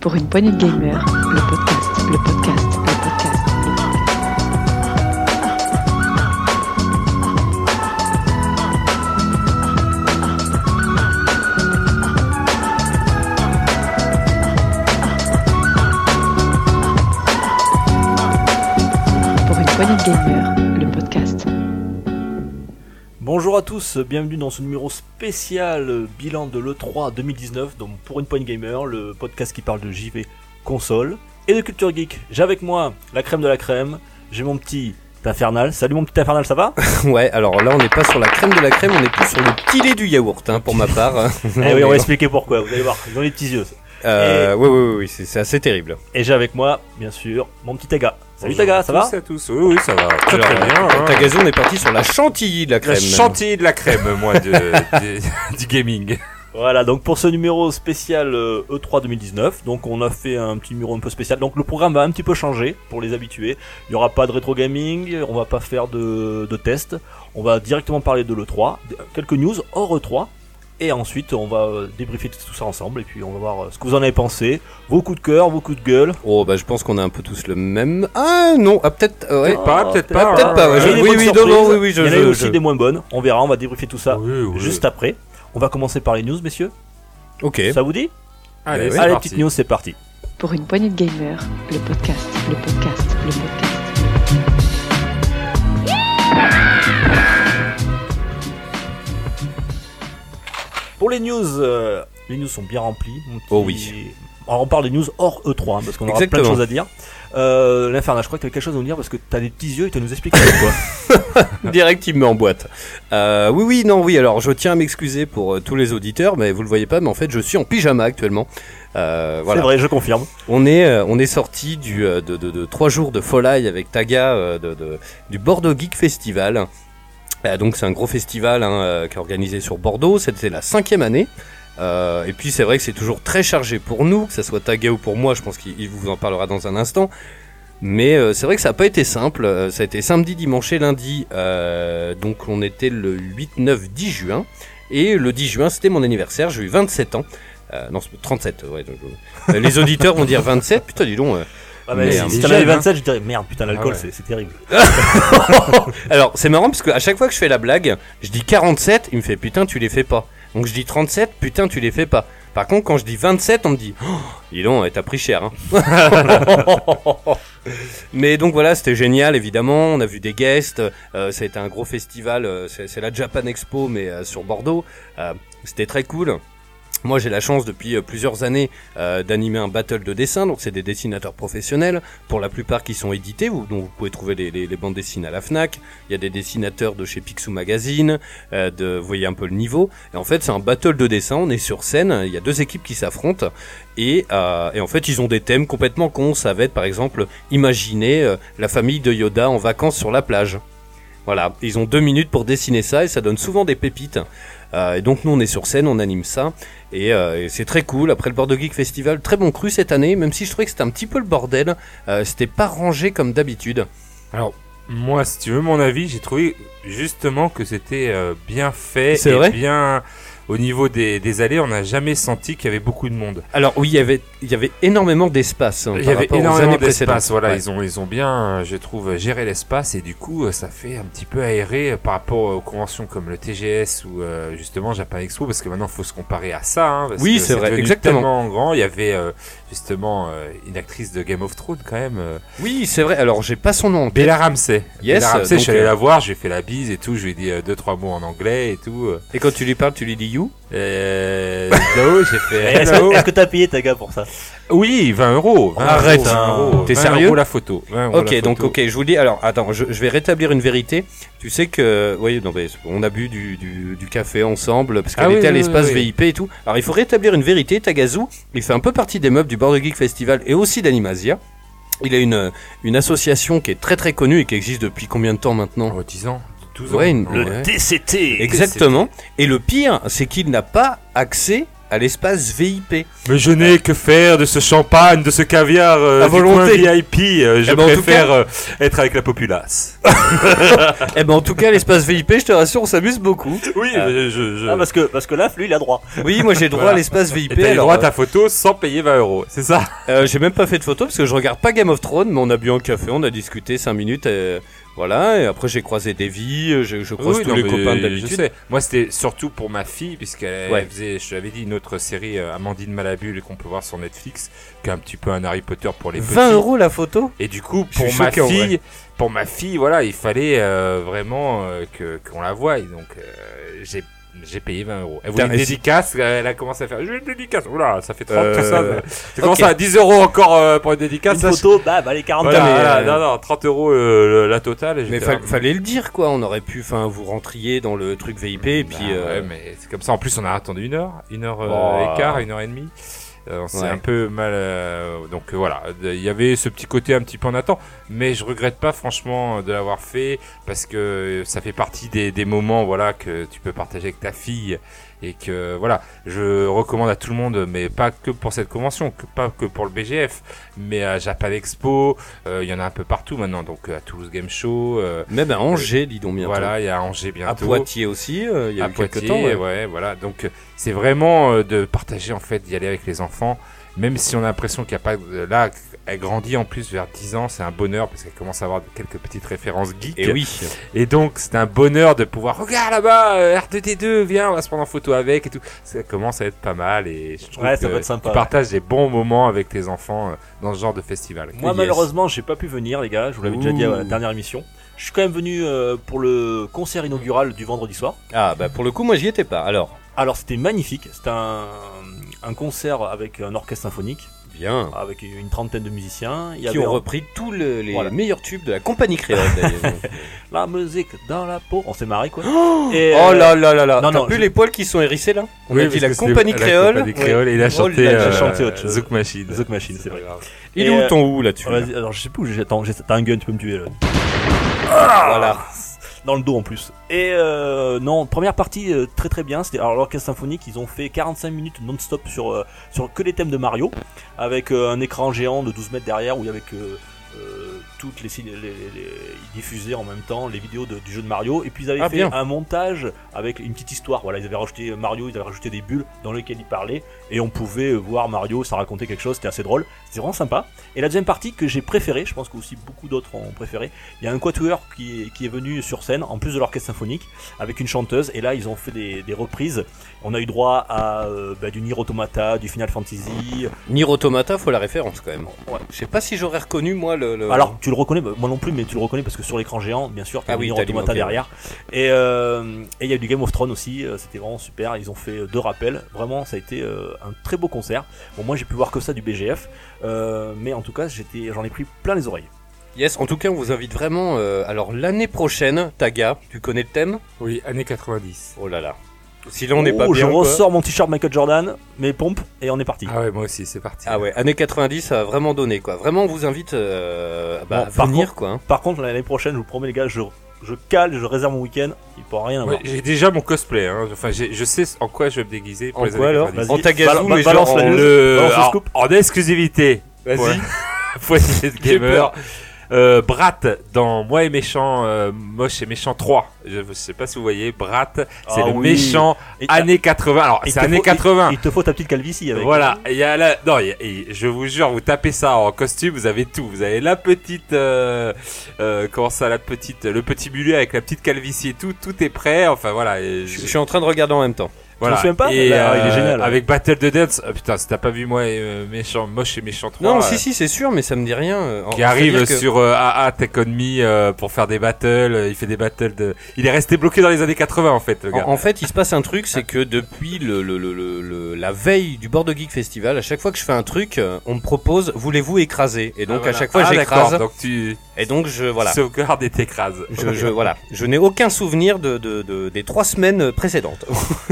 pour une poignée de gamer, le podcast, le podcast, le podcast. Pour une poignée de gamer, le podcast. Bonjour à tous, bienvenue dans ce numéro spécial euh, bilan de l'E3 2019, donc pour une pointe gamer, le podcast qui parle de JV console et de culture geek. J'ai avec moi la crème de la crème, j'ai mon petit infernal. Salut mon petit infernal, ça Eh va Ouais, alors là, on n'est pas sur la crème de la crème, on est plus sur le petit lait du yaourt, hein, pour ma part. Eh oui, on va expliquer pourquoi, vous allez voir, ils ont les petits yeux. Euh, ouais, ouais, ouais, ouais, c'est c'est assez terrible. Et j'ai avec moi, bien sûr, mon petit Taga. Salut Taga, ça va Salut à tous, oui, oui, ça va. Très, Ah. Alors, très bien. Pour Ah. hein. ta gazon, on est parti sur la chantilly de la crème. La chantilly de la crème, moi, de, de- du gaming. Voilà, donc pour ce numéro spécial euh, E3 2019, donc on a fait un petit numéro un peu spécial. Donc le programme va un petit peu changer pour les habitués. Il n'y aura pas de rétro gaming, on va pas faire de, de tests. On va directement parler de l'E3, de- quelques news hors E3. Et ensuite, on va euh, débriefer tout ça ensemble et puis on va voir euh, ce que vous en avez pensé, vos coups de cœur, vos coups de gueule. Oh, bah, je pense qu'on a un peu tous le même. Ah, non, ah, peut-être, euh, ouais. Peut-être pas, peut-être Ah, pas. peut-être hein. pas, ouais, Il y a je- des oui, bonnes oui, surprises, non, non, oui, oui, je- Il y en a eu je- aussi je- des moins bonnes. On verra, on va débriefer tout ça Oui, oui. juste après. On va commencer par les news, messieurs. Ok. Ça vous dit Allez, Ouais, c'est Allez, parti. petite news, c'est parti. Pour une poignée de gamer, le podcast, le podcast, le podcast. Pour les news, euh, les news sont bien remplies. mon petit- Oh oui. Alors on parle des news hors E3 hein, parce qu'on aura plein de Exactement. choses à dire. Euh, L'Infernal, je crois que tu as quelque chose à nous dire parce que tu as des petits yeux et tu nous expliques quoi. Direct, il me met en boîte. Euh, oui, oui, non, oui. Alors, je tiens à m'excuser pour euh, tous les auditeurs, mais vous le voyez pas, mais en fait, je suis en pyjama actuellement. Euh, voilà. C'est vrai, je confirme. On est, euh, on est sorti du, euh, de, de, de trois jours de folie avec Taga euh, de, de- du Bordeaux Geek Festival. Euh, donc c'est un gros festival hein, euh, qui est organisé sur Bordeaux. C'était la cinquième année. Euh, et puis c'est vrai que c'est toujours très chargé pour nous, que ce soit Taga ou pour moi. Je pense qu'il il vous en parlera dans un instant. Mais euh, c'est vrai que ça n'a pas été simple. Euh, ça a été samedi, dimanche et lundi. Euh, donc on était le 8, 9, 10 juin. Et le 10 juin, c'était mon anniversaire. J'ai eu 27 ans. Euh, non, c'est 37. Ouais, donc, euh, les auditeurs vont dire 27. Putain, dis donc. euh, Ah, mais Mais, si euh, si c'est t'en avais jeune, hein. 27, je dirais merde, putain, l'alcool, Ah ouais. c'est- c'est terrible. Alors, c'est marrant parce que à chaque fois que je fais la blague, je dis 47, il me fait putain, tu les fais pas. Donc je dis 37, putain, tu les fais pas. Par contre, quand je dis 27, on me dit, oh, dis donc, t'as pris cher. Hein. Mais donc voilà, c'était génial, évidemment. On a vu des guests. Euh, ça a été un gros festival. euh, c'est c'est la Japan Expo, mais euh, sur Bordeaux. Euh, c'était très cool. Moi, j'ai la chance depuis euh, plusieurs années euh, d'animer un battle de dessin. Donc, c'est des dessinateurs professionnels, pour la plupart qui sont édités, ou dont vous pouvez trouver les, les- les bandes dessinées à la Fnac. Il y a des dessinateurs de chez Picsou Magazine, euh, de, vous voyez un peu le niveau. Et en fait, c'est un battle de dessin, on est sur scène, il y a deux équipes qui s'affrontent. Et, euh, et en fait, ils ont des thèmes complètement cons. Ça va être, par exemple, imaginer euh, la famille de Yoda en vacances sur la plage. Voilà, ils ont deux minutes pour dessiner ça et ça donne souvent des pépites. Euh, et donc nous on est sur scène, on anime ça et, euh, et c'est très cool. Après le Bordeaux Geek Festival, très bon cru cette année, même si je trouvais que c'était un petit peu le bordel, euh, c'était pas rangé comme d'habitude. Alors, moi, si tu veux mon avis, j'ai trouvé justement que c'était euh, bien fait. C'est et vrai bien. Au niveau des, des allées, on n'a jamais senti qu'il y avait beaucoup de monde. Alors oui, il y avait, il y avait énormément d'espace hein, Il y par avait rapport aux énormément années précédentes. d'espace. Voilà, Ouais. ils ont ils ont bien, euh, je trouve, géré l'espace et du coup, euh, ça fait un petit peu aéré euh, par rapport aux conventions comme le TGS ou euh, justement Japan Expo parce que maintenant faut se comparer à ça. hein, parce Oui, que c'est vrai, devenu exactement. Tellement grand, il y avait euh, justement euh, une actrice de Game of Thrones quand même, euh, Oui, c'est vrai. Alors j'ai pas son nom. en tête. Bella Ramsey. Yes, Bella euh, Ramsey, je donc, suis allé euh, la voir, j'ai fait la bise et tout, je lui ai dit euh, deux trois mots en anglais et tout. euh. Et quand tu lui parles, tu lui dis you. Euh, hello, j'ai Eh, fait Est-ce hello. que- est-ce que t'as payé ta gars pour ça Oui, 20 euros. 20 Arrête, euros, 20 hein. euros, T'es 20 sérieux euros la photo. 20 euros la Ok, donc photo. ok, je vous dis. Alors attends, je, je vais rétablir une vérité. Tu sais que, oui, non, mais on a bu du, du, du café ensemble parce qu'elle Ah oui, était à oui, l'espace oui, oui. VIP et tout. Alors il faut rétablir une vérité. Tagazu, il fait un peu partie des meubles du Bordeaux Geek Festival et aussi d'Animasia. Il a une, une association qui est très très connue et qui existe depuis combien de temps maintenant Oh, 10 ans, 12 ans. Ouais, une- maintenant, Le ouais. TCT Exactement. Et le pire, c'est qu'il n'a pas accès à l'espace VIP. Mais je n'ai que faire de ce champagne, de ce caviar euh, À du volonté. coin VIP. euh, je Eh ben, en tout préfère euh, être avec la populace. Eh ben en tout cas, l'espace VIP, je te rassure, on s'amuse beaucoup. oui, euh, je. je... Ah, parce que, parce que là, lui, il a droit. Oui, moi j'ai droit Voilà. à l'espace Et VIP. t'as eu alors, droit à ta photo sans payer 20 euros, c'est ça Euh, j'ai même pas fait de photo parce que je regarde pas Game of Thrones, mais on a bu un café, on a discuté 5 minutes, euh, voilà, et après j'ai croisé Davy, euh, je, je croise Oui, tous non, les mais copains je d'habitude. sais. Moi, c'était surtout pour ma fille, puisqu'elle Ouais. faisait, je t'avais dit, une autre série, euh, Amandine Malabule, qu'on peut voir sur Netflix, qui est un petit peu un Harry Potter pour les 20 petits. euros la photo Et du coup, Je suis pour ma choqué, en vrai. fille, pour ma fille, voilà, il fallait euh, vraiment euh, que qu'on la voie. Et donc, euh, j'ai j'ai payé 20 euros. Elle voulait Putain, une et si- dédicace, elle a commencé à faire. Je veux une dédicace. Oula, ça fait 30 Euh, Oh, tout ça. mais- Ça commence ok. à 10 euros encore euh, pour une dédicace. Une ça, photo, bah, bah, les 40 Voilà, mais, voilà, euh, non, non, 30 euros euh, le- la totale. et Mais j'étais fa- là, fallait le dire quoi, on aurait pu, enfin vous rentriez dans le truc VIP et puis... Bah, euh, ouais, mais c'est comme ça. En plus, on a attendu une heure, une heure euh, Oh. et quart, une heure et demie. Euh, on s'est Ouais. un peu mal. euh, donc euh, voilà, il y avait ce petit côté un petit peu en attente, mais je regrette pas franchement de l'avoir fait parce que ça fait partie des, des moments voilà que tu peux partager avec ta fille et que voilà, je recommande à tout le monde, mais pas que pour cette convention, que, pas que pour le BGF, mais à Japan Expo, euh, il y en a un peu partout maintenant, donc euh, à Toulouse Game Show, euh, Même à Angers, dis donc bientôt. voilà, il y a Angers à bientôt Poitiers aussi, euh, il y a à eu Poitiers, quelques temps. ouais. ouais. voilà. Donc euh, c'est vraiment euh, de partager en fait, d'y aller avec les enfants, même si on a l'impression qu'il n'y a pas de- là, elle grandit en plus vers 10 ans, c'est un bonheur parce qu'elle commence à avoir quelques petites références geek. Et oui, Et donc c'est un bonheur de pouvoir regarde là-bas euh, R2D2, viens, on va se prendre en photo avec et tout. Ça commence à être pas mal et je trouve Ouais, que ça doit être sympa, tu ouais. partages des bons moments avec tes enfants euh, dans ce genre de festival. Moi, Yes. malheureusement, j'ai pas pu venir, les gars. Je vous l'avais déjà dit à la Ouh. dernière émission. Je suis quand même venu euh, pour le concert inaugural du vendredi soir. ah bah pour le coup moi j'y étais pas, alors Alors, c'était magnifique. C'était un, un concert avec un orchestre symphonique, bien. avec une trentaine de musiciens. Il y Qui avait ont un- repris tous le- les Voilà. meilleurs tubes de la compagnie créole d'ailleurs. la musique dans la peau. On s'est marré, quoi. Et, Oh euh, là là là là Non, T'as non, vu je- les poils qui sont hérissés là On a dit Oui, parce la que c'est compagnie créole. La compagnie créole et il a Oh chanté, là là, euh, j'ai chanté autre chose. Zouk Machine. Zouk Machine, c'est vrai. pas grave. Il Et, est où euh, ton ou là-dessus Ah, là vas-y, alors je sais plus où j'ai- attends, j'ai- t'as un gun, tu peux me tuer là. Bah, Voilà. Dans le dos en plus. Et euh, non, première partie euh, très très bien. C'était alors l'orchestre symphonique, ils ont fait 45 minutes non-stop sur euh, sur que les thèmes de Mario, avec euh, un écran géant de 12 mètres derrière où il y avait que euh, toutes les, signes- les, les- les- ils diffusaient en même temps les vidéos de- du jeu de Mario et puis ils avaient Ah, fait bien. un montage avec une petite histoire voilà ils avaient rajouté euh, Mario ils avaient rajouté des bulles dans lesquelles il parlait et on pouvait euh, voir Mario ça racontait quelque chose c'était assez drôle c'était vraiment sympa et la deuxième partie que j'ai préférée, je pense que aussi beaucoup d'autres ont préféré, il y a un quatuor qui est, qui est venu sur scène, en plus de l'orchestre symphonique, avec une chanteuse, et là ils ont fait des, des reprises. On a eu droit à euh, bah, du Nier Automata, du Final Fantasy. Nier Automata, faut la référence quand même. Ouais. Je sais pas si j'aurais reconnu moi le. le- Alors tu le reconnais, bah, moi non plus, mais tu le reconnais parce que sur l'écran géant, bien sûr, tu as Ah du oui, Nier t'as l'image, Automata ok. derrière. Et euh, et il y a eu du Game of Thrones aussi, euh, c'était vraiment super, ils ont fait euh, deux rappels, vraiment ça a été euh, un très beau concert. Bon, moi j'ai pu voir que ça du BGF, euh, mais en tout cas j'étais- j'en ai pris plein les oreilles. Yes, en tout cas, on vous invite vraiment. euh, alors l'année prochaine, Taga, tu connais le thème Oui, années 90. Oh là là. Si là on n'est Oh, pas bien. Je quoi. ressors mon t-shirt Michael Jordan, mes pompes, et on est parti. Ah ouais, moi aussi, c'est parti. Ah ouais, années 90, ça a vraiment donné quoi. Vraiment, on vous invite euh, Bon, bah, à par venir contre- quoi. hein. Par contre, l'année prochaine, je vous promets, les gars, je, je cale, je réserve mon week-end, il pourra rien avoir. Ouais, j'ai déjà mon cosplay, hein. enfin j'ai- je sais en quoi je vais me déguiser pour En les quoi, années alors 90. En tagazou, Bal- mais balance genre la en news. Le- balance le alors, scoop. en exclusivité, vas-y, Poitiers de peur. Gamer, euh, Brat dans Moi et Méchant, euh, Moche et Méchant 3, je, je sais pas si vous voyez, Brat, c'est Ah le oui. méchant Et- années 80, alors il c'est te années faut- 80, Il, il te faut ta petite calvitie avec. Voilà, il y a la... non, il y a- et je vous jure, vous tapez ça en costume, vous avez tout. Vous avez la petite, euh, euh, comment ça, la petite, le petit mulet avec la petite calvitie et tout, tout est prêt. Enfin voilà, et Je, je- je suis en train de regarder en même temps. voilà. me souviens pas Et, Là, il est euh, génial, hein. ouais. Avec Battle de Dance, Ah, putain, si t'as pas vu moi euh, méchant, moche et méchant 3 non, euh, si si, c'est sûr, mais ça me dit rien. euh, en- qui arrive c'est-à-dire que- sur euh, AA Take On Me euh, pour faire des battles. euh, Il fait des battles de. Il est resté bloqué dans les années 80 en fait, le gars. Ah. En, en fait, il se passe un truc, c'est que depuis le, le- le- le- le- la veille du Bordeaux Geek Festival, à chaque fois que je fais un truc, euh, on me propose voulez-vous écraser Et donc Ah, à chaque fois, voilà. Ah, j'écrase. d'accord, Donc tu Et donc je voilà. tu sauvegardes et t'écrases. Je, je- voilà. Je n'ai aucun souvenir de, de- de- des trois semaines précédentes.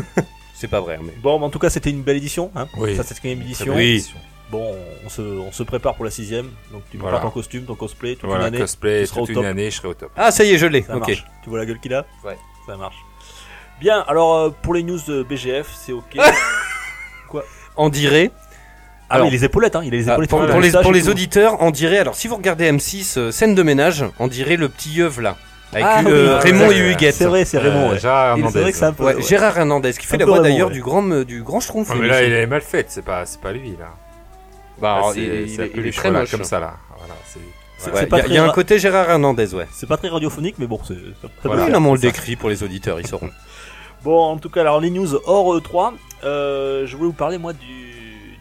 c'est pas vrai, mais. Bon, mais en tout cas, c'était une belle édition. Hein Oui. Ça, c'est une édition. bonne Oui. édition. Bon, on se, on se prépare pour la sixième. Donc, tu Voilà. prépares ton costume, ton cosplay, toute Voilà, une année. cosplay, tu seras toute au une top. année, je serai au top. Ah, ça y est, je l'ai. Ça Ok. marche. Tu vois la gueule qu'il a Ouais. Ça marche. Bien, alors euh, pour les news de BGF, c'est ok. Quoi en dirait. Ah Alors- oui, les épaulettes, hein, il a les Ah, épaulettes. pour, sur le pour les, visage pour et les tout. auditeurs, on dirait, alors si vous regardez M6, euh, scène de ménage, on dirait le petit yeuve là, avec Ah, euh, oui, Raymond exact. et Huguette. C'est vrai, c'est Raymond. ouais. Euh, Gérard Il- C'est vrai Hernandez. que c'est un peu. Ouais, ouais. Euh, Gérard Hernandez qui fait Un la peu voix Raymond, d'ailleurs ouais. du grand euh, du grand schtroumpf. Ah, mais là, l'émission. il est mal fait, c'est pas, c'est pas lui, là. Bah, Là, alors, c'est- il est- il c'est la est- il est peluche, très voilà, moche. comme ça, là. Voilà, c'est- C'est- Ouais, c'est Il pas y a- il y, très a un ra- côté Gérard Hernandez, ouais. C'est pas très radiophonique, mais bon, c'est. ça- ça Voilà. peut oui, faire. non, mais on le c'est ça. décrit pour les auditeurs, ils sauront. Bon, en tout cas, alors les news hors E3, euh, je voulais vous parler moi du-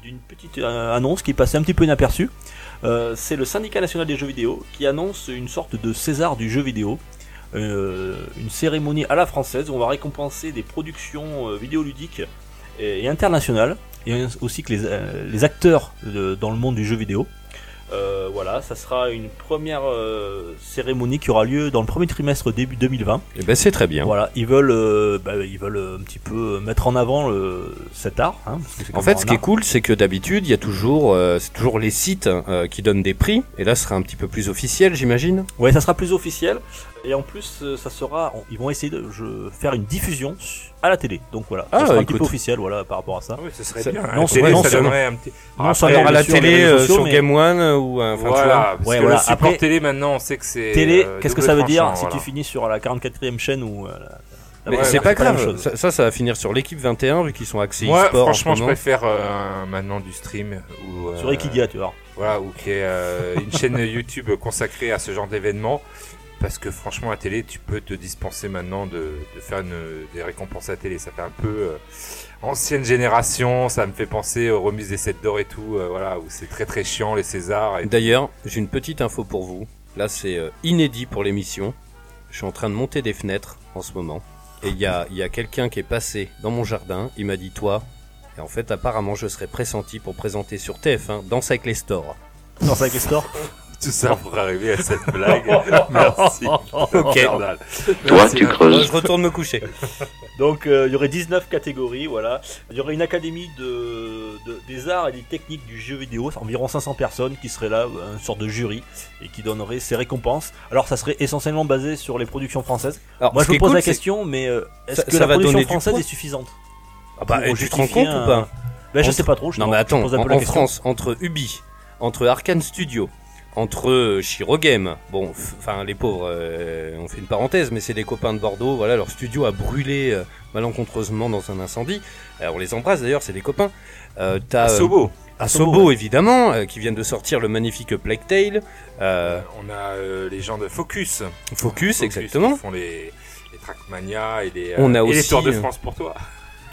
d'une petite euh, annonce qui est passée un petit peu inaperçue. Euh, c'est le syndicat national des jeux vidéo qui annonce une sorte de César du jeu vidéo. Euh, une cérémonie à la française où on va récompenser des productions euh, vidéoludiques et, et internationales, et aussi que les, euh, les acteurs de- dans le monde du jeu vidéo. Euh, voilà, ça sera une première euh, cérémonie qui aura lieu dans le premier trimestre début 2020. Et ben c'est très bien. Voilà, ils veulent, euh, bah, ils veulent euh, un petit peu mettre en avant le, cet art. hein, parce que c'est En quand fait, même ce un qui est art. cool, c'est que d'habitude, il y a toujours, euh, c'est toujours les sites euh, qui donnent des prix. Et là, ce sera un petit peu plus officiel, j'imagine. ouais, ça sera plus officiel. Et en plus, euh, ça sera, on- ils vont essayer de je, faire une diffusion à la télé. Donc voilà, Ah, ça sera un petit écoute. peu officiel, voilà, par rapport à ça. Ah oui, ce serait Ça- bien. non, la télé, non, ça ça- donnerait un petit. non, Après, ça Alors, Ah, à la sur les télé, réseaux euh, sociaux, sur mais- Game One euh, ou euh, enfin, tu vois. Voilà, parce Ouais, que voilà, le support après- télé maintenant, on sait que c'est. Télé, euh, qu'est-ce que double ça veut dire tranchant, si voilà. tu finis sur la 44e chaîne ou euh, la- la- Mais Ouais, c'est ouais, pas la même grave. chose. Ça, ça, ça va finir sur l'équipe 21 vu qu'ils sont axés Moi, e-sport. en franchement, ce je moment. préfère euh, maintenant du stream. Ou, euh, Sur Ekidia, tu vois. Voilà, ou qu'il y ait euh, une chaîne YouTube consacrée à ce genre d'événement. Parce que franchement, à télé, tu peux te dispenser maintenant de, de faire une- des récompenses à télé. Ça fait un peu euh, ancienne génération, ça me fait penser aux remises des 7 d'or et tout, euh, voilà, où c'est très très chiant, les Césars. Et... D'ailleurs, j'ai une petite info pour vous. Là, c'est euh, inédit pour l'émission. Je suis en train de monter des fenêtres en ce moment. Et il y a, il y a quelqu'un qui est passé dans mon jardin. Il m'a dit Toi. Et en fait, apparemment, je serais pressenti pour présenter sur TF1 Danse avec les stores. Dans sa store. Tout ça pour arriver à cette blague. Merci. Ok. Infernal. Toi, Merci, tu hein. creuses. je retourne me coucher. Donc euh, il y aurait 19 catégories, voilà. Il y aurait une académie de, de- des arts et des techniques du jeu vidéo, c'est environ 500 personnes qui seraient là, euh, une sorte de jury, et qui donnerait ses récompenses. Alors ça serait essentiellement basé sur les productions françaises. Alors, Moi Ah, ce je qui me est pose cool, la c'est- question, mais euh, est-ce ça- que ça la va production donner du française poids est suffisante Ah bah, pour et tu te rends justifier compte un- ou pas ben, Je Entre- sais pas trop, je, Non te- mais je attends, pose un peu en, la en question. France, entre Ubi, entre Arkane Studio, entre Shiro Game, bon, f- enfin les pauvres, euh, on fait une parenthèse, mais c'est des copains de Bordeaux, voilà, leur studio a brûlé euh, malencontreusement dans un incendie. Euh, on les embrasse d'ailleurs, c'est des copains. Euh, T'as euh, Sobo. à Sobo, évidemment, euh, qui viennent de sortir le magnifique Plague Tale, euh, On a euh, les gens de Focus. Focus, Focus, exactement. Ils font les, les Trackmania et les, On a et les aussi, Tours de euh, France pour toi.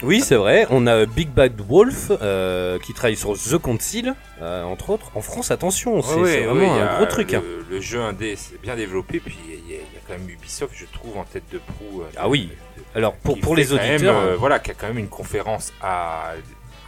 Oui, c'est vrai. On a euh, Big Bad Wolf euh, qui travaille sur The Council, euh, entre autres. En France, attention, c'est Ouais, ouais, c'est ouais, vraiment il y un a gros truc. Le, hein. le jeu indé, c'est bien développé. Puis il y, a- il y a quand même Ubisoft, je trouve, en tête de proue. euh, Ah oui. de- Alors pour qui pour fait les quand même, auditeurs, hein. euh, voilà, qui a quand même une conférence à,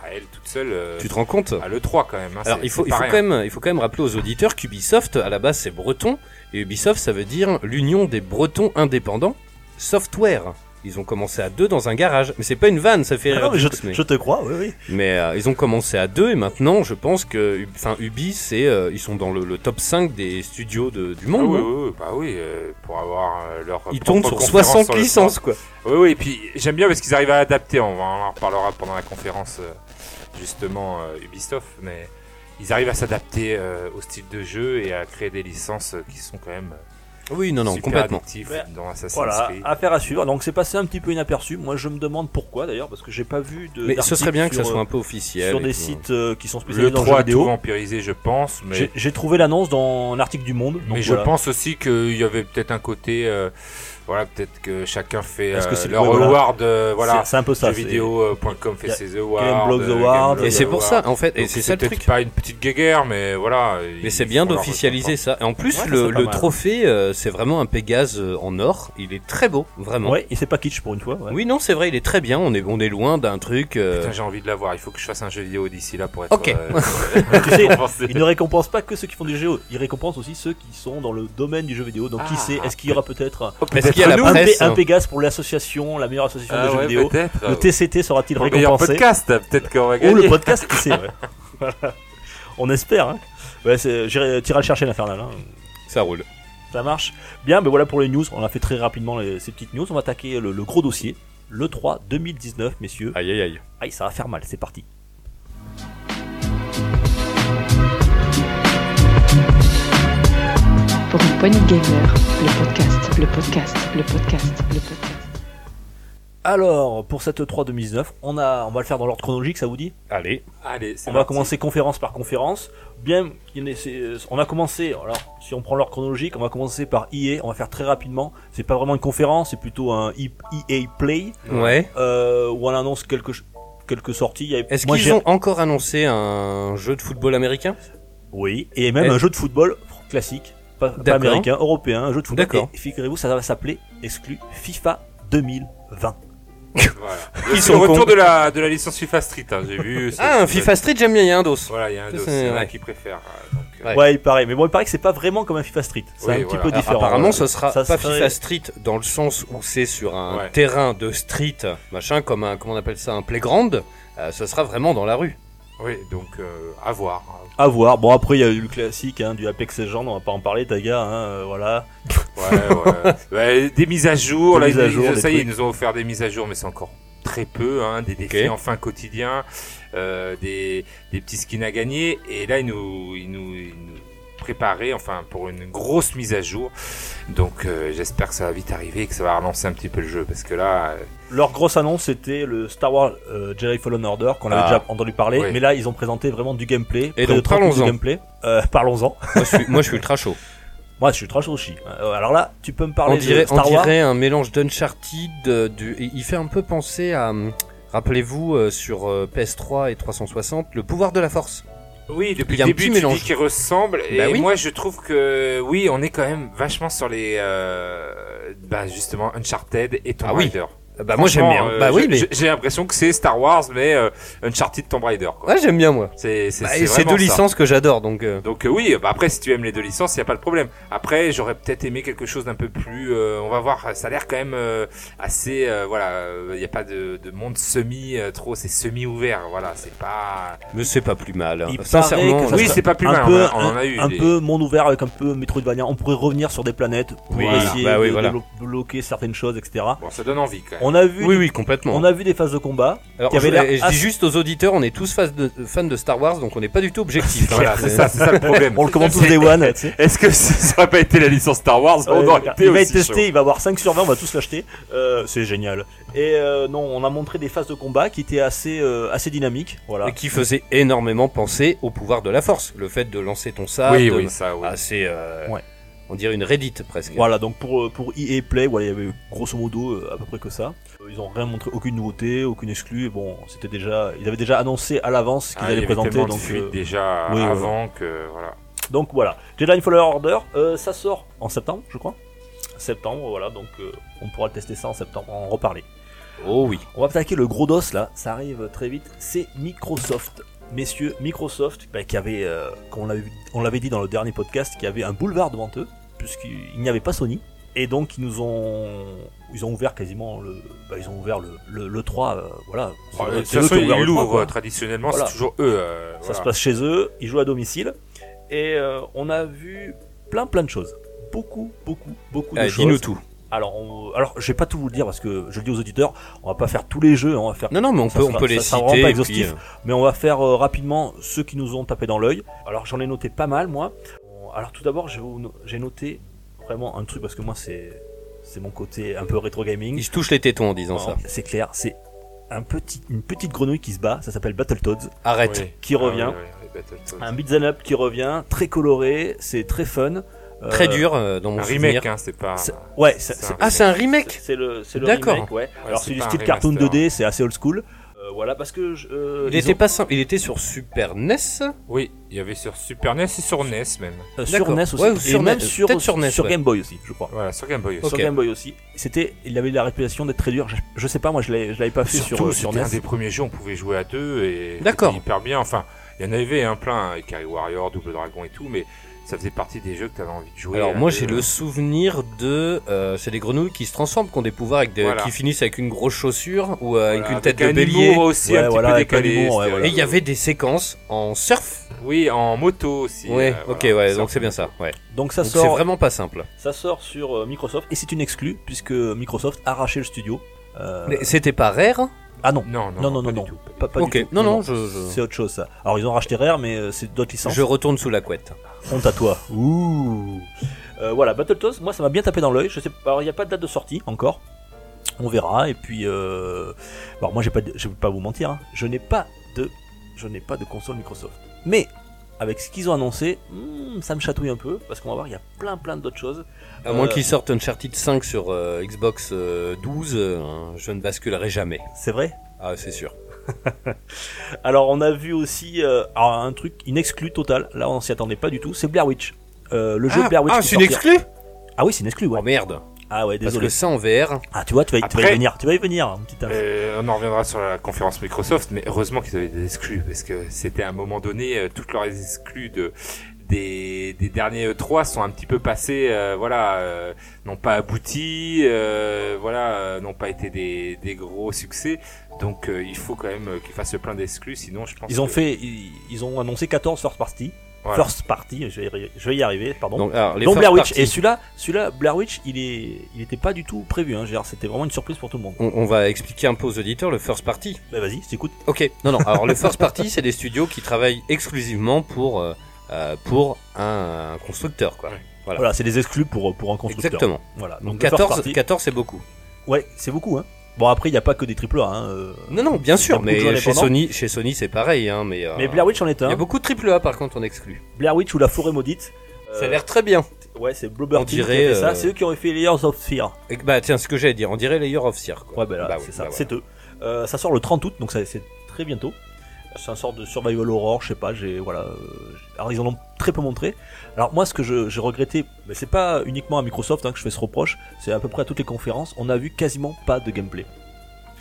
à elle toute seule. euh, tu te rends compte à l'E3 quand même. hein, Alors c'est- il faut, c'est il faut pas quand rien. même il faut quand même rappeler aux auditeurs qu'Ubisoft à la base c'est breton et Ubisoft ça veut dire l'union des Bretons indépendants software. Ils ont commencé à deux dans un garage, mais c'est pas une vanne, ça fait Ah, rire. non, mais je, Dux, mais- je te crois, oui, oui. mais, euh, ils ont commencé à deux et maintenant je pense que U- enfin Ubi c'est euh, ils sont dans le, le top 5 des studios de- du Ah monde. oui, hein. oui, oui, bah oui, euh, pour avoir euh, leur. Ils propre tombent sur conférence 60 sur le licences quoi. Oui, oui, et puis j'aime bien parce qu'ils arrivent à adapter, on va- on en reparlera pendant la conférence euh, justement euh, Ubisoft, mais ils arrivent à s'adapter euh, au style de jeu et à créer des licences euh, qui sont quand même euh, Oui, non non, super complètement. addictives Ouais. dans Assassin's Voilà, Ah, Creed. affaire à suivre. Donc c'est passé un petit peu inaperçu. Moi je me demande pourquoi d'ailleurs, parce que j'ai pas vu de. Mais ce d'article serait bien que ça sur, soit euh, un peu officiel. sur et des tout. hein. sites euh, qui sont Le spécialisés dans le jeu 3 a vidéo. tout vampirisé, je pense, mais, J'ai- J'ai trouvé l'annonce dans un article du Monde. donc mais je voilà. pense aussi qu'il y avait peut-être un côté, euh, voilà, peut-être que chacun fait Est-ce que euh, c'est le- leur ouais, voilà. award, euh, voilà, C'est- c'est un peu ça. c'est- jeuxvideo.com y fait a ses awards, Gameblog's euh, Awards, Gameblog Et c'est pour Awards. ça en fait, et Donc, c'est ça le peut-être truc. pas une petite guéguerre, mais voilà. Mais c'est bien d'officialiser d'officialiser ça. Et en plus, Ouais, ça, le, c'est pas le mal. trophée, euh, c'est vraiment un Pégase euh, en or. Il est très beau, vraiment. Ouais, et c'est pas kitsch pour une fois. ouais. Oui, non, c'est vrai, il est très bien. On est, on est loin d'un truc. euh, Putain, j'ai envie de l'avoir. Il faut que je fasse un jeu vidéo d'ici là pour être. euh, Ok. Tu sais, récompensé. Ils ne récompensent pas que ceux qui font du jeu, ils récompensent aussi ceux qui sont dans le domaine du jeu vidéo. Donc qui Ah, sait, est-ce qu'il y aura peut-être Est-ce qu'il y a la un, Pé- presse un hein Pégase pour l'association, la meilleure association de Ah jeux ouais, vidéo peut-être. Le TCT sera-t-il Pour le meilleur récompensé podcast, peut-être qu'on va Ou gagner. le podcast, qui sait ouais. Voilà. On espère. hein. Ouais, c'est- j'irai- T'iras le chercher, l'infernal. hein. Ça roule. Ça marche. Bien, ben voilà pour les news. On a fait très rapidement les- ces petites news. On va attaquer le, le gros dossier. Le 3 2019, messieurs. Aïe, aïe, aïe. Aïe, ça va faire mal. C'est parti. pour une poignée de gamer, le podcast, le podcast, le podcast, le podcast. Alors, pour cette 3 2019, on, a, on va le faire dans l'ordre chronologique, ça vous dit Allez. Allez, c'est On va parti. commencer conférence par conférence. Bien, qu'il y en ait- c'est- euh, on a commencé, alors si on prend l'ordre chronologique, on va commencer par EA, on va faire très rapidement. C'est pas vraiment une conférence, c'est plutôt un E- EA Play, Ouais. euh, où on annonce quelques, ch- quelques sorties. Il y a- Est-ce moi, qu'ils j'ai- ont encore annoncé un jeu de football américain Oui, et même Eh. un jeu de football fr- classique, pas, pas D'accord. américain, européen, un jeu de football. D'accord. Et figurez-vous, ça va s'appeler, exclu, FIFA 2020. Voilà. Ils Ils sont sont le retour cons. de la, de la licence FIFA Street, hein, j'ai vu. c'est- Ah, un FIFA Street, j'aime bien, il y a un dos. Voilà, il y a Ça, un dos, c'est- c'est un ouais. qui préfère. euh, donc, euh, Ouais. Ouais. il paraît. Mais bon, il paraît que c'est pas vraiment comme un FIFA Street. C'est Oui, un petit voilà. peu Ah, différent. Apparemment, ce sera Ça pas serait- FIFA Street dans le sens où c'est sur un Ouais. terrain de street, machin, comme un, comment on appelle ça, un playground. Euh, ce sera vraiment dans la rue. Oui, donc euh, à voir. À voir. Bon, après, il y a eu le classique hein, du Apex Legends, on va pas en parler, Taga. Hein, euh, voilà. Ouais, ouais. Ouais, des mises à jour, Des là, mises ils- à jour, ça des y est, trucs. ils nous ont offert des mises à jour, mais c'est encore très peu, hein, des défis Ok. enfin quotidiens, euh, des, des petits skins à gagner, et là ils nous, ils nous, ils nous préparaient, enfin pour une grosse mise à jour. Donc euh, j'espère que ça va vite arriver, et que ça va relancer un petit peu le jeu, parce que là, euh, Leur grosse annonce, c'était le Star Wars euh, Jedi Fallen Order, qu'on avait Ah. déjà entendu parler. Oui. Mais là, ils ont présenté vraiment du gameplay. Et près de donc, 30 minutes de parlons-en. gameplay. Euh, parlons-en. Moi, je suis, moi, je suis ultra chaud. Moi, je suis trop chaud aussi. Euh, Alors là, tu peux me parler On dirait, de on Star Wars dirait un mélange d'Uncharted, euh, du, il il fait un peu penser à, hum, rappelez-vous, euh, sur euh, PS3 et 360, le pouvoir de la force. Oui, depuis Il y a un le début, petit tu mélange. dis qu'ils ressemblent. Bah et oui. moi, je trouve que oui, on est quand même vachement sur les, euh, bah justement, Uncharted et Tomb Ah oui. Raider. Euh, Bah, moi, j'aime bien. Franchement, euh, bah oui, je- mais. je- j'ai l'impression que c'est Star Wars, mais euh, Uncharted, Tomb Raider. Quoi. Ouais, j'aime bien, moi. C'est c'est Bah, c'est c'est vraiment deux ça. licences que j'adore, donc. euh, Donc euh, oui, bah, après si tu aimes les deux licences, il y a pas de problème. Après, j'aurais peut-être aimé quelque chose d'un peu plus. euh, on va voir. Ça a l'air quand même euh, assez. euh, voilà, il y a pas de, de monde semi euh, trop. C'est semi ouvert. Voilà, c'est pas. Mais c'est pas plus mal. hein. Il Sincèrement, paraît que ça euh, oui, serait c'est pas plus un mal. peu, on, en a- on en a eu. un des- peu monde ouvert avec un peu Metroidvania. On pourrait revenir sur des planètes pour Oui, essayer bah oui, de voilà. déblo- bloquer certaines choses, etc. Bon, ça donne envie quand même. On a vu, oui, des- oui, complètement. on a vu des phases de combat. Alors, qui je, avait l'air et je assez- dis juste aux auditeurs, on est tous fans de, fans de Star Wars, donc on n'est pas du tout objectif. hein. Voilà, c'est ça, c'est ça le problème. On le commande tous des one. tu sais. Est-ce que si ça n'a pas été la licence Star Wars On Ouais, aurait il été va être aussi testé, chaud. il va avoir 5 sur 20, on va tous l'acheter. Euh, c'est génial. Et euh, non, on a montré des phases de combat qui étaient assez, euh, assez dynamiques. Voilà. Et qui faisait énormément penser au pouvoir de la force. Le fait de lancer ton sabre. Oui, de- oui, ça, oui. Ah, c'est. euh, Ouais. On dirait une Reddit presque. Voilà, donc pour, euh, pour EA Play, voilà, il y avait grosso modo euh, à peu près que ça. Euh, Ils ont rien montré, aucune nouveauté, aucune exclue. Bon, c'était déjà, ils avaient déjà annoncé à l'avance ce qu'ils Ah, il y allaient avait présenter. tellement de Donc, fuites euh, déjà oui, voilà. avant que voilà. donc voilà. Jedi Fallen Order, euh, ça sort en septembre, je crois. Septembre, voilà, donc euh, on pourra tester ça en septembre, en reparler. Oh oui. On va attaquer le gros dos là, ça arrive très vite, c'est Microsoft. Messieurs, Microsoft, bah, qui avait, euh, qu'on l'avait- on l'avait dit dans le dernier podcast, qui avait un boulevard devant eux, puisqu'il n'y avait pas Sony. Et donc ils nous ont, ils ont ouvert quasiment le, bah, ils ont ouvert le, le, le 3, euh, voilà. C'est- De toute c'est eux qui façon, ont ils ouvert le 3, l'ouvrent quoi. traditionnellement, Voilà. c'est toujours eux. euh, Ça voilà. se passe chez eux, ils jouent à domicile, et euh, on a vu plein plein de choses, beaucoup beaucoup beaucoup de Eh, Allez, choses. Dis-nous tout. Alors, on- alors je vais pas tout vous le dire parce que je le dis aux auditeurs, on va pas faire tous les jeux, hein, on va faire Non, non, mais on Ça peut, sera- on peut ça les sera citer. vraiment pas et puis, exhaustif. mais on va faire euh, rapidement ceux qui nous ont tapé dans l'œil. Alors j'en ai noté pas mal moi. On- Alors tout d'abord je vais vous no- j'ai noté vraiment un truc parce que moi c'est c'est mon côté un peu rétro euh, gaming. ils se touchent les tétons en disant Alors, ça. C'est clair, c'est un petit, une petite grenouille qui se bat, ça s'appelle Battletoads, Arrête. Oui. qui Ah, revient. oui, oui, oui, Battletoads. Un beat'em up qui revient, très coloré, c'est très fun. Euh, Très dur euh, dans mon Un souvenir. remake, hein, c'est pas. c'est- Ouais, c'est- C'est un c'est- Ah, c'est un remake c'est le, c'est le D'accord. remake, ouais. Alors c'est c'est du pas un style cartoon remaster. 2D, c'est assez old school. Euh, voilà, parce que... je- euh, hein. il ils était, ont- pas sim- il était sur Super E NES Oui, il y avait sur Super NES et sur NES même. Euh, sur D'accord. NES aussi, Ouais, ou et sur même NES, sur, peut-être sur NES, ouais. Game Boy aussi, je crois. Voilà, sur Game Boy. aussi. Ok. Sur Game Boy aussi. C'était, il avait la réputation d'être très dur. Je, je sais pas, moi je l'avais, je l'avais pas fait sur, Bah, Surtout, euh, sur c'était NES. un des premiers jeux, on pouvait jouer à deux et D'accord. c'était hyper bien. Enfin, il y en avait un plein, hein, Ikari Warrior, Double Dragon et tout, mais ça faisait partie des jeux que t'avais envie de jouer. Alors à moi deux. j'ai le souvenir de euh, c'est des grenouilles qui se transforment, qui ont des pouvoirs avec des, Voilà. qui finissent avec une grosse chaussure ou euh, avec Voilà, une tête de avec un bélier. humour aussi Ouais, un petit voilà, peu avec un décalé. humour, ouais, c'était, voilà. Et euh, il y avait des séquences en surf. Oui, en moto aussi. ouais, euh, ok, voilà, ouais, sur- donc c'est bien ça. Ouais. Donc ça Donc c'est sort, vraiment pas simple. ça sort sur euh, Microsoft et c'est une exclue puisque Microsoft a arraché le studio. Euh, Mais C'était pas rare Ah non, Non, non, non, non, non, pas non. du tout. Pas, pas du Ok, tout. non, non, je, je- C'est autre chose ça. Alors ils ont racheté Rare, mais euh, c'est d'autres licences. je retourne sous la couette. Honte à toi. Ouh. Euh, voilà, Battletoads, moi ça m'a bien tapé dans l'œil. Je sais pas, il n'y a pas de date de sortie encore. On verra. Et puis, euh... alors moi j'ai pas, de- je vais pas vous mentir, hein. je n'ai pas de, je n'ai pas de console Microsoft. Mais avec ce qu'ils ont annoncé, hmm, ça me chatouille un peu parce qu'on va voir, il y a plein plein d'autres choses. À moins Euh, qu'ils sortent Uncharted 5 sur euh, Xbox euh, 12, euh, je ne basculerai jamais. C'est vrai. Ah, c'est sûr. Alors on a vu aussi euh, alors, un truc inexclu total. Là on s'y attendait pas du tout. C'est Blair Witch. Euh, le jeu ah, Blair Witch. ah, qui c'est une sortira- exclue Ah oui, c'est une exclu. Ouais. Oh merde. Ah ouais, Parce désolé. que ça en VR. Ah tu vois, tu vas, tu vas y Après- venir. Tu vas y venir, mon petit. Alain. Euh, on en reviendra sur la conférence Microsoft, mais heureusement qu'ils avaient des exclus, parce que c'était à un moment donné, euh, toutes leurs exclus de, des, des derniers E trois sont un petit peu passés, euh, voilà, euh, n'ont pas abouti, euh, voilà, euh, n'ont pas été des, des gros succès. Donc euh, il faut quand même euh, qu'ils fassent plein d'exclus, sinon je pense Ils ont que- fait, ils, ils ont annoncé 14 first party. Voilà. First party, je vais, y arri- je vais y arriver, pardon. Donc, Donc, alors, les first Blair Witch. parties, Et celui-là, celui-là, Blair Witch, il est, il était pas du tout prévu. Hein. je veux dire, C'était vraiment une surprise pour tout le monde. on, on va expliquer un peu aux auditeurs le first party. Bah vas-y, t'écoutes. Ok, non, non. Alors, le first party, c'est des studios qui travaillent exclusivement pour, euh, euh, pour un, un constructeur, quoi. Voilà, c'est des exclus pour pour un constructeur. Exactement. Voilà. Donc, le first 14, party- 14 c'est beaucoup. ouais, c'est beaucoup. Hein. Bon après, il n'y a pas que des triple A. Hein. euh, Non, non, bien y a sûr, beaucoup de jeux mais chez indépendants. Sony, chez Sony c'est pareil. Hein, mais, euh, Mais Blair Witch en est il y a un. beaucoup de triple A par contre, on exclut. Blair Witch ou la forêt maudite. Ça a Euh, l'air très bien. Ouais, c'est Blubber on Team qui a dirait, fait ça. euh, C'est eux qui ont fait Layers of Fear. Et- Bah tiens, ce que j'allais dire, on dirait Layer of Fear. Quoi. Ouais, bah là, Bah oui, c'est ça, bah voilà. c'est eux. Euh, ça sort le 30 août, donc ça- c'est très bientôt. C'est un sort de survival horror, je sais pas, j'ai, voilà. euh, j'ai- Alors, ils en ont très peu montré. Alors, moi, ce que je, j'ai regretté, mais c'est pas uniquement à Microsoft hein, que je fais ce reproche, c'est à peu près à toutes les conférences, on a vu quasiment pas de gameplay.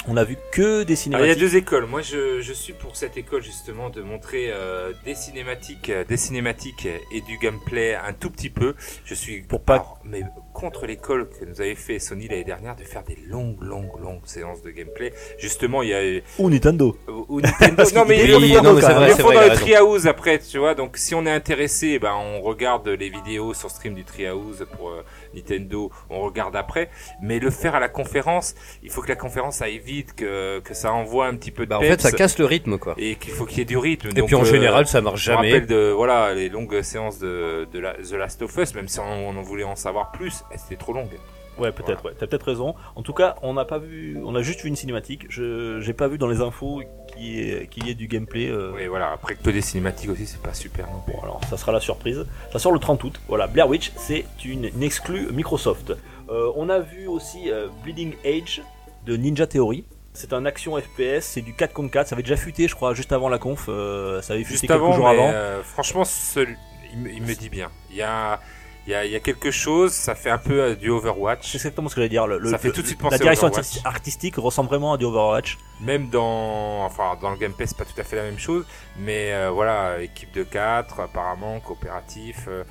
On Ah, a vu que des Alors, Ah, il y a cinématiques. deux écoles. Moi, je, je suis pour cette école justement de montrer euh, des cinématiques, euh, des cinématiques et du gameplay un tout petit peu. Je suis Pour pas- alors, mais contre l'école que nous avait fait Sony l'année dernière de faire des longues, longues, longues séances de gameplay. Justement, il y a euh, Ou Nintendo. ou Nintendo. Parce non qu'il mais est ils dans le les font photos, non, mais quand c'est même. ils vrai, le c'est font vrai, dans il a le raison. Treehouse après, tu vois. Donc, si on est intéressé, ben, on regarde les vidéos sur stream du Treehouse pour euh, Nintendo. On regarde après. Mais le faire à la conférence, il faut que la conférence aille vite, que, que ça envoie un petit peu de Bah, en fait, peps ça casse le rythme, quoi. et qu'il faut qu'il y ait du rythme. Et Donc, puis en euh, général, ça marche je me jamais. rappelle de voilà les longues séances de, de la, The Last of Us, même si on, on en voulait en savoir plus, elles étaient trop longues. Ouais, peut-être, ouais. T'as peut-être raison. En tout cas, on n'a pas vu, on a juste vu une cinématique. Je, j'ai pas vu dans les infos qu'il y ait, qu'il y ait du gameplay. euh, Oui, voilà. Après que des cinématiques aussi, c'est pas super non plus. Bon, alors ça sera la surprise. Ça sort le 30 août. Voilà, Blair Witch, c'est une, une exclue Microsoft. Euh, on a vu aussi euh, Bleeding Age de Ninja Theory. C'est un action FPS, c'est du 4 contre 4. Ça avait déjà futé, je crois, juste avant la conf. euh, ça avait futé Juste quelques avant, jours mais, avant. euh, franchement, ce- il, me- il me dit bien. Il y a, il y, a, il y a quelque chose, ça fait un peu euh, du C'est Overwatch, exactement ce que j'allais dire. Le, le- Ça fait le- tout de suite la penser à direction Overwatch. arti- artistique ressemble vraiment à du Overwatch. même dans, enfin, dans le gameplay, c'est pas tout à fait la même chose, mais euh, voilà, équipe de 4, apparemment, coopératif. euh,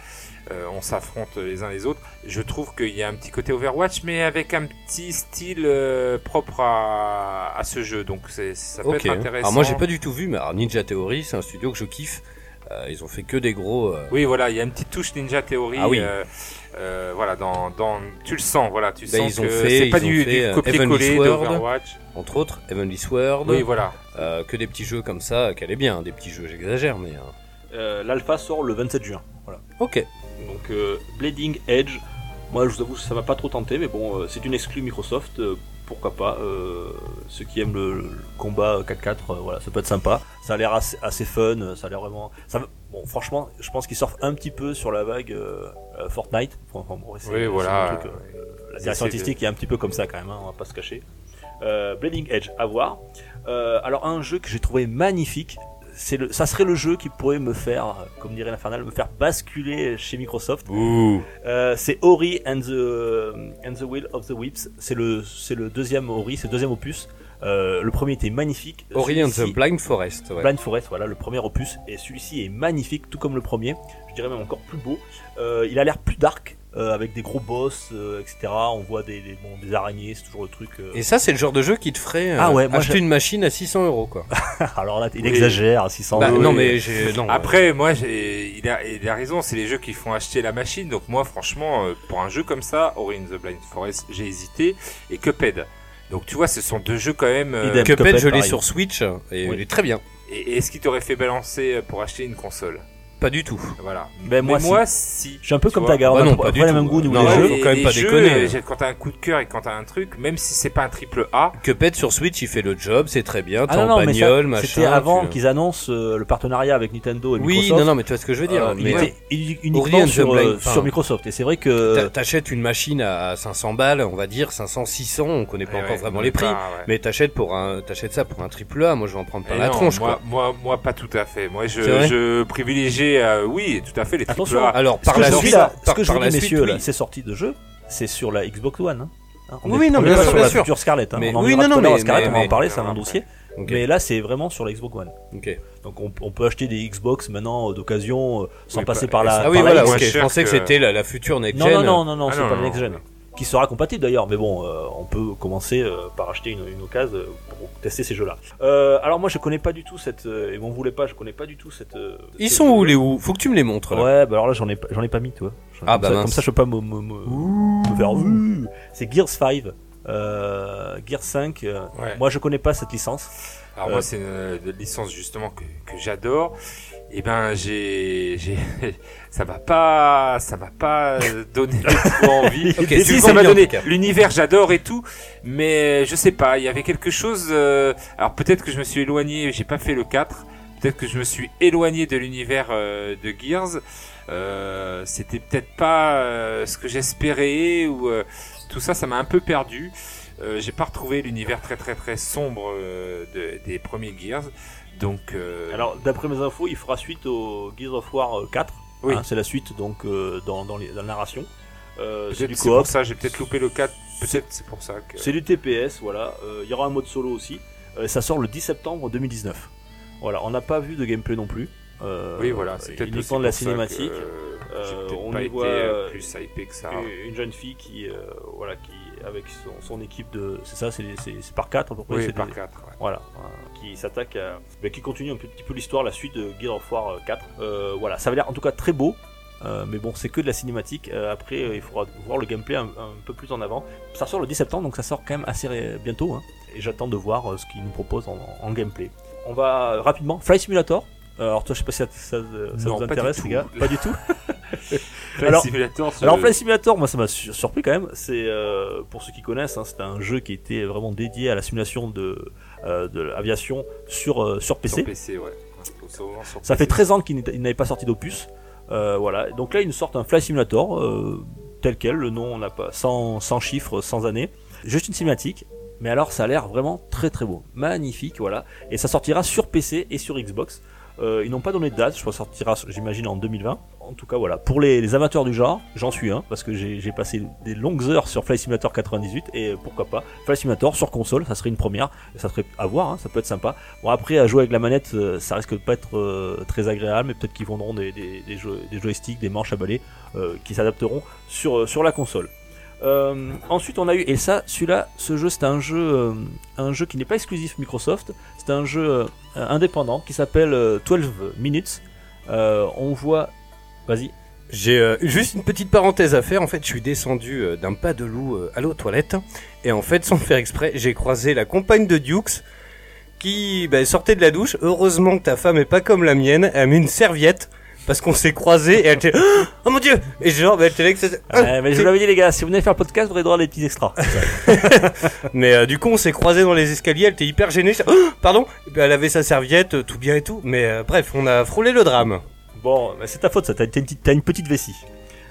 euh, on s'affronte les uns les autres. Je trouve qu'il y a un petit côté Overwatch, mais avec un petit style euh, propre à, à ce jeu. Donc c'est- ça peut Ok. être intéressant. Alors moi, j'ai pas du tout vu, mais alors, Ninja Theory, c'est un studio que je kiffe. Euh, ils ont fait que des gros. euh, Oui, voilà, il y a une petite touche Ninja Theory. Ah oui. euh, euh, voilà, dans, dans, tu le sens, voilà, tu Bah, Ben, sens ils ont que fait- c'est pas ils ont du, fait, du euh, copier-coller Heavenly Sword. d'Overwatch. Entre autres, Heavenly Sword. Oui, voilà. euh, que des petits jeux comme ça, qu'elle est bien. hein, Des petits jeux, j'exagère, mais. euh, Euh, L'alpha sort le 27 juin. Voilà. Ok. Donc euh, Bleeding Edge, moi je vous avoue ça m'a pas trop tenté, mais bon euh, c'est une exclue Microsoft, euh, pourquoi pas. euh, ceux qui aiment le, le combat 4-4, euh, voilà, ça peut être sympa. Ça a l'air assez, assez fun, euh, ça a l'air vraiment. Ça, va- bon franchement, je pense qu'ils surfent un petit peu sur la vague euh, euh, Fortnite. Enfin, bon, c'est- Oui, c'est voilà. un truc, euh, la direction Ils essaient de- artistique est un petit peu comme ça quand même, hein, on va pas se cacher. Euh, Bleeding Edge, à voir. Euh, alors un jeu que j'ai trouvé magnifique, c'est le, ça serait le jeu qui pourrait me faire, euh, comme dirait l'infernal, me faire basculer chez Microsoft. Ouh. Euh, c'est Ori and the and the Will of the Whips. C'est le c'est le deuxième Ori, c'est le deuxième opus. Euh, le premier était magnifique. Ori and the Celui-ci- Blind Forest. ouais. Blind Forest, voilà, le premier opus. Et celui-ci est magnifique, tout comme le premier. Je dirais même encore plus beau. Euh, il a l'air plus dark, euh, avec des gros boss, euh, etc. On voit des, des, bon, des araignées, c'est toujours le truc. euh. Et ça, c'est le genre de jeu qui te ferait euh, Ah ouais, moi, acheter je- une machine à 600 euros, quoi. Alors là, il Oui. exagère, à 600 Bah, euros. non, oui. mais j'ai. non, Après, moi, j'ai- il a, il a raison, c'est les jeux qui font acheter la machine. Donc moi, franchement, euh, pour un jeu comme ça, Ori and the Blind Forest, j'ai hésité. Et Cuphead. Donc tu vois, ce sont deux jeux quand même. euh, Idem. Cuphead, Cuphead, je l'ai pareil. sur Switch et Oui. il est très bien. et- Est-ce qu'il t'aurait fait balancer pour acheter une console Pas du tout. Voilà. Ben, moi, Mais si. moi, si. Je suis un peu Tu comme vois, ta garde. bah on non, a pas pas du les tout. mêmes goûts au niveau Non, des mais- jeux. faut quand même les pas déconner. euh, Quand t'as un coup de cœur et quand t'as un truc, même si c'est pas un triple A, Cuphead sur Switch, il fait le job, c'est très bien. T'es Ah non, en non, mais ça, bagnole, machin. c'était avant tu- qu'ils annoncent euh, le partenariat avec Nintendo et Oui, Microsoft. non, non, mais tu vois ce que je veux dire. hein, Euh, il mais était euh, uni- Ori and uniquement the sur, Blind, euh, enfin, sur Microsoft. Et c'est vrai t'a- que T'achètes une machine à 500 balles, on va dire 500, 600, on connaît pas eh encore ouais, vraiment on les est prix. pas, ouais. Mais t'achètes pour un, t'achètes ça pour un triple A. Moi, je vais en prendre par Eh la non, tronche, quoi. moi, moi, moi, pas tout à fait. Moi, je, C'est vrai je privilégiais, euh, oui, tout à fait, les triple Attention. A. Alors, ce par que la je vous dis suite, là, ce par, que je par vous la dis, suite, messieurs, là, oui. ces sorties de jeu, c'est sur la Xbox One. hein. Hein, on Oui, est- non, on est mais bien pas sûr, sur bien la sûr. future Scarlett. hein. Mais- on en oui, verra non, tout à non, l'heure, mais- Scarlett, on va mais- ah, en parler, c'est un mais- dossier. Ok, Mais là, c'est vraiment sur la Xbox One. ok. Donc on, on peut acheter des Xbox maintenant euh, d'occasion euh, sans Oui, passer bah, par la. Ah oui, par la voilà. X. moins Ok. Je cher pensais que que- c'était la, la future next Non, gen. non, non, non, non, Ah c'est non, pas non, la next gen. non. Qui sera compatible d'ailleurs, mais bon, euh, on peut commencer euh, par acheter une, une occasion euh, pour tester ces jeux-là. Euh, alors moi, je connais pas du tout cette. euh, et vous voulez pas, je connais pas du tout cette. euh, Ils cette- sont où les où Faut que tu me les montres. Là. Ouais, bah alors là, j'en ai, pas- j'en ai pas mis, toi. Ah, comme bah ça, mince. Comme ça, je peux pas me, me- me- me faire. Ouh. C'est Gears 5. Euh, Gears 5. euh, Ouais. Moi, je connais pas cette licence. Alors Euh, moi, c'est une euh, licence justement que, que j'adore. Et ben, j'ai, j'ai, ça m'a pas, ça m'a pas euh, donné du tout envie. Ok, Et tu le si ça vends m'a bien, en donné tout cas. l'univers, j'adore et tout, mais euh, je sais pas, il y avait quelque chose. euh, alors peut-être que je me suis éloigné, j'ai pas fait le 4. Peut-être que je me suis éloigné de l'univers euh, de Gears. Euh, C'était peut-être pas euh, ce que j'espérais ou euh, tout ça, ça m'a un peu perdu. Euh, j'ai pas retrouvé l'univers très très très sombre euh, de- des premiers Gears. Donc euh, Alors, d'après mes infos, il fera suite au Gears of War euh, 4. Oui. Hein, c'est la suite, donc, euh, dans, dans, les- dans la narration. Euh, c'est peut-être du c'est pour coop. ça, j'ai peut-être loupé le 4. Peut-être c'est pour ça que. C'est du TPS, voilà. Euh, Il y aura un mode solo aussi. Euh, ça sort le 10 septembre 2019. Voilà, on n'a pas vu de gameplay non plus. Euh, Oui, voilà, c'est peut-être aussi uniquement de la pour ça que, cinématique. euh, j'ai Euh, peut-être on pas y été voit, euh, euh, plus hypé que ça. Une- Une jeune fille qui, euh, voilà, qui avec son, son équipe de, c'est ça, c'est c'est- c'est par 4 à peu près. Oui, c'est par des- 4. ouais. Voilà, euh, qui s'attaque à. mais qui continue un petit peu l'histoire, la suite de Gears of War euh, 4. Euh, voilà, ça va l'air en tout cas très beau, euh, mais bon, c'est que de la cinématique. Euh, après, euh, il faudra voir le gameplay un, un peu plus en avant. Ça sort le 10 septembre, donc ça sort quand même assez ré- bientôt. hein. et j'attends de voir euh, ce qu'ils nous proposent en, en gameplay. On va euh, rapidement. Flight Simulator. Euh, alors, toi, je sais pas si ça, ça, euh, ça Non, vous pas du intéresse, les tout. gars. Pas du tout. Flight Alors- Simulator, ce- Alors Flight Simulator, moi ça m'a sur- surpris quand même. C'est euh, pour ceux qui connaissent, hein, c'était un jeu qui était vraiment dédié à la simulation de euh, de l'aviation sur euh, sur sur PC. PC, ouais. Faut savoir sur Ça PC. fait 13 ans qu'il n'était- il n'avait pas sorti d'opus. Euh, voilà. Donc là, ils nous sortent un Flight Simulator euh, tel quel. Le nom, on n'a pas sans sans chiffres, sans années. Juste une cinématique. Mais alors, ça a l'air vraiment très très beau, magnifique, voilà. Et ça sortira sur PC et sur Xbox. Euh, ils n'ont pas donné de date, je crois que ça sortira, j'imagine, en 2020. En tout cas, voilà. Pour les, les amateurs du genre, j'en suis un, parce que j'ai j'ai passé des longues heures sur Flight Simulator 98, et euh, pourquoi pas. Flight Simulator sur console, ça serait une première, ça serait à voir, hein, ça peut être sympa. Bon, après, à jouer avec la manette, euh, ça risque de pas être euh, très agréable, mais peut-être qu'ils vendront des, des, des, jeux- des joysticks, des manches à balai, euh, qui s'adapteront sur, euh, sur la console. Euh, ensuite, on a eu, et ça, celui-là, ce jeu, c'est un jeu, euh, un jeu qui n'est pas exclusif Microsoft, c'est un jeu euh, indépendant qui s'appelle euh, 12 Minutes. Euh, on voit. Vas-y. J'ai euh, juste une petite parenthèse à faire. En fait, je suis descendu euh, d'un pas de loup euh, à l'eau toilette. Et en fait, sans le faire exprès, j'ai croisé la compagne de Dukes qui bah, sortait de la douche. Heureusement que ta femme est pas comme la mienne. Elle a mis une serviette parce qu'on s'est croisés et elle était Oh mon dieu Et genre, bah, elle était là que c'était- Ah Euh, mais je c'est- vous l'avais dit, les gars, si vous venez faire le podcast, vous allez droit à des petits extras. Mais euh, du coup, on s'est croisés dans les escaliers. Elle était hyper gênée. j'étais, Oh, pardon Et puis, Elle avait sa serviette, euh, tout bien et tout. Mais euh, bref, on a frôlé le drame. bon, mais c'est ta faute, ça. T'as t'as une, petite- t'as une petite vessie.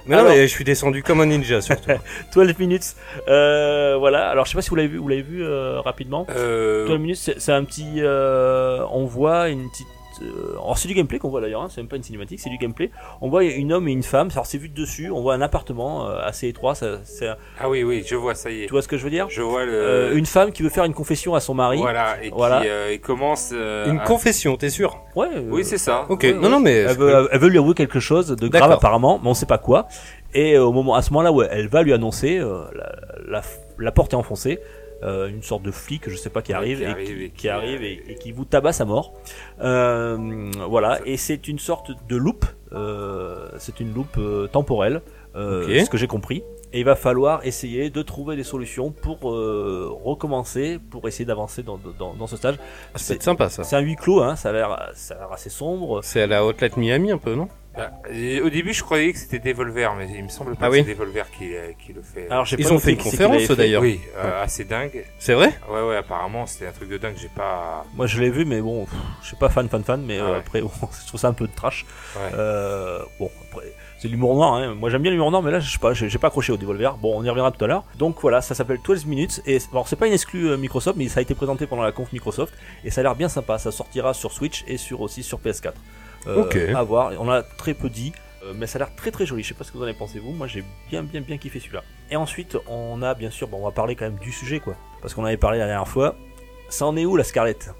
Mais non, Alors- mais je suis descendu comme un ninja surtout. 12 Minutes. Euh, voilà. Alors, je sais pas si vous l'avez vu, vous l'avez vu euh, rapidement. Euh, 12 minutes, c'est c'est un petit. euh, on voit une petite. euh, alors, c'est du gameplay qu'on voit d'ailleurs, hein, c'est même pas une cinématique, c'est du gameplay. On voit une homme et une femme, alors c'est vu de dessus, on voit un appartement euh, assez étroit, ça, c'est- Ah oui, oui, je vois, ça y est. tu vois ce que je veux dire Je vois le. Euh, Une femme qui veut faire une confession à son mari. Voilà, et Voilà. qui euh, il commence. euh, Une à- confession, t'es sûr Ouais, Ah bah, euh, Oui, c'est ça. Ok, Ouais, non, non, mais. elle veut, elle veut lui avouer quelque chose de grave D'accord. apparemment, mais on sait pas quoi. Et euh, au moment, à ce moment-là, ouais, elle va lui annoncer, euh, la, la- la porte est enfoncée, euh, une sorte de flic, je sais pas qui arrive, qui et arrive qui, et qui qui- arrive et, et qui vous tabasse à mort. Euh, voilà, et c'est une sorte de loupe, euh, c'est une loupe euh, temporelle, euh, Ok. ce que j'ai compris. Et il va falloir essayer de trouver des solutions pour euh, recommencer, pour essayer d'avancer dans, dans, dans ce stage. Ah, c'est sympa ça. C'est un huis clos, hein, ça a l'air ça a l'air assez sombre. C'est à la Hotline Miami un peu, non Bah, et au début, je croyais que c'était Devolver, mais il me semble pas Ah que oui. c'est Devolver qui, euh, qui le fait. Alors j'ai Ils pas ont noté fait une qui c'est qui conférence l'avait fait. d'ailleurs. oui, euh, assez dingue. C'est vrai Ouais, ouais, apparemment, c'était un truc de dingue. J'ai pas. Moi je l'ai vu, mais bon, pff, je suis pas fan, fan, fan, mais Ah euh, ouais. après, bon, je trouve ça un peu de trash. Ouais. Euh, bon, après, c'est de l'humour noir, hein. moi j'aime bien l'humour noir, mais là je sais pas, j'ai j'ai pas accroché au Devolver. Bon, on y reviendra tout à l'heure. Donc voilà, ça s'appelle 12 Minutes, et c'est- alors c'est pas une exclue euh, Microsoft, mais ça a été présenté pendant la conf Microsoft, et ça a l'air bien sympa, ça sortira sur Switch et sur aussi sur PS4. Euh, Ok. À voir, on a très peu dit. euh, Mais ça a l'air très très joli, je sais pas ce que vous en avez pensé vous, moi j'ai bien bien bien kiffé celui-là. Et ensuite on a bien sûr, bon, on va parler quand même du sujet quoi, parce qu'on avait parlé la dernière fois, ça en est où la Scarlett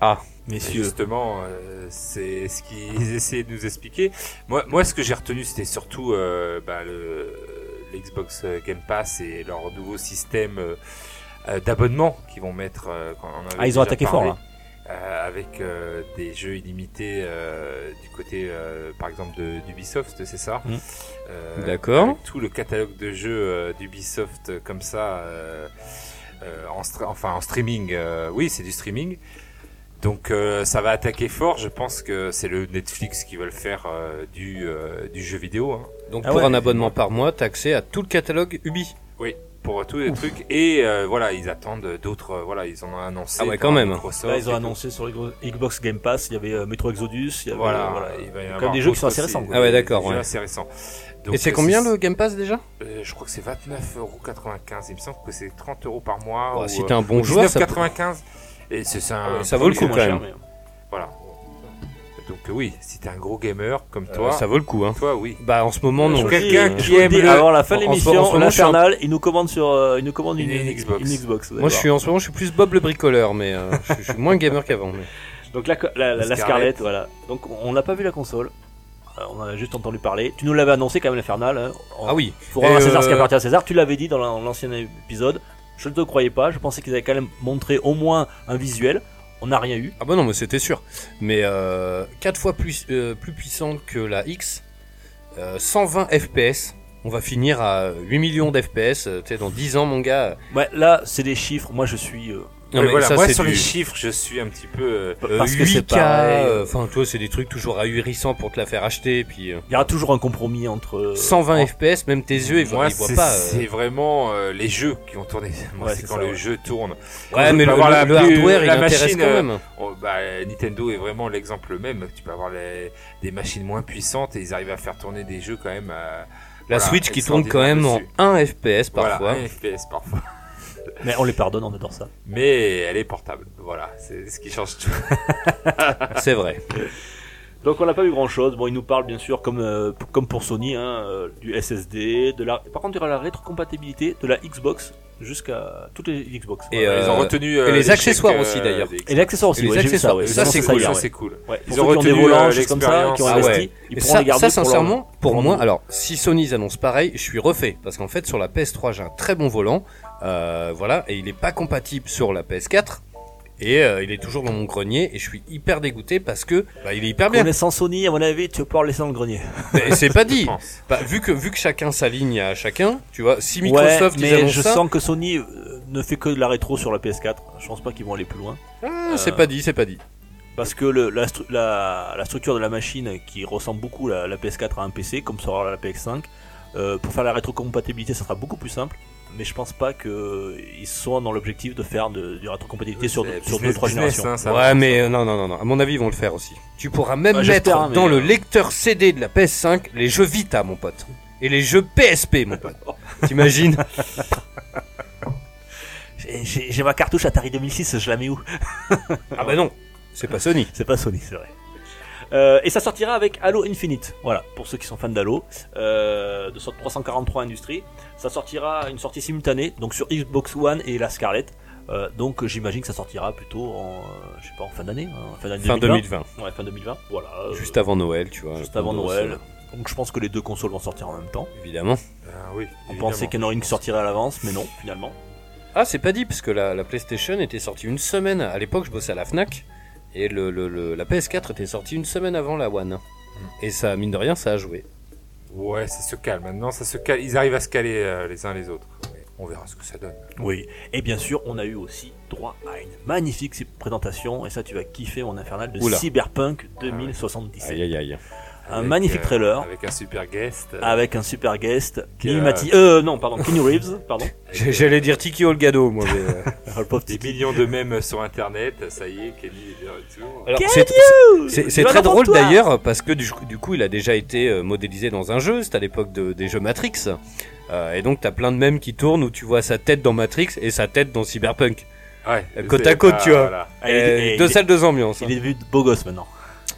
Ah. Et messieurs. Justement, euh, c'est ce qu'ils essayaient de nous expliquer. Moi, moi ce que j'ai retenu, c'était surtout euh, bah, le- l'Xbox euh, Game Pass et leur nouveau système euh, euh, d'abonnement qu'ils vont mettre. euh, quand on en avait Ah, ils ont déjà attaqué parlé, fort là. euh, avec euh, des jeux illimités euh, du côté, euh, par exemple, de- d'Ubisoft, c'est ça Mm. Euh, D'accord. avec Tout le catalogue de jeux euh, d'Ubisoft euh, comme ça, euh, euh, en stra- enfin en streaming. euh, oui, c'est du streaming. Donc euh, ça va attaquer fort, je pense que c'est le Netflix qui veulent faire euh, du, euh, du jeu vidéo, hein, Donc Ah pour ouais. un abonnement par mois, t'as accès à tout le catalogue Ubi. pour tous les trucs. Et euh, voilà, ils attendent d'autres, euh, voilà, ils en ont annoncé. Ah ouais, pour quand même. Microsoft Là, ils ont et annoncé sur les gros- Xbox Game Pass, il y avait euh, Metro Exodus, il y tout. avait Voilà, euh, voilà. il va y Comme avoir des jeux qui sont d'autres assez aussi, récents, quoi. euh, Ah ouais, des d'accord, jeux ouais. assez récents. Donc, Et c'est euh, combien le Game Pass déjà euh, Je crois que c'est 29,95€. Il me semble que c'est 30 euros par mois. Bah, ou, Si euh, t'es un bon joueur, ça peut- 19,95 et c'est c'est un Ça vaut le coup, premier, quand même. euh, Voilà. Donc euh, oui, si t'es un gros gamer comme euh, toi, ça vaut le coup. Hein. toi oui. Bah en ce moment, non. Pour quelqu'un Euh, qui Qui aime aime le- avant la fin de en- en ce moment, je l'émission, suis en- l'infernal, il nous commande sur, euh, il nous commande une, Une Xbox. une Xbox, Moi, je d'accord. suis en ce moment, je suis plus Bob le bricoleur, mais euh, je, je suis moins gamer qu'avant. mais- Donc la, co- la, la- la Scarlett. Scarlett, voilà. Donc on n'a pas vu la console. Euh, On a juste entendu parler. Tu nous l'avais annoncé quand même l'infernal. Hein. Ah oui. Il faut rendre à Et, César ce qui euh, appartient à César. Tu l'avais dit dans la- dans l'ancien épisode. Je ne te croyais pas. Je pensais qu'ils avaient quand même montré au moins un visuel. On n'a rien eu. Ah bah non, mais c'était sûr. Mais euh, 4 fois plus, euh, plus puissante que la X, euh, 120 FPS. On va finir à 8 millions d'FPS. euh, Tu sais, dans 10 ans, mon gars. Ouais, là, c'est des chiffres. Moi, je suis. euh, Non, Mais mais voilà, ça, moi c'est sur du- les chiffres, je suis un petit peu euh, euh, parce que c'est 8K, pareil. euh, Enfin, toi, c'est des trucs toujours ahurissants pour te la faire acheter. Puis euh, oh. Il y aura toujours un compromis entre. euh, 120 entre- FPS, même tes yeux, ils, voient- moi ils voient c'est pas. euh. c'est vraiment euh, les jeux qui ont tourné. Moi Ouais, c'est c'est quand ça, le ouais. jeu tourne. Quand Ouais, je mais peux le, avoir le- la le plus- hardware, il la intéresse machine, quand euh, même. Oh, bah, Nintendo est vraiment l'exemple même. Tu peux avoir les- des machines moins puissantes et ils arrivent à faire tourner des jeux quand même. euh, La voilà, Switch qui tourne quand extraordinaire même en dessus. 1 FPS parfois. Voilà, un FPS parfois. Mais on les pardonne, on adore ça. Mais elle est portable. Voilà, c'est ce qui change tout. C'est vrai. Donc on n'a pas vu grand chose. Bon, ils nous parlent bien sûr, comme, euh, p- comme pour Sony, hein, euh, du SSD. De la... Par contre, il y aura la rétrocompatibilité de la Xbox jusqu'à toutes les Xbox. Et, Voilà. Ils euh, ont retenu euh, et les chèques, accessoires euh, aussi, d'ailleurs. des- Et les accessoires aussi, et les ouais, j'ai vu accessoires, ça, ouais. et ça, Ils ont c'est fait cool, hier, Ça, ouais. c'est cool. Ouais, pour Ils ceux ont qui ont des retenu, volants, euh, choses comme ça, qui ont l'expérience. Ah investi, ouais. ils Et pourront ça, les garder. ça, pour leur- sincèrement, pour, leur moi, boulot. alors si Sony ils annoncent pareil, je suis refait parce qu'en fait sur la PS3 j'ai un très bon volant, euh, voilà, et il n'est pas compatible sur la PS4 et euh, il est toujours dans mon grenier et je suis hyper dégoûté parce que bah, il est hyper bien. Connaissant Sony, à mon avis, tu vas pouvoir le laisser dans le grenier. Mais c'est pas Je dit. pense. Bah, vu que vu que chacun s'aligne à chacun, tu vois, si Microsoft ouais, ils mais annoncent je ça, sens que Sony euh, ne fait que de la rétro sur la PS4. Je pense pas qu'ils vont aller plus loin. ah, Euh, c'est pas dit, c'est pas dit. Parce que le- la, stru- la- la structure de la machine qui ressemble beaucoup la, la PS4 à un PC, comme sera la PS5, euh, pour faire la rétrocompatibilité, ça sera beaucoup plus simple. Mais je pense pas qu'ils soient dans l'objectif de faire de, du rétrocompatibilité sur, C'est sur business, 2-3 business, générations. hein, ça ouais, va. mais euh, non, non, non, non. À mon avis, ils vont le faire aussi. Tu pourras même Bah, mettre j'espère, mais, dans le euh, lecteur CD de la PS5 les jeux Vita, mon pote. Et les jeux PSP, mon pote. T'imagines J'ai- J'ai j'ai ma cartouche Atari 2006, je la mets où Ah bah non, c'est pas Sony. C'est pas Sony, c'est vrai. Euh, et ça sortira avec Halo Infinite. Voilà, pour ceux qui sont fans d'Halo, euh, de sorte 343 Industries. Ça sortira une sortie simultanée, donc sur Xbox One et la Scarlett. Euh, donc euh, j'imagine que ça sortira plutôt en, euh, je sais pas, en fin d'année, hein, fin d'année Fin 2020. 2020, Ouais, fin 2020. Voilà. euh, juste avant euh, Noël, tu vois. juste avant Windows, Noël. Donc je pense que les deux consoles vont sortir en même temps. euh, Évidemment. Ah oui, On évidemment. pensait qu'il y en aurait une qui sortirait à l'avance, mais non, finalement. Ah, c'est pas dit, parce que la, la PlayStation était sortie une semaine. À l'époque, je bossais à la Fnac. Et le, le- le- la PS4 était sortie une semaine avant la One. Et ça, mine de rien, ça a joué. Ouais, ça se calme. Maintenant, ça se calme. Ils arrivent à se caler euh, les uns les autres. Mais on verra ce que ça donne. Oui, et bien sûr, on a eu aussi droit à une magnifique si- présentation, et ça tu vas kiffer mon infernal, de Oula. Cyberpunk Aïe, 2077. aïe, aïe. Un magnifique trailer. euh, Avec un super guest. Ah, Avec un super guest, Qui, Neil euh, Mati- euh, non, pardon, Keanu Reeves, pardon. J'ai- J'allais dire Tiki Olgado, moi. mais, euh, Ah, le pauvre Des petit- millions de mèmes sur internet. Ça y est, Kenny est de retour. Alors, Quel c'est- C'est c'est Tu vas très dans ton drôle toit. d'ailleurs parce que du, du coup il a déjà été euh, modélisé dans un jeu, c'était à l'époque de- des jeux Matrix. Euh, et donc t'as plein de mèmes qui tournent où tu vois sa tête dans Matrix et sa tête dans Cyberpunk. Ouais, Euh, je côte sais, à côte, bah, tu vois. voilà. Ah, il est- Euh, eh, il deux est- salles, deux ambiances. Il est devenu beau gosse maintenant.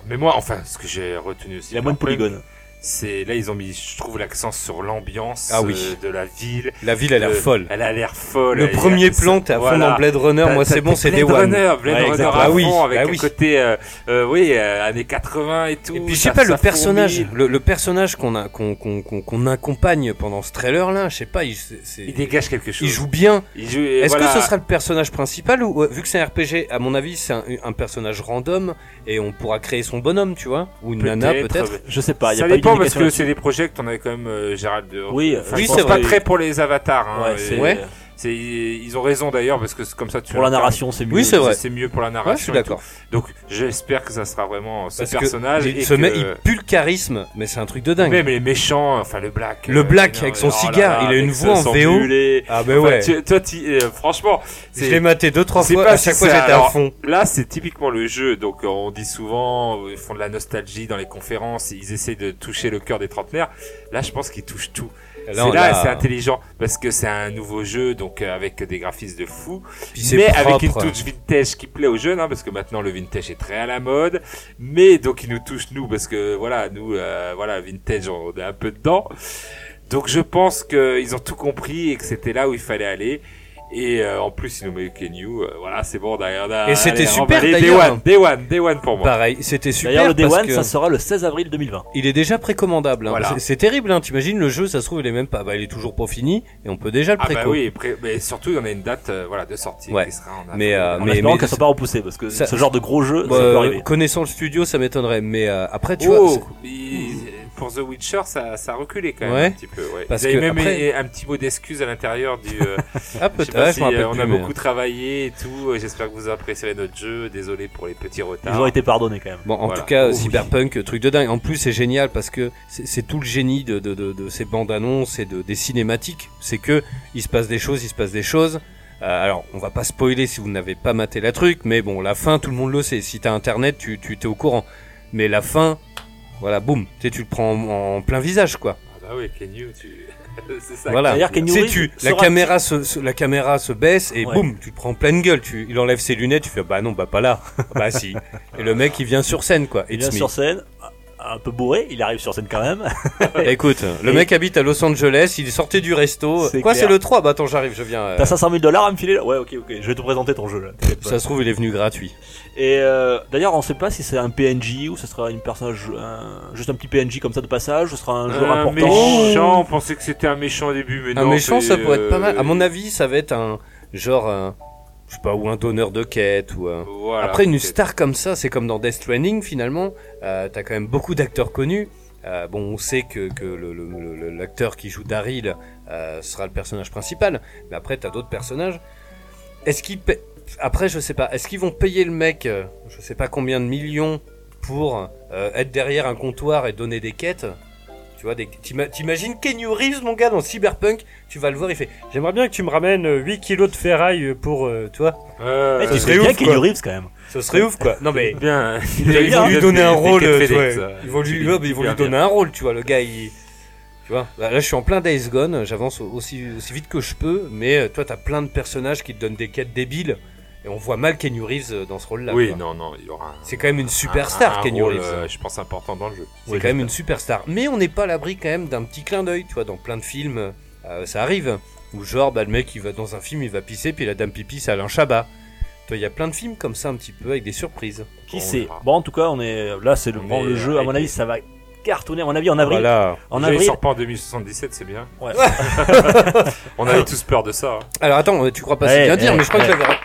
Mais moi, enfin, ce que j'ai retenu aussi. Il a moins de par contre, polygones. C'est là, ils ont mis, je trouve, l'accent sur l'ambiance Ah oui. euh, de la ville. La ville a l'air Euh, folle. Elle a l'air folle. Le elle a premier l'air- plan t'es à fond Voilà. dans Blade Runner, T'as- moi c'est t'as- bon, t'as c'est Day Blade One. Runner, Blade Ouais, Runner exact. à Ah oui, fond, avec ah un oui. côté, euh, euh, oui, euh, années 80 et tout. Et puis je ça- sais pas ça le personnage, fourmille. le, le personnage qu'on a- qu'on qu'on- qu'on- qu'on accompagne pendant ce trailer là, je sais pas, il, c'est- c'est- Il dégage quelque il chose. joue bien. Il joue- et Est-ce voilà. que ce sera le personnage principal ou ou- vu que c'est un RPG, à mon avis, c'est un, un personnage random et on pourra créer son bonhomme, tu vois, ou une nana peut-être. Je sais pas, il Bah, y a ça pas eu dépend parce d'indication que là-dessus. c'est des projets que t'en avais quand même euh, Gérald de Oui, Enfin, oui, je c'est pense pas vrai. très pour les avatars hein, Ouais, et- c'est- Ouais. c'est- ils ont raison d'ailleurs parce que c'est comme ça tu pour la narration, c'est mieux. Oui, c'est vrai. c'est mieux pour la narration Ouais, je suis et d'accord. tout. donc j'espère que ça sera vraiment ce Parce que personnage il et se que- met, il pue le charisme, mais c'est un truc de dingue. même les méchants enfin le black Le euh, Black énorme, avec son oh là cigare, là, il a une avec voix ce en VO. sangulé. Ah bah Enfin, ouais. tu- toi tu- euh, franchement Je c'est- l'ai maté deux trois c'est fois. pas à chaque si fois c'est- j'étais à alors, fond. Là, c'est typiquement le jeu. Donc, euh, on dit souvent, euh, ils font de la nostalgie dans les conférences. Ils essaient de toucher le cœur des trentenaires. Là, je pense qu'ils touchent tout. C'est on là, a- c'est intelligent parce que c'est un nouveau jeu, donc euh, avec des graphismes de fou, puis c'est mais avec une propre. touche vintage qui plaît aux jeunes, hein, parce que maintenant le vintage est très à la mode. Mais donc il nous touche nous parce que voilà, nous euh, voilà vintage, on est un peu dedans. Donc je pense qu'ils ont tout compris et que c'était là où il fallait aller. Et euh, en plus, ils nous mettent Kenyu. euh, voilà, c'est bon, derrière. Et c'était super, Day d'ailleurs. one, day one, day one pour moi. Pareil, c'était D'ailleurs, super le Day parce One, que ça sera le 16 avril 2020. il est déjà précommandable. hein. Voilà. C'est- C'est terrible, hein. T'imagines le jeu, ça se trouve il est même pas, bah il est toujours pas fini et on peut déjà le ah bah préco. oui, et pré- mais surtout, il y en a une date euh, voilà, de sortie Ouais. qui sera en Mais, euh, avril. En mais- espérant mais- qu'elles soient pas repoussées, parce que ça- ce genre de gros jeu, Bah, ça peut arriver. connaissant le studio, ça m'étonnerait. Mais euh, après, tu vois, oh, c'est- il- pour The Witcher, ça, ça a reculé quand même Ouais. un petit peu. Ouais. Parce Ils avaient que même après- é- un petit mot d'excuse à l'intérieur du. euh, ah je sais peut-être, pas ah, je si, m'en rappelle euh, on plus, a mais- beaucoup travaillé et tout. et J'espère que vous apprécierez notre jeu. Désolé pour les petits Ils retards. Ah. ont été pardonnés quand même. Bon, en Voilà. tout cas, Oh oui. Cyberpunk, euh, truc de dingue. En plus, c'est génial parce que c'est c'est tout le génie de, de, de, de ces bandes annonces et de, des cinématiques. C'est que il se passe des choses, il se passe des choses. Euh, alors, on va pas spoiler si vous n'avez pas maté la truc, mais bon, la fin, tout le monde le sait. Si t'as internet, tu tu t'es au courant. Mais la fin, voilà, boum, tu sais, tu le prends en, en plein visage, quoi. Ah bah oui, Kenyu, tu. C'est ça. Voilà. D'ailleurs, Keanu C'est Reeves tu, la sera- caméra se, se- la caméra se baisse et Ouais. boum, tu te prends en pleine gueule. Tu, il enlève ses lunettes, tu fais bah non, bah pas là, bah si. Et le mec, il vient sur scène quoi. Il It's vient me. Euh. sur scène, un peu bourré, il arrive sur scène quand même. Écoute, le Et- mec habite à Los Angeles, il est sorti du resto. C'est Quoi, clair. c'est le 3 Bah attends, j'arrive, je viens. euh, T'as 500 000 dollars à me filer là Ouais, ok, ok, je vais te présenter ton jeu là. t'inquiète pas. ça se trouve, il est venu gratuit. Et euh, d'ailleurs, on sait pas si c'est un PNJ ou ce sera une personnage, un- juste un petit PNJ comme ça de passage, ce sera un joueur Un important. méchant, on pensait que c'était un méchant au début, mais Un non. méchant, c'est, ça pourrait être pas mal. euh, À mon avis, ça va être un genre, un- je sais pas, ou un donneur de quête ou. un- voilà, Après, une peut-être. star comme ça, c'est comme dans Death Stranding finalement. Euh, T'as quand même beaucoup d'acteurs connus. Euh, bon, on sait que, que le- le- le- le- l'acteur qui joue Daryl euh, sera le personnage principal, mais après t'as d'autres personnages. Est-ce qu'ils pa- après je sais pas, est-ce qu'ils vont payer le mec, euh, je sais pas combien de millions pour euh, être derrière un comptoir et donner des quêtes Tu vois, des... t'ima- t'imagines Kenny Reeves mon gars dans Cyberpunk, tu vas le voir, il fait j'aimerais bien que tu me ramènes euh, 8 kilos de ferraille pour euh, toi. Euh, Eh, Ça tu serait serais bien ouf, Keanu quoi. Reeves quand même. Ce serait ouf quoi. Non mais Bien. ils Ils vont ont lui donné donner un des rôle, quêtes euh, FedEx, ouais. euh, Ils vont lui, tu ouais, dis mais ils vont bien, lui donner bien. un rôle, tu vois, le gars, il... Tu vois, Bah, là, là, je suis en plein Days Gone, j'avance au- aussi, aussi vite que je peux, mais euh, toi, t'as plein de personnages qui te donnent des quêtes débiles, et on voit mal Kenny Reeves euh, dans ce rôle-là. Oui, quoi. non, non, il y aura un. C'est quand même une un- superstar, un Kenny rôle, Reeves. euh, Je pense important dans le jeu. C'est quand même une superstar. Mais on n'est pas à l'abri quand même d'un petit clin d'œil, tu vois, dans plein de films, euh, ça arrive. Ou genre, bah, le mec, il va dans un film, il va pisser, puis la dame pipi, c'est Alain Chabat. Toi, il y a plein de films comme ça, un petit peu, avec des surprises. Qui On sait verra. Bon, en tout cas, on est là, c'est le, On bon, est le jeu. À mon hypé. avis, ça va cartonner. À mon avis, en avril. Voilà. En Déjà, Il avril. sort pas en 2077, c'est bien. Ouais. On avait tous peur de ça. hein. Alors attends, euh, tu crois pas c'est Ouais, bien dire, ouais, mais je crois que ouais. j'avais, ra-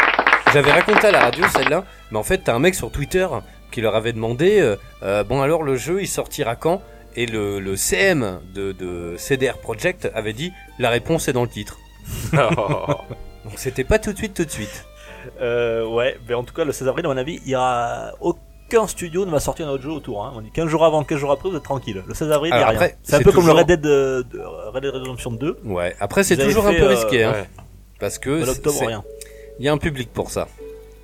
j'avais raconté à la radio celle-là. Mais en fait, t'as un mec sur Twitter qui leur avait demandé, euh, euh, bon alors le jeu il sortira quand Et le, le CM de, de CDR Project avait dit la réponse est dans le titre. Oh. Donc c'était pas tout de suite, tout de suite. Euh, ouais, mais en tout cas, le 16 avril, à mon avis, il y aura aucun studio ne va sortir un autre jeu autour. Hein. On dit 15 jours avant, 15 jours après, vous êtes tranquille. Le 16 avril, il y a Alors rien. après, C'est un c'est peu comme le Red toujours- Dead, euh, de- Red Dead Redemption 2. Ouais. Après c'est Vous avez toujours un fait, peu euh, risqué, hein, ouais. parce que En c'est- octobre, c'est- rien. il y a un public pour ça.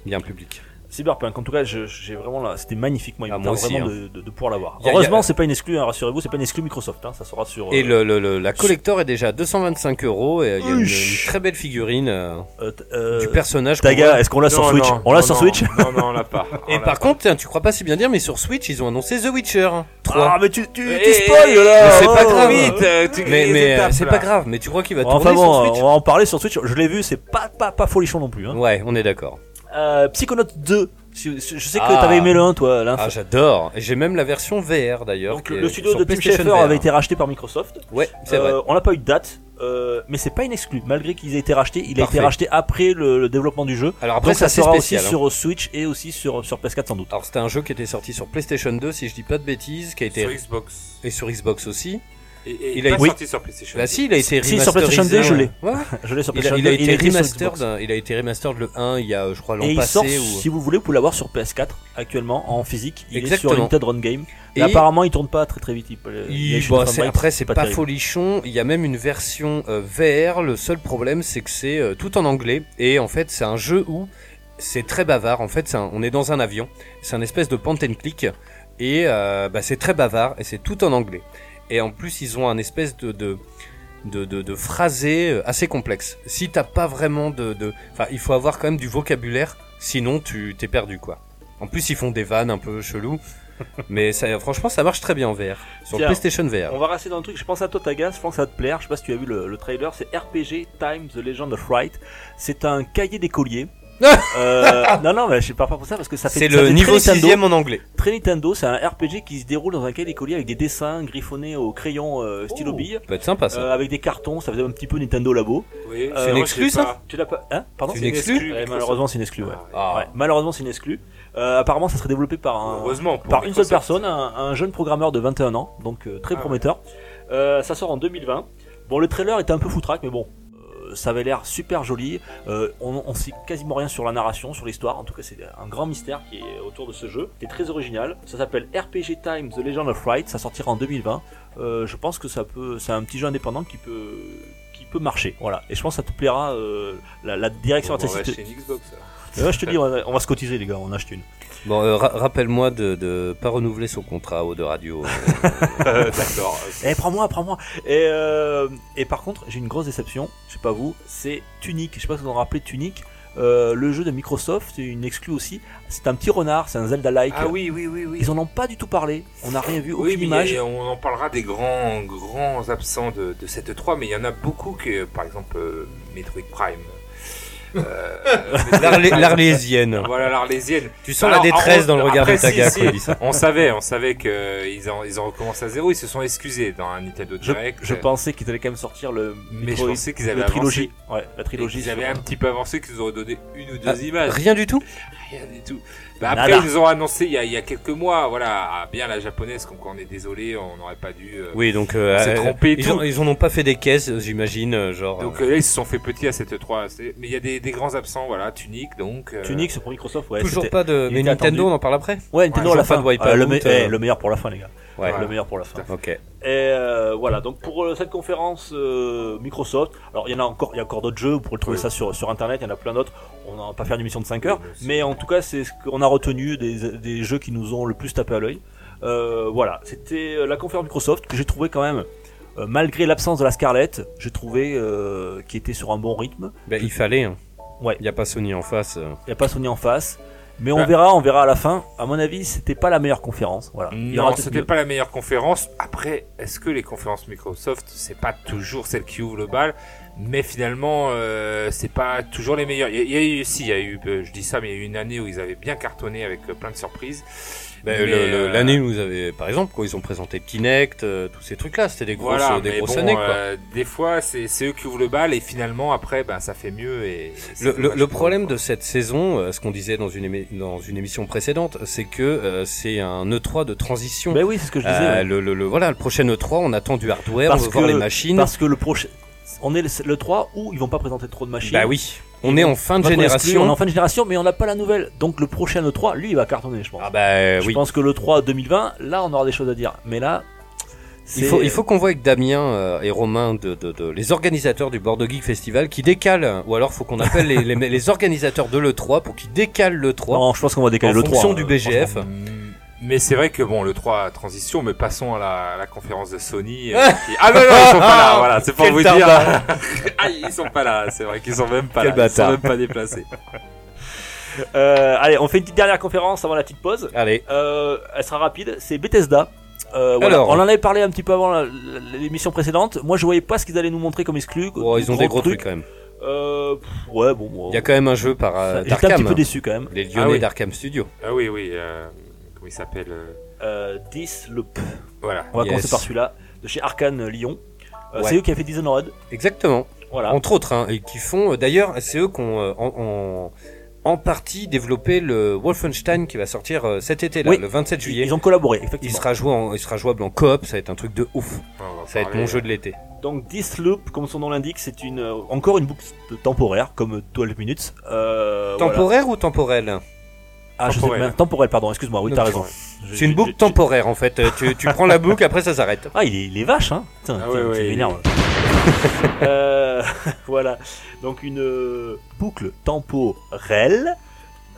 Il y a un public. Cyberpunk, en tout cas, je- j'ai vraiment là, c'était magnifique. Moi, il Ah, me moi tarde aussi, vraiment de, de- de pouvoir l'avoir. Y a- y a- Heureusement, c'est pas une exclue, hein, rassurez-vous, c'est pas une exclue Microsoft. Hein, ça sera sur. Et euh, le, le- le- la collector est déjà à 225 euros et il y a une, Uch. une très belle figurine euh, euh, t- euh, du personnage. qu'on voit. Taga, est-ce qu'on l'a sur Non, Switch non, On l'a non, sur non. Switch Non, non, on l'a pas. On Oh Et l'a par pas. contre, tiens, tu crois pas si bien dire, mais sur Switch, ils ont annoncé The Witcher 3. Ah, mais tu, tu, Eh, tu spoil eh, là mais c'est pas oh. grave. Vite, euh, tu mais les mais euh, étapes, c'est là. pas grave, mais tu crois qu'il va tourner Enfin bon, sur Switch on va en parler sur Switch. Je l'ai vu, c'est pas, pas, pas folichon non plus. Hein. Ouais, on est d'accord. Euh, Psychonaut 2. Je je sais que Ah. t'avais aimé le 1, toi, l'info. Ah, j'adore. Et J'ai même la version VR d'ailleurs. Donc qui le est le studio sur de Tim PlayStation Schafer VR. avait été racheté par Microsoft. Ouais, c'est Euh, vrai. On n'a pas eu de date, euh, mais c'est pas une exclue. Malgré qu'ils aient été rachetés, il Parfait. a été racheté après le, le développement du jeu. Alors après, Donc ça ça c'est sera spécial. aussi hein. sur euh, Switch et aussi sur, sur PS4 sans doute. Alors c'était un jeu qui était sorti sur PlayStation 2, si je dis pas de bêtises, qui a été Sur Xbox. et sur Xbox aussi. Et, et Il a- pas oui. sorti sur PlayStation. Bah si, il a été Si, remasterisé. sur PlayStation 2, je ouais. l'ai. Ouais, ouais. Je l'ai sur Il a, PlayStation il a 2, été écrit sur Xbox. remastered. Il a été remastered le 1 il y a, je crois, l'an Et il passé. sort, ou- si vous voulez, vous pouvez l'avoir sur PS4 actuellement en physique. Il est Exactement. sur Limited Run Game. Et Et- apparemment, il tourne pas très très vite. Il, il y a Il- juste bon, un c'est- break, après, c'est pas, terrible. folichon. Il y a même une version euh, VR. Le seul problème, c'est que c'est euh, tout en anglais. Et en fait, c'est un jeu où c'est très bavard. En fait, c'est un- on est dans un avion. C'est un espèce de point and click. Et euh, bah, c'est très bavard. Et c'est tout en anglais. Et en plus, ils ont un espèce de. de de, de, de phrasé euh, assez complexe. Si t'as pas vraiment de, de... Enfin, il faut avoir quand même du vocabulaire, sinon tu t'es perdu, quoi. En plus, ils font des vannes un peu chelous, mais ça, franchement, ça marche très bien en VR. Sur Tiens, PlayStation On VR. va rester dans le truc, je pense à toi Tagas, je pense que ça va te plaire, je sais pas si tu as vu le, le trailer, c'est RPG Time The Legend of Right. C'est un cahier d'écolier. euh, non, non, mais je suis pas pour ça parce que ça fait C'est ça le fait niveau très Nintendo. 6ème en anglais. Très Nintendo, c'est un RPG qui se déroule dans un cahier d'écolier avec des dessins griffonnés au crayon euh, stylo bille, Ça peut être sympa, Ah, ça. euh, avec des cartons, ça faisait un petit peu Nintendo Labo. Oui, C'est euh, une moi, exclue, je sais ça pas. Tu l'as pas Hein Pardon C'est une exclue Ouais, Microsoft. Malheureusement, c'est une exclue, ouais. Ah. Ouais, malheureusement, c'est une exclue. Euh, apparemment, ça serait développé par un, Heureusement. pour par une seule Microsoft. personne, un, un jeune programmeur de 21 ans, donc euh, très Ah ouais. prometteur. Euh, ça sort en 2020. Bon, le trailer était un peu foutraque, mais bon, euh, ça avait l'air super joli. Euh, on, on sait quasiment rien sur la narration, sur l'histoire. En tout cas, c'est un grand mystère qui est autour de ce jeu, qui est très original. Ça s'appelle RPG Time The Legend of Fright. Ça sortira en 2020. Euh, je pense que ça peut, c'est un petit jeu indépendant qui peut, qui peut marcher. Voilà. Et je pense que ça te plaira. euh, la, la direction Bon, bah, on va artistique. acheter une Xbox. alors. Euh, je te dis, on va, on va se cotiser, les gars. On achète une. Bon, euh, ra- rappelle-moi de, de pas renouveler son contrat au de radio. Euh, D'accord. ok. Eh, prends-moi, prends-moi. Et, euh, et par contre, j'ai une grosse déception, je sais pas vous, c'est Tunic. Je sais pas si vous en rappelez Tunic. Euh, le jeu de Microsoft, c'est une exclue aussi. C'est un petit renard, c'est un Zelda-like. Ah oui, oui, oui, oui. Ils en ont pas du tout parlé. On n'a rien vu, aucune Oui, mais euh, image. il y a- on en parlera des grands, grands absents de, de cette 3, mais il y en a beaucoup que, par exemple, euh, Metroid Prime. Euh, Metroid L'Arlé- Prime. L'Arlésienne. Voilà l'Arlésienne. Tu sens Alors, la détresse en- dans le regard après, de Taga si, quand il si. dit ça. On savait, on savait qu'ils en, ils en recommencent à zéro. Ils se sont excusés dans un Nintendo Je, Direct. je pensais qu'ils allaient quand même sortir le mais je Metroid- pensais qu'ils avaient la avancé. trilogie. Ouais, la Et trilogie. qu'ils avaient sur- un petit peu avancé, qu'ils nous auraient donné une ou deux Ah, images. Rien du tout Rien du tout. Bah, Nada. après, ils nous ont annoncé il y, a, il y a quelques mois, voilà, à bien la japonaise, comme quoi on est désolé, on n'aurait pas dû. euh, Oui, donc... euh, s'est euh, trompé et ils, tout. ont- ils en ont pas fait des caisses, euh, j'imagine, euh, genre... Donc euh, euh, là, ils se sont fait petits à cette 3. c'est- Mais il y a des, des grands absents, voilà, Tunic donc. euh, Tunic, c'est pour Microsoft, ouais. toujours c'était- pas de... il Mais était Nintendo, attendu. on en parle après Ouais, Nintendo Ouais, à la toujours fin. pas de Wipeout, le, me- euh. eh, le meilleur pour la fin, les gars. Ouais. Le meilleur pour la fin. Ok. Et euh, voilà, donc pour euh, cette conférence euh, Microsoft, alors il y en a encore, il y a encore d'autres jeux, vous pourrez trouver Oui. ça sur, sur internet, il y en a plein d'autres, on n'a pas faire une émission de 5 heures, Oui, bien sûr. mais en tout cas c'est ce qu'on a retenu des, des jeux qui nous ont le plus tapé à l'œil. Euh, voilà, c'était euh, la conférence Microsoft que j'ai trouvé quand même, euh, malgré l'absence de la Scarlett, j'ai trouvé euh, qui était sur un bon rythme, Ben, il fallait. Hein. Ouais. Il n'y a pas Sony en face. euh. il n'y a pas Sony en face, mais on Ouais. verra, on verra à la fin, à mon avis c'était pas la meilleure conférence, voilà. Il y aura Non, peut-être c'était mieux. pas la meilleure conférence. Après, est-ce que les conférences Microsoft, c'est pas toujours celle qui ouvre le bal mais finalement euh, c'est pas toujours les meilleurs. Il y a- il y, a eu, si, il y a eu, euh, je dis ça, mais il y a eu une année où ils avaient bien cartonné avec euh, plein de surprises. Ben, le- Mais, le- euh, L'année où vous avez, par exemple, quand ils ont présenté Kinect, euh, tous ces trucs-là, c'était des grosses, Voilà, des mais grosses bon, années. Quoi. euh, des fois c'est c'est eux qui ouvrent le bal et finalement après ben ça fait mieux et. et c'est Le, le- le dommage pour eux, problème quoi. de cette saison, euh, ce qu'on disait dans une, émi- dans une émission précédente, c'est que euh, c'est un E3 de transition. Ben oui, c'est ce que je disais. Euh, ouais. le, le- le- voilà, le prochain E3, on attend du hardware, Parce on veut voir que- les machines. Parce que le prochain. On est le, le 3 où ils vont pas présenter trop de machines. Bah oui, on est en fin de On va qu'on exclut, On est en génération. fin de génération, mais on n'a pas la nouvelle. Donc le prochain E3, lui, il va cartonner, je pense. Ah bah je oui. pense que le 3 2020, là, on aura des choses à dire. Mais là, Il c'est- faut, il faut qu'on voit avec Damien euh, et Romain, de, de- de- les organisateurs du Bordeaux Geek Festival, qui décalent, hein, ou alors faut qu'on appelle les, les- les organisateurs de l'E3 pour qu'ils décalent l'E3. Non, je pense qu'on va décaler En le 3. fonction euh, du BGF. franchement. Mm, Mais c'est vrai que bon, le 3 transition, mais passons à la, à la conférence de Sony. euh, qui- Ah non, non, ils sont pas là, voilà, c'est pour Quel vous dire. tarbat. ah, ils sont pas là, c'est vrai qu'ils sont même pas Quel là, ils bâtard. sont même pas déplacés. Euh, allez, on fait une petite dernière conférence avant la petite pause. Allez, Euh, elle sera rapide, c'est Bethesda. Euh, voilà. Alors. on en avait parlé un petit peu avant la- la- l'émission précédente. Moi, je voyais pas ce qu'ils allaient nous montrer comme exclu. Oh, ils ont des gros trucs, quand même. Euh, pff, ouais, bon. moi, Il y a quand même un jeu par euh, J'étais un petit Darkham, peu déçu quand même. les Lyonnais Ah oui. d'Arkham Studio. Ah oui, oui, euh, comment il s'appelle euh, Euh, Disloop. Voilà. On va Yes. commencer par celui-là, de chez Arkane Lyon. Euh, Ouais. C'est eux qui a fait Dishonored. Exactement. Voilà. Entre autres, hein, et qui font. euh, D'ailleurs, c'est eux qui ont euh, en, en- en partie développé le Wolfenstein qui va sortir euh, cet été, là, Oui. le 27 Ils, juillet. ils ont collaboré, Il effectivement. sera, joué en- il sera jouable en coop, ça va être un truc de ouf. on va Ça va être parler, mon jeu de l'été. Donc Disloop, comme son nom l'indique, c'est une euh, encore une boucle de- temporaire, comme 12 minutes. Euh, voilà. Temporaire ou temporel Ah, je sais Temporelle. même- temporelle, pardon, excuse-moi, oui, Non, t'as tu- raison. C'est une boucle temporaire temporaire en fait. Euh, Tu, tu prends la boucle, après ça s'arrête. Ah, il est, il est vache, hein Putain, Ah tu- ouais, tu ouais, m'énerves. Euh, voilà. Donc une euh, boucle temporelle.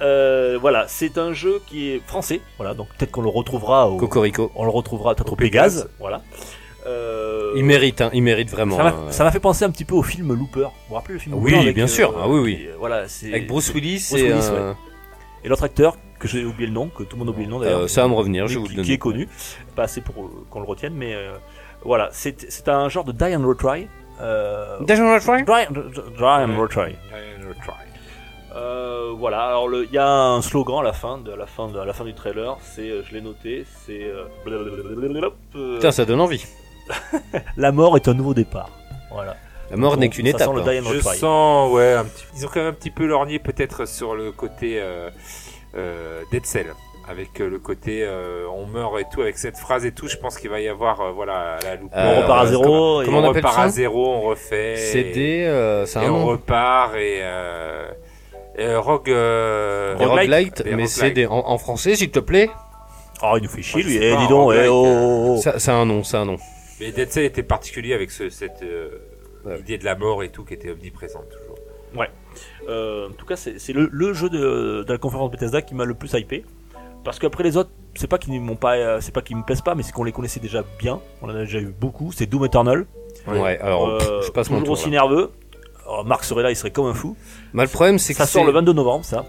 Euh, voilà, c'est un jeu qui est français. Voilà, donc peut-être qu'on le retrouvera au, Cocorico. on le retrouvera peut-être au Au Pégase. Pégase. Voilà. Euh, Il mérite, hein, il mérite vraiment. ça m'a- hein. ça m'a fait penser un petit peu au film Looper. Vous vous rappelez le film Oui, Looper avec, bien sûr. Ah oui, oui. qui, euh, Voilà, c'est Avec Bruce Willis Bruce et Willis, euh, et l'autre acteur que j'ai oublié le nom, que tout le monde a oublié le nom d'ailleurs. euh, ça va me revenir, je mais vais vous qui, le donner. qui est connu, pas assez pour euh, qu'on le retienne, mais euh, voilà, c'est c'est un genre de die and retry. Euh, Déjà, on va le faire die and- die and retry. euh, I'll try. Euh, voilà, alors le- il y a un slogan à la fin, de, à la fin, de, à la fin du trailer, c'est, euh, je l'ai noté, c'est euh, blablabla, euh, Putain, ça donne envie. la mort est un nouveau départ. Voilà. La mort Donc, n'est qu'une ça étape. sent le hein. die and Je retry. sens, ouais, un petit- ils ont quand même un petit peu lorgné peut-être sur le côté euh, euh, Dead Cell. Avec euh, le côté euh, on meurt et tout, avec cette phrase et tout, je pense qu'il va y avoir, euh, voilà, la loupe. Euh, on repart à zéro. et- comment on on appelle repart ça à zéro, on refait. C'est des. euh, c'est et un on nom. repart et euh, euh, Rogue euh, Des roguelites, Des mais c'est roguelites. des. En, en français, s'il te plaît. Oh, il nous fait chier je lui. sais Eh, pas, dis donc, en eh, blague, oh, oh, oh. Ça, ça a un nom, ça a un nom. mais Dead Cell était particulier avec ce- cette euh, Ouais. idée de la mort et tout qui était omniprésente toujours. Euh, en tout cas, c'est c'est le, le jeu de, de la conférence Bethesda qui m'a le plus hypé. Parce qu'après les autres, c'est pas qu'ils m'ont pas, euh, c'est pas qu'ils me plaisent pas, mais c'est qu'on les connaissait déjà bien. On en a déjà eu beaucoup. C'est Doom Eternal. Ouais. Ouais, alors Euh, pff, je passe mon toujours tour. aussi là. nerveux. Alors, Marc serait là, il serait comme un fou. Bah, le problème, c'est que Ça sort c'est- le 22 novembre, ça.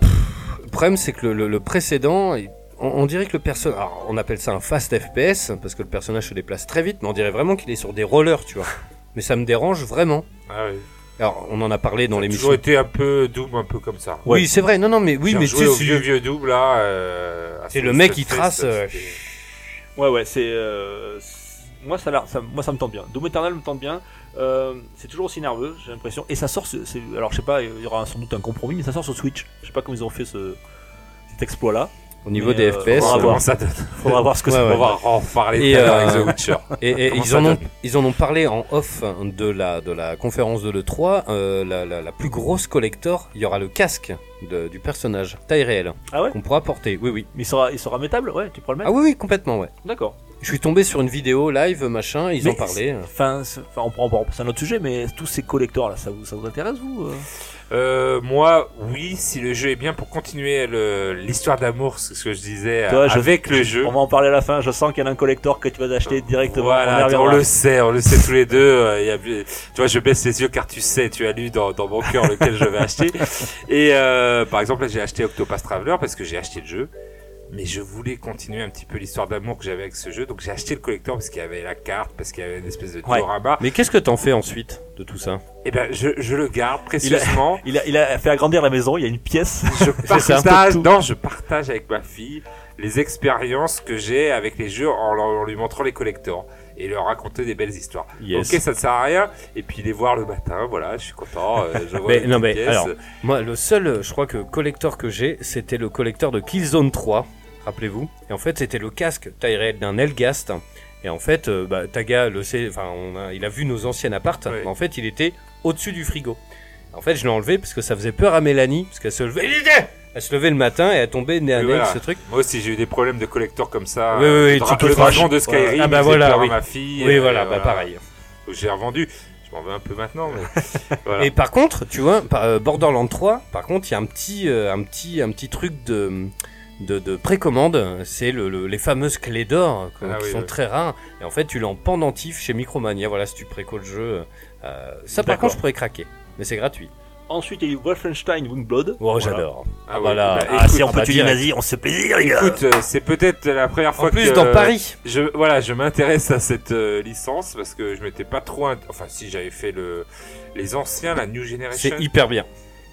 Le problème, c'est que le, le- le précédent, il- on, on dirait que le personnage. Alors, on appelle ça un fast FPS, parce que le personnage se déplace très vite, mais on dirait vraiment qu'il est sur des rollers, tu vois. Mais ça me dérange vraiment. Ah oui. Alors, on en a parlé dans l'émission. Toujours été un peu Doom, un peu comme ça. Ouais. Oui, c'est vrai, non, non, mais oui, J'ai mais tu joué sais, au c'est- vieux vieux Doom là. euh, à c'est son le mec Fest, qui trace. c'était- euh, Ouais, ouais, c'est. euh, c'est- moi, ça, a l'air- ça, moi, ça me tente bien. Doom Eternal me tente bien. Euh, c'est toujours aussi nerveux, j'ai l'impression. Et ça sort. ce- c'est- alors, je sais pas, il y aura sans doute un compromis, mais ça sort sur Switch. Je sais pas comment ils ont fait ce, cet exploit-là. au niveau Mais, des euh, FPS. faudra Comment voir. ça donne Faudra voir ce que Ouais, ça ouais. On va en reparler Et, tout à l'heure avec euh, The Witcher. Et, et Comment ils, ça en ont, donne ils en ont parlé en off hein, de la, de la conférence de l'E3. euh, la, la- la plus grosse collector, il y aura le casque de- du personnage, taille réelle, Ah ouais qu'on pourra porter. Oui, oui. Mais il sera, il sera métable, ouais, tu prends le mec Ah oui, oui, complètement, ouais. D'accord. Je suis tombé sur une vidéo live, machin, ils Mais en parlaient. hein. Enfin, c'est- enfin, on prend, on prend- c'est un autre sujet, mais tous ces collecteurs là, ça vous, ça vous intéresse vous euh Euh, moi, oui, si le jeu est bien pour continuer le- l'histoire d'amour, c'est ce que je disais Toi, euh, je- avec le jeu. On va en parler à la fin. Je sens qu'il y en a un collector que tu vas acheter directement. on y Voilà, on, reviendra. le sait, on le sait tous les deux. euh, il y a- tu vois, je baisse les yeux car tu sais, tu as lu dans, dans mon cœur lequel je vais acheter. Et euh, par exemple, là, j'ai acheté Octopath Traveler parce que j'ai acheté le jeu. mais je voulais continuer un petit peu l'histoire d'amour que j'avais avec ce jeu, donc j'ai acheté le collector parce qu'il y avait la carte, parce qu'il y avait une espèce de Ouais. diorama. Mais qu'est-ce que t'en fais ensuite de tout ça Et ben, je, je le garde précieusement. Il a, il a fait agrandir la maison, il y a une pièce. je ça. partage, non, je partage avec ma fille les expériences que j'ai avec les jeux en, leur- en lui montrant les collectors et leur raconter des belles histoires. Ok, ça ne sert à rien. Et puis les voir le matin, voilà, je suis content. euh, je vois Mais une non, mais pièce. alors, Moi, le seul, euh, je crois que collector que j'ai, c'était le collector de Killzone 3, rappelez-vous. Et en fait, c'était le casque Tyrell d'un Elgast. Et en fait, euh, bah, Taga, le sait, enfin, on a- il a vu nos anciennes appartes. Ouais. mais En fait, il était au-dessus du frigo. En fait, je l'ai enlevé parce que ça faisait peur à Mélanie, parce qu'elle se levait, elle se levait le matin et elle tombait nez à Oui, nez avec voilà. ce truc. Moi aussi, j'ai eu des problèmes de collecteurs comme ça. Oui, oui, Euh, oui, le dra- tu peux le crash. dragon de Skyrim. Ah, bah il faisait voilà, peur à oui. ma fille. oui, euh, voilà, bah pareil. J'ai revendu. Je m'en veux un peu maintenant, mais voilà. Ah Et par contre, tu vois, par- euh, Borderlands 3, par contre, il y a un petit, euh, un petit, un petit truc de, de, de précommande. C'est le, le- les fameuses clés d'or euh, Ah qui oui, sont oui. très rares. Et en fait, tu l'as en pendentif chez Micromania. Voilà, si tu préco le jeu. euh, ça, par D'accord. contre, je pourrais craquer. Mais c'est gratuit. Ensuite, il y a eu Wolfenstein Wingblood. Oh, Voilà. j'adore. Ah, ouais, voilà. bah, Ah, écoute, si on ah, peut bah, tuer les direct. nazis, on se fait plaisir, les gars. écoute, euh, c'est peut-être la première fois En plus, que euh, dans Paris. Je, voilà, je m'intéresse à cette euh, licence parce que je m'étais pas trop. int- Enfin, si j'avais fait le les anciens, la New Generation. C'est hyper bien.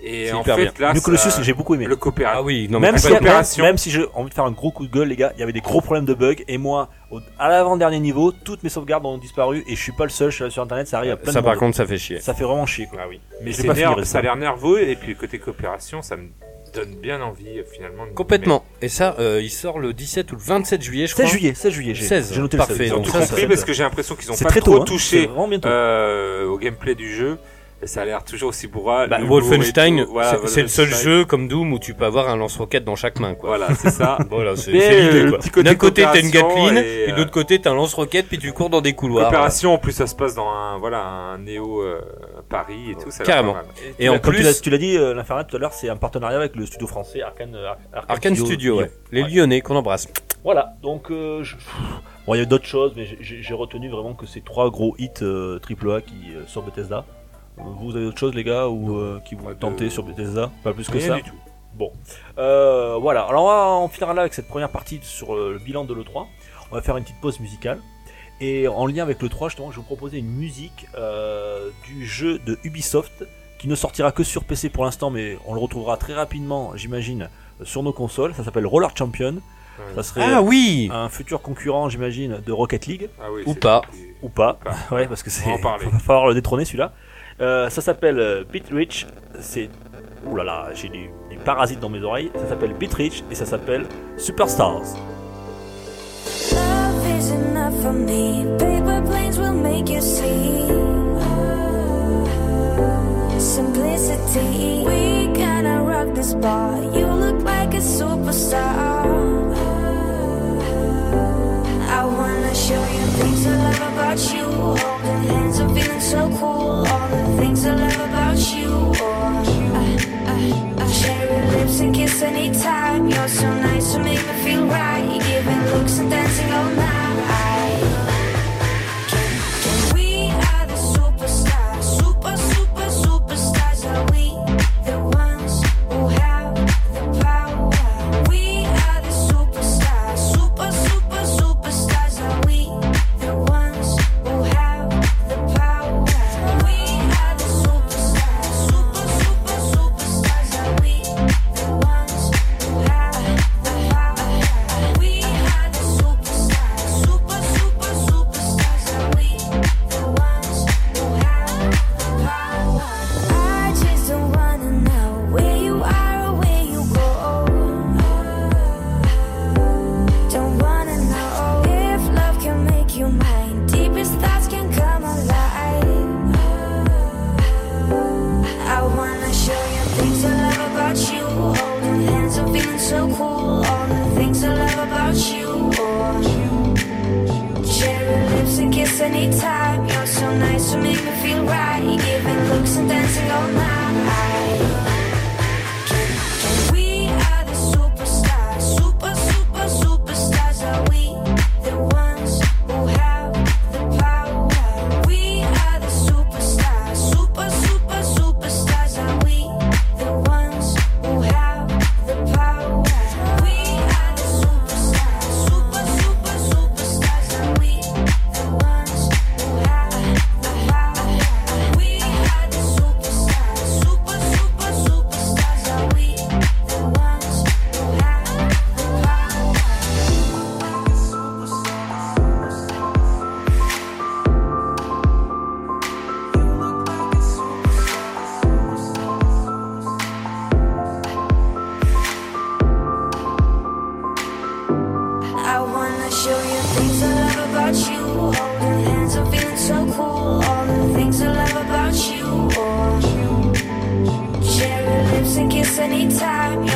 Et c'est en hyper fait, bien. là, Nucleus, ça- j'ai beaucoup aimé. le coopératif. Ah oui, non, mais même, si, pas complètement. même, d'opération. même si j'ai envie de faire un gros coup de gueule, les gars, il y avait des gros problèmes de bugs. Et moi, au- à l'avant-dernier niveau, toutes mes sauvegardes ont disparu. Et je suis pas le seul je suis là sur internet, ça arrive à plein ça, de par monde. contre, ça fait chier. Ça fait vraiment chier. quoi. Ah oui. Mais Je c'est l'ai pas fini, nerf- récemment. ça a l'air nerveux et puis côté coopération, ça me donne bien envie euh, finalement. de- Complètement. Et ça, euh, il sort le 17 ou le 27 juillet, je crois. 16 juillet, 16 juillet, j'ai 16, j'ai noté le parfait, 16. Ils ont Donc tout ça, ça compris va parce que j'ai l'impression qu'ils ont C'est pas très trop tôt, hein. C'est touché vraiment bientôt. euh, au gameplay du jeu. Et ça a l'air toujours aussi bourrin. Bah, le bourrin et Wolfenstein, tout. Voilà, c'est- c'est le seul Wolfenstein. jeu comme Doom où tu peux avoir un lance-roquette dans chaque main, quoi. Voilà, c'est ça. Voilà, c'est Mais, c'est l'idée, euh, quoi. petit côté D'un côté, t'as une coopération Gatling, et, et, de euh, l'autre côté, t'as un lance-roquette, puis tu cours dans des couloirs. Coopération, en plus, ça se passe dans un, voilà, un néo euh, Paris et tout. Ça a l'air Carrément. pas mal. Et en Comme tu l'as- plus, tu l'as dit, euh, l'Infernal tout à l'heure, c'est un partenariat avec le studio français Arkane, euh, Ar- Arkane Studio, ouais. les Ouais. Lyonnais qu'on embrasse. Voilà, donc euh, je- bon, il y a d'autres choses, mais j'ai- j'ai j'ai retenu vraiment que ces trois gros hits euh, AAA qui euh, sur Bethesda. Euh, Vous avez d'autres choses, les gars, ou euh, qui vous Pas de- tentez sur Bethesda Pas plus que Rien ça. du tout. Bon, Euh, voilà. Alors on, va- on finira là avec cette première partie sur euh, le bilan de l'E3. On va faire une petite pause musicale. Et en lien avec l'E3, justement, je vais vous proposer une musique euh, du jeu de Ubisoft qui ne sortira que sur PC pour l'instant, mais on le retrouvera très rapidement, j'imagine, euh, sur nos consoles. Ça s'appelle Roller Champion. Ouais. Ça serait Ah oui un futur concurrent, j'imagine, de Rocket League Ah oui, Ou c'est- pas. ou pas. Pas. ouais, parce que c'est. On va en parler. va falloir le détrôner celui-là. Euh, ça s'appelle euh, Beat Rich. C'est. Ouh là là, j'ai des, des parasites dans mes oreilles. Ça s'appelle Beat Rich et ça s'appelle Superstars. Love is enough for me. Paper planes will make you see. Simplicity. We gonna rock this bar. You look like a superstar. I wanna show you things I love about you. Holding hands and feeling so cool. All the things I love about you. Oh, I, I, I share your lips and kiss anytime. You're so nice to make me feel right. You're giving looks and dancing all night. Can we are the superstars, super, super, superstars. Are we the ones who have the power? We are the superstars, super, super, superstars. Are we the ones who have the power? We are the superstars, super, super, superstars. Are we the ones who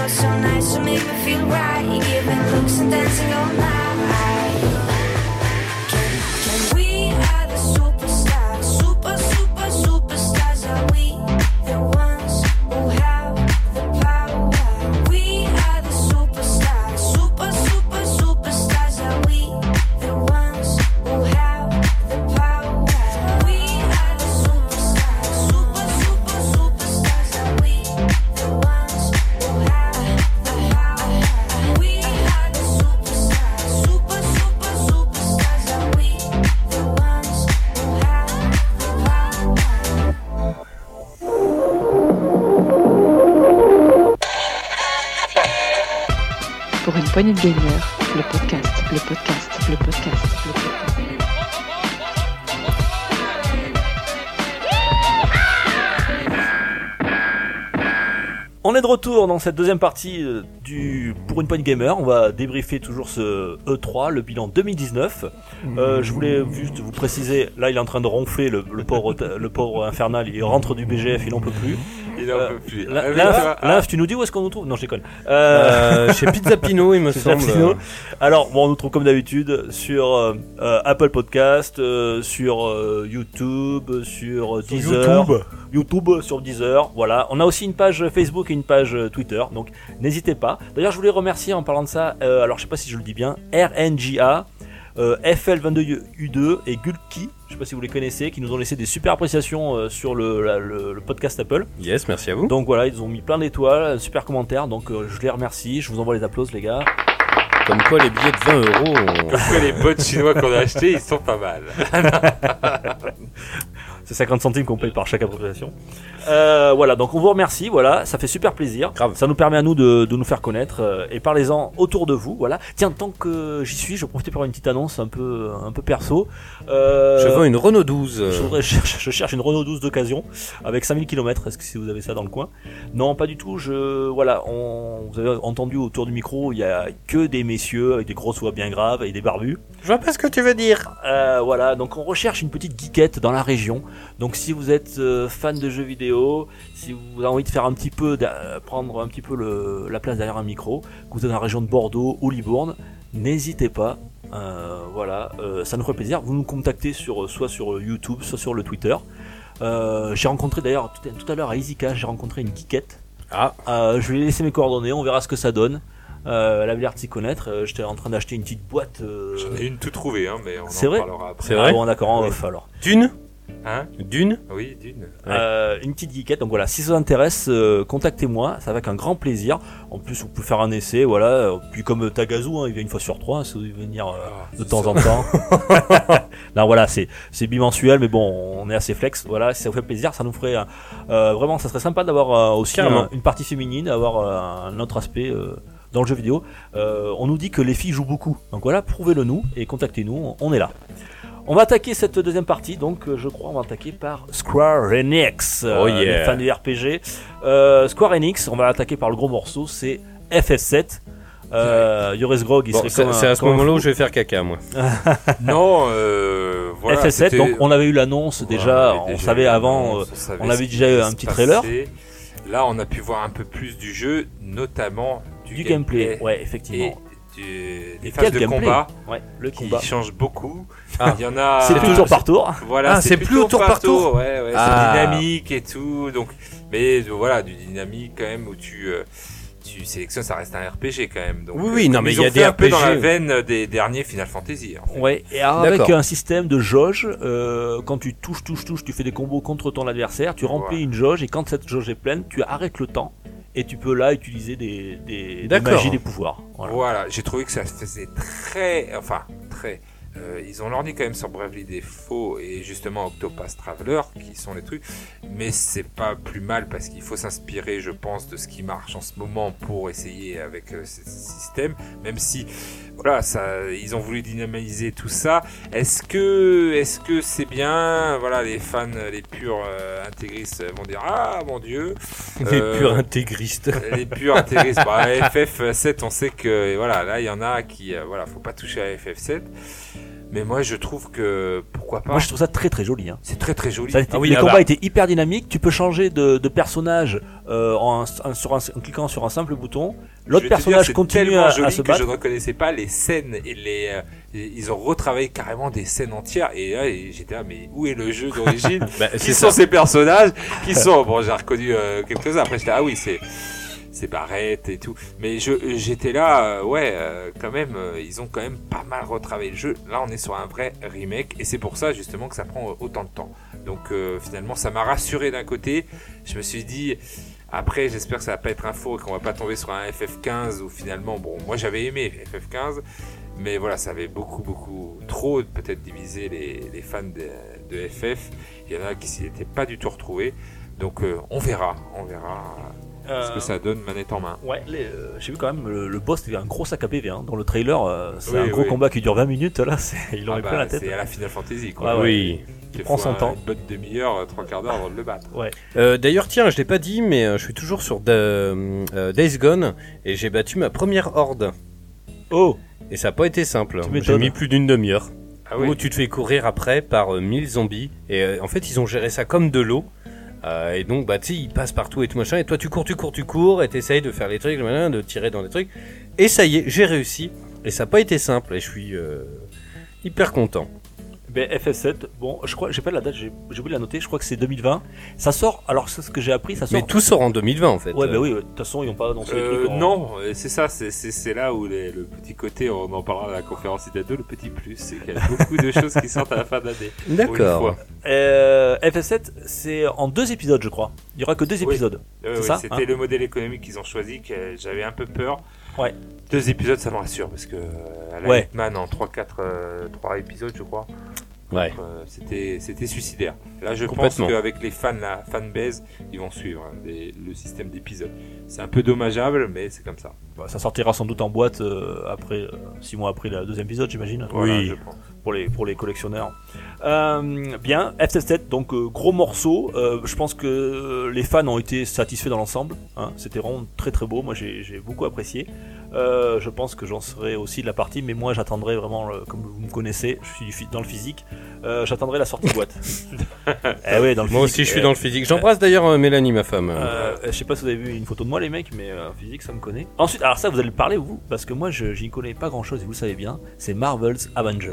feel right. You're giving looks and dancing all night. Can we are the superstars, super, super, superstars. Are we the ones who have the power? We are the superstars, super, super, superstars. Are we the ones who have the power? We are the superstars, super, super, superstars. Are we the ones who have Oh, the power? We are the superstars, super, super, superstars. Are we the ones who have Oh, the power? Pour une poignée de gamers, le podcast, le podcast, le podcast, le podcast. On est de retour dans cette deuxième partie euh, du Pour une pointe gamer. On va débriefer toujours ce E3, le bilan 2019. Euh, je voulais juste vous préciser, là il est en train de ronfler le, le pauvre, le pauvre infernal, il rentre du BGF, il n'en peut plus. Il Euh, en peut plus. Là, Ah, mais là, toi, là, tu nous dis où est-ce qu'on nous trouve Non, je déconne. Euh, Euh, chez Pizza Pino, il me Pizza semble. Pino. Alors, bon, on nous trouve comme d'habitude sur euh, euh, Apple Podcast, euh, sur euh, YouTube, sur euh, Deezer, YouTube. YouTube, sur Deezer. Voilà, on a aussi une page Facebook et une page euh, Twitter, donc n'hésitez pas. D'ailleurs, je voulais remercier en parlant de ça. euh, alors, je sais pas si je le dis bien, RNGA. euh, FL22U2 et Gulki, je sais pas si vous les connaissez, qui nous ont laissé des super appréciations euh, sur le- la- le- le podcast Apple. Yes, merci à vous. Donc voilà, ils ont mis plein d'étoiles, un super commentaire, donc euh, je les remercie, je vous envoie les applauses les gars. Comme quoi, les billets de 20 euros. on- Après les bots chinois qu'on a achetés, ils sont pas mal. C'est 50 centimes qu'on paye par chaque appropriation. Euh, voilà, donc on vous remercie, voilà, ça fait super plaisir. Grave. Ça nous permet à nous de, de nous faire connaître euh, et parlez-en autour de vous, voilà. Tiens, tant que j'y suis, je profite pour une petite annonce un peu, un peu perso. Euh, Je vends une Renault 12. Je, euh, voudrais- je cherche, je cherche une Renault 12 d'occasion avec 5000 km. Est-ce que si vous avez ça dans le coin Non, pas du tout. Je voilà, on, vous avez entendu autour du micro, il y a que des messieurs avec des grosses voix bien graves et des barbus. Je vois pas ce que tu veux dire. Euh, voilà, donc on recherche une petite geekette dans la région. Donc si vous êtes euh, fan de jeux vidéo, si vous avez envie de faire un petit peu, d'a- euh, prendre un petit peu le- la place derrière un micro, que vous êtes dans la région de Bordeaux ou Libourne, n'hésitez pas. Euh, voilà, euh, ça nous ferait plaisir. Vous nous contactez sur, euh, soit sur YouTube, soit sur le Twitter. Euh, j'ai rencontré d'ailleurs tout, à- tout à l'heure à Izika, j'ai rencontré une geekette. Ah. Euh, je lui ai laissé mes coordonnées, on verra ce que ça donne. Euh, elle avait l'air de s'y connaître. Euh, J'étais en train d'acheter une petite boîte. euh, J'en ai une tout trouvée, hein, mais on C'est en vrai parlera après. C'est vrai ah bon, d'accord, en off alors. Dune Hein Dune Oui, d'une. Ouais. Euh, une petite geekette, donc voilà, si ça vous intéresse, euh, contactez-moi, c'est avec un grand plaisir. En plus, vous pouvez faire un essai, voilà. Euh, Puis comme Tagazu, hein, il vient une fois sur trois, hein, si vous voulez venir euh, Ah, de c'est temps ça. en temps. Là, voilà, c'est c'est bimensuel, mais bon, on est assez flex. Voilà, si ça vous fait plaisir, ça nous ferait euh, euh, vraiment, ça serait sympa d'avoir euh, aussi Carrément. un- une partie féminine, d'avoir euh, un autre aspect. euh, dans le jeu vidéo, Euh, on nous dit que les filles jouent beaucoup. Donc voilà, prouvez-le nous et contactez-nous, on est là. On va attaquer cette deuxième partie, donc euh, je crois on va attaquer par Square Enix, euh, Oh yeah. les fans du RPG. Euh, Square Enix, on va attaquer par le gros morceau, c'est FF7. Euh, Yoris Grog, il Bon, serait C'est comme un- c'est à ce comme un moment-là fou. où je vais faire caca, moi. Non, euh, voilà. FF7, c'était- donc on avait eu l'annonce Voilà, déjà, avait on déjà eu savait avant, euh, l'annonce, savait on avait ce qui déjà eu allait un se petit trailer. passer. Là, on a pu voir un peu plus du jeu, notamment du, du gameplay, ouais, effectivement. et du- des Et phases quel de gameplay combat Ouais, le qui combat. changent beaucoup. Ah. Il y en a. C'est plus tour par tour. Voilà, Ah, c'est plus au tour par tour. Ouais, ouais, Ah. c'est dynamique et tout. Donc, mais euh, voilà, du dynamique quand même où tu euh, tu sélectionnes, ça reste un RPG quand même. Donc, Oui, oui, euh, non, comme mais il ils y ont a fait des un peu dans la RPG. veine des derniers Final Fantasy. hein. en fait. Ouais, et avec D'accord. un système de jauge, euh, quand tu touches, touches, touches, tu fais des combos contre ton adversaire, tu remplis Ouais. une jauge, et quand cette jauge est pleine, tu arrêtes le temps, et tu peux là utiliser des, des, des D'accord. magies, des pouvoirs. Voilà, Voilà. j'ai trouvé que ça faisait très, enfin très. euh, ils ont lorgné quand même sur Bravely Default et justement Octopath Traveler qui sont les trucs, mais c'est pas plus mal parce qu'il faut s'inspirer, je pense, de ce qui marche en ce moment pour essayer avec euh, ce système. Même si, voilà, ça, ils ont voulu dynamiser tout ça. Est-ce que, est-ce que c'est bien Voilà, les fans, les purs euh, intégristes vont dire ah mon dieu. Les Euh, purs intégristes. les purs intéressent. Bah, FF7, on sait que et voilà, là il y en a qui, euh, voilà, faut pas toucher à FF7. Mais moi, je trouve que pourquoi pas. Moi, je trouve ça très très joli. Hein. C'est très très joli. Ça a été- Ah oui, les ah combats bah. étaient hyper dynamiques. Tu peux changer de, de personnage euh, en, en- sur un- en cliquant sur un simple bouton. L'autre Je vais te dire, personnage c'est continue tellement à, à joli se que battre. je ne reconnaissais pas les scènes et les. euh, ils ont retravaillé carrément des scènes entières et là et j'étais là mais où est le jeu d'origine Bah, Qui c'est sont ça. ces personnages Qui sont Bon j'ai reconnu euh, quelques-uns après j'étais ah oui c'est c'est Barrett et tout mais je j'étais là euh, ouais euh, quand même euh, ils ont quand même pas mal retravaillé le jeu là on est sur un vrai remake et c'est pour ça justement que ça prend euh, autant de temps donc euh, finalement ça m'a rassuré d'un côté je me suis dit après, j'espère que ça va pas être un faux et qu'on va pas tomber sur un FF15 où finalement, bon, moi j'avais aimé FF15, mais voilà, ça avait beaucoup, beaucoup trop peut-être divisé les, les fans de, de FF. Il y en a qui s'y étaient pas du tout retrouvés. Donc euh, on verra, on verra ce Euh, que ça donne manette en main. Ouais, les- euh, j'ai vu quand même le, le boss c'était un gros sac à PV hein. dans le trailer. euh, c'est Oui, un gros oui. combat qui dure 20 minutes là. c'est- Il en Ah est bah, plein la tête. c'est à la Final Fantasy quoi. Ah ouais. Oui. Il prend faut son un- temps. Une bonne demi-heure, euh, trois quarts d'heure avant de le battre. Euh, D'ailleurs, tiens, je l'ai pas dit, mais euh, je suis toujours sur Da- euh, Days Gone et j'ai battu ma première horde. Oh, Et ça n'a pas été simple. Tu m'étonnes. J'ai mis plus d'une demi-heure. Ah oui. Où tu te fais courir après par euh, 1000 zombies. Et euh, en fait, ils ont géré ça comme de l'eau. Euh, et donc, bah, tu sais, ils passent partout et tout machin. Et toi, tu cours, tu cours, tu cours. Et t'essayes de faire les trucs, machin, de tirer dans les trucs. Et ça y est, j'ai réussi. Et ça n'a pas été simple. Et je suis euh, hyper content. ben FF7. Bon, je crois, j'ai pas la date, j'ai j'ai oublié de la noter. Je crois que c'est 2020. Ça sort. Alors c'est ce que j'ai appris, ça sort. Mais tout sort en 2020 en fait. Ouais, bah oui. ouais, De toute façon, ils ont pas annoncé les Euh, trucs en- Non, euh, c'est ça, c'est- c'est c'est là où les- le petit côté, on en parlera à la conférence Citadel, le petit plus, c'est qu'il y a beaucoup de choses qui sortent à la fin de l'année. Pour une D'accord. fois. Euh, FF7, c'est en deux épisodes, je crois. Il y aura que deux Oui. épisodes. Euh, C'est oui, ça, C'était hein le modèle économique qu'ils ont choisi, que j'avais un peu peur. Ouais. Deux épisodes, ça me rassure, parce que euh, à la Ouais. Hitman, en 3-4 euh, trois épisodes, je crois, Ouais. euh, c'était c'était suicidaire. Là, je pense Complètement. qu'avec les fans, la fanbase, ils vont suivre hein, les- le système d'épisodes. C'est un peu dommageable, mais c'est comme ça. Bah, ça sortira sans doute en boîte euh, après euh, six mois après le deuxième épisode, j'imagine. Voilà, Oui. je pense. pour les, pour les collectionneurs. Euh, bien, FF7, donc euh, gros morceau. Euh, je pense que euh, les fans ont été satisfaits dans l'ensemble. hein. C'était vraiment très très beau. Moi j'ai j'ai beaucoup apprécié. Euh, je pense que j'en serai aussi de la partie, mais moi j'attendrai vraiment, euh, comme vous me connaissez, je suis du phy- dans le physique, euh, j'attendrai la sortie boîte. eh ouais, dans le Moi physique, aussi, je suis eh. dans le physique. J'embrasse d'ailleurs euh, Mélanie, ma femme. Euh, je sais pas si vous avez vu une photo de moi les mecs, mais euh, physique ça me connaît. Ensuite, alors ça vous allez le parler vous, parce que moi je- j'y connais pas grand chose et vous le savez bien, c'est Marvel's Avenger.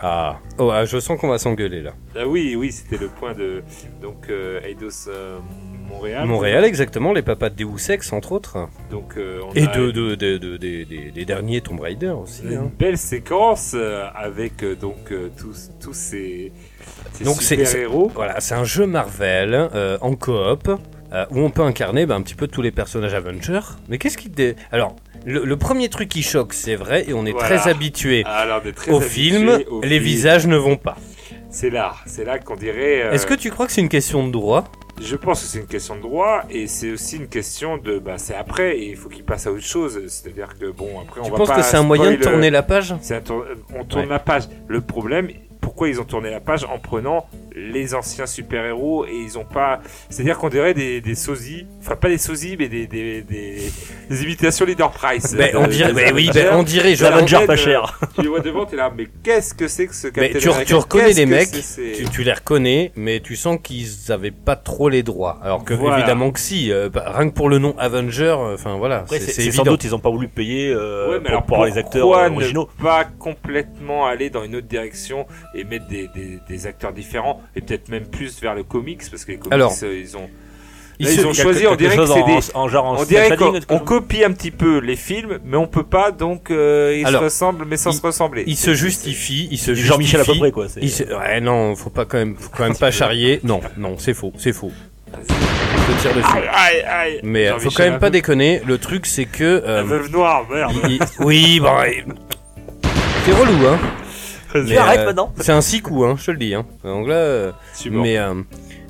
Ah. Oh, ah, je sens qu'on va s'engueuler là. Ah oui, oui, c'était le point de donc euh, Eidos euh, Montréal. Montréal, exactement, les papas de Deus Ex, entre autres. Donc euh, on Et a de, de, de- de- des- des- des derniers Tomb Raider aussi. une hein. belle séquence euh, avec euh, donc euh, tous tous ces, ces Donc, c'est- super héros. Voilà, c'est un jeu Marvel euh, en coop euh, où on peut incarner bah, un petit peu tous les personnages Avenger. Mais qu'est-ce qui te dé- Alors, le, le premier truc qui choque, c'est vrai, et on est Voilà. très habitué. Alors on est très Au habitué film, au les film. visages ne vont pas. C'est là, c'est là qu'on dirait. euh, Est-ce que tu crois que c'est une question de droit Je pense que c'est une question de droit et c'est aussi une question de bah c'est après et il faut qu'il passe à autre chose. C'est-à-dire que bon après on Tu va penses pas que c'est un moyen de spoil, euh, tourner la page C'est un tour- On tourne Ouais. la page. Le problème, pourquoi ils ont tourné la page en prenant les anciens super-héros et ils ont pas. C'est-à-dire qu'on dirait des, des sosies, enfin pas des sosies, mais des, des, des, des imitations Leader Price. Ben, on Euh, dirait, des ben oui, Avengers. ben, on dirait. je- Ça va Avenger Avengers, pas euh, cher. Tu les vois devant, t'es là, mais qu'est-ce que c'est que ce Mais Captain tu, America tu reconnais Qu'est-ce les que mecs, c'est- c'est- tu, tu les reconnais, mais tu sens qu'ils avaient pas trop les droits. Alors que Voilà. évidemment que si, euh, bah, rien que pour le nom Avenger, euh, enfin voilà, Après, c'est c'est c'est c'est sans évident. doute ils ont pas voulu payer euh, Ouais, mais pour, alors pour avoir les acteurs pourquoi euh, originaux. ne pas complètement aller dans une autre direction et mettre des, des, des acteurs différents et peut-être même plus vers le comics parce que les comics Alors, euh, ils ont Ils Là, se- ils ont Il y a choisi, que- on dirait quelque que c'est chose des- en- en genre en On dirait qu'on standing, on quelque chose. copie un petit peu les films, mais on peut pas, donc euh, ils Alors, se ressemblent, mais sans il- se ressembler. Ils se justifient, ils se Du Jean-Michel à peu justifient. près quoi. c'est- Ils se- Ouais, non, faut pas quand même, faut quand même pas charrier. Non, non, c'est faux, c'est faux. Je te tire dessus. Aïe, aïe, aïe. Mais euh, faut Jean-Michel quand même pas Abbé. déconner. Le truc, c'est que. La euh, veuve noire, merde. il- il- Oui, bon. C'est relou, hein. Tu Mais, arrêtes euh, maintenant. C'est un six coup, hein, je te le dis. Hein. Donc là. euh, Super. Mais, euh,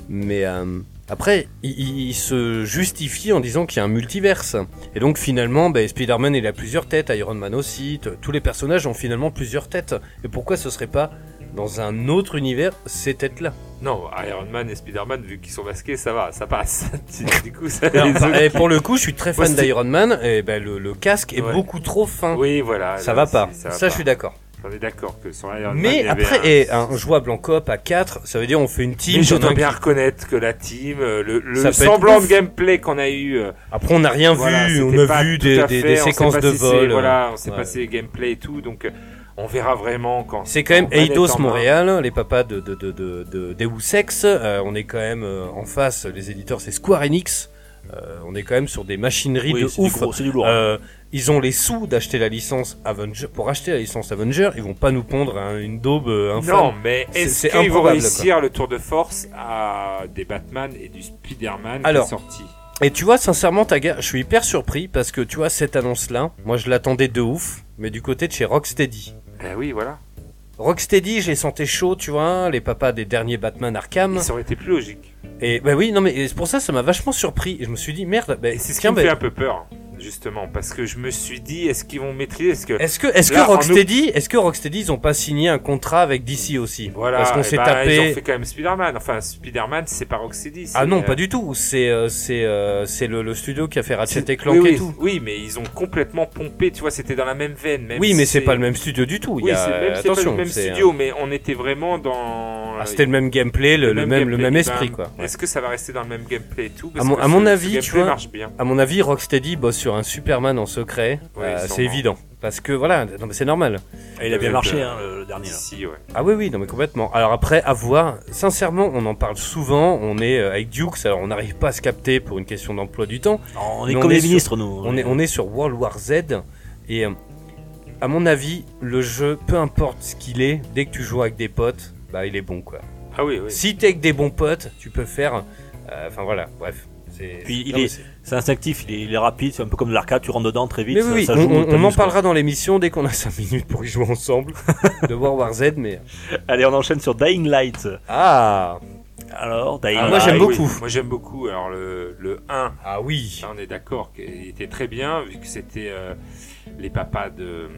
mais euh, après, il- il, il se justifie en disant qu'il y a un multiverse. Et donc finalement, bah, Spider-Man il a plusieurs têtes, Iron Man aussi, t- tous les personnages ont finalement plusieurs têtes. Et pourquoi ce serait pas dans un autre univers ces têtes-là Non, Iron Man et Spider-Man, vu qu'ils sont masqués, ça va, ça passe. du coup, ça Alors, les bah, autres et qui- Pour le coup, je suis très fan Moi, c'est- d'Iron Man, et ben le, le casque est Ouais. beaucoup trop fin. Oui, voilà. Ça là, va pas. c'est- Ça, va je suis pas. d'accord. On est d'accord que sans Iron Man, il Mais y avait après, un- et un jouable en coop à 4, ça veut dire on fait une team. Mais il y en a j'aimerais un bien qui- reconnaître que la team, euh, le, le Ça peut être semblant ouf. de gameplay qu'on a eu, euh, Après, on n'a rien voilà, vu, c'était on a pas vu tout des, à des- fait, des on sait séquences pas de si c'est- vol. euh, Voilà, on s'est ouais. passé gameplay et tout, donc euh, on verra vraiment quand. C'est quand même quand on hein. va Eidos l'être en main. Montréal, les papas de, de, de, de, de Deus Ex. euh, on est quand même euh, en face, les éditeurs, c'est Square Enix. Euh, on est quand même sur des machineries Oui, de c'est du ouf. gros, c'est du lourd. Euh, ils ont les sous d'acheter la licence Avenger. Pour acheter la licence Avenger, ils vont pas nous pondre un- une daube euh, infâme. Non, mais C'est- est-ce c'est qu'ils vont improbable, réussir le tour de force à des Batman et du Spider-Man qui Alors. est sorti Et tu vois, sincèrement, Taga, je suis hyper surpris parce que tu vois, cette annonce-là, moi je l'attendais de ouf, mais du côté de chez Rocksteady. Ben oui, voilà. Rocksteady, je les sentais chauds, tu vois, les papas des derniers Batman Arkham. Mais ça aurait été plus logique. Et bah oui, non mais c'est pour ça, ça m'a vachement surpris. Et je me suis dit, merde, bah, Et c'est ce qui tiens, me bah, fait un peu peur, justement, parce que je me suis dit, est-ce qu'ils vont maîtriser Est-ce que est-ce que, est-ce que Là, en Rocksteady, est-ce que Rocksteady, ils ont pas signé un contrat avec DC aussi voilà, Parce qu'on eh s'est ben, ils tapé. ont fait quand même Spider-Man. Enfin, Spider-Man, c'est pas Rocksteady. Ah non, pas du du tout. C'est, euh, c'est, euh, c'est le, le studio qui a fait Ratchet et Oui, Clank oui, et Ah, tout. Oui, mais ils ont complètement pompé, tu vois, c'était dans la même veine. Même Oui, mais si c'est pas le même studio du tout. Il Oui, y a- c'est le même, c'est pas Attention, le même c'est, euh, studio, mais on était vraiment dans. ah, c'était le même gameplay, le, le même, le gameplay. même Eh esprit ben, quoi. Ouais. Est-ce que ça va rester dans le même gameplay et tout À mon- que à mon ce- ce avis, tu gameplay vois- marche bien. À mon avis, Rocksteady bosse sur un Superman en secret. Oui, Euh, c'est sûrement. évident. Parce que voilà, non, mais c'est normal. Et il a bien euh, marché, euh, hein, le, le dernier. là. Si, ouais. Ah oui, oui, non mais complètement. Alors après, à voir. Sincèrement, on en parle souvent. On est euh, avec Dukes, alors on n'arrive pas à se capter pour une question d'emploi du temps. On est Mais on comme est les sur- ministres, nous. On est, on est sur World War Z. Et euh, à mon avis, le jeu, peu importe ce qu'il est, dès que tu joues avec des potes, bah il est bon quoi. Ah oui, oui. Si t'es avec des bons potes, tu peux faire. euh, Enfin voilà, bref. C'est- Puis il Non, mais est- c'est- C'est instinctif, il est, il est rapide, c'est un peu comme de l'arcade, tu rentres dedans très vite. Mais ça- oui, oui, ça on, joue, on- on en t'amuses, quoi. parlera dans l'émission dès qu'on a 5 minutes pour y jouer ensemble. de World War Z, mais. Allez, on enchaîne sur Dying Light. Ah Alors, Dying Ah, moi, Light. j'aime oui. beaucoup. Moi j'aime beaucoup. Alors le, le 1, Ah oui ça, on est d'accord qu'il était très bien vu que c'était euh, les papas de,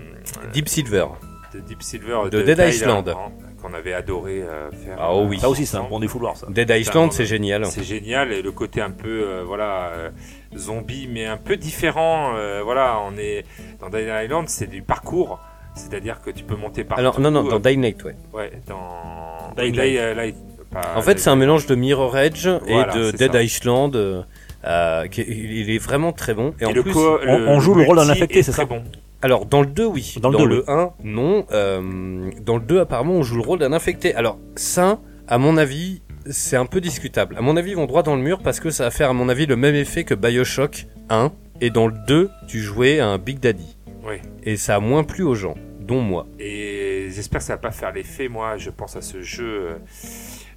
Deep Silver. de Deep Silver, De Dead Tyler, Island. hein, qu'on avait adoré euh, faire. Ah, oh oui. Ça aussi, c'est un bon défouloir, ça. Dead Island, c'est génial. C'est génial et le côté un peu euh, voilà euh, zombie mais un peu différent euh, voilà on est dans Dying Island c'est du parcours c'est-à-dire que tu peux monter partout Alors, non, non, dans euh, Dying Light, ouais. ouais dans Dying Dying euh, Light. Light, pas- En fait, c'est un mélange de Mirror Edge Voilà, et de c'est Dead ça. Island. euh, euh, qui est- il est vraiment très bon. Et, et en le plus, co- on- on joue le rôle d'un multi infecté, est c'est très ça bon. alors dans le 2, oui. Dans le deux, le 1, non. Euh, dans le 2, apparemment, on joue le rôle d'un infecté. Alors, ça, à mon avis, c'est un peu discutable. À mon avis, ils vont droit dans le mur parce que ça va faire, à mon avis, le même effet que Bioshock 1. Et dans le 2, tu jouais un Big Daddy. Ouais. Et ça a moins plu aux gens, dont moi. et j'espère que ça va pas faire l'effet moi je pense à ce jeu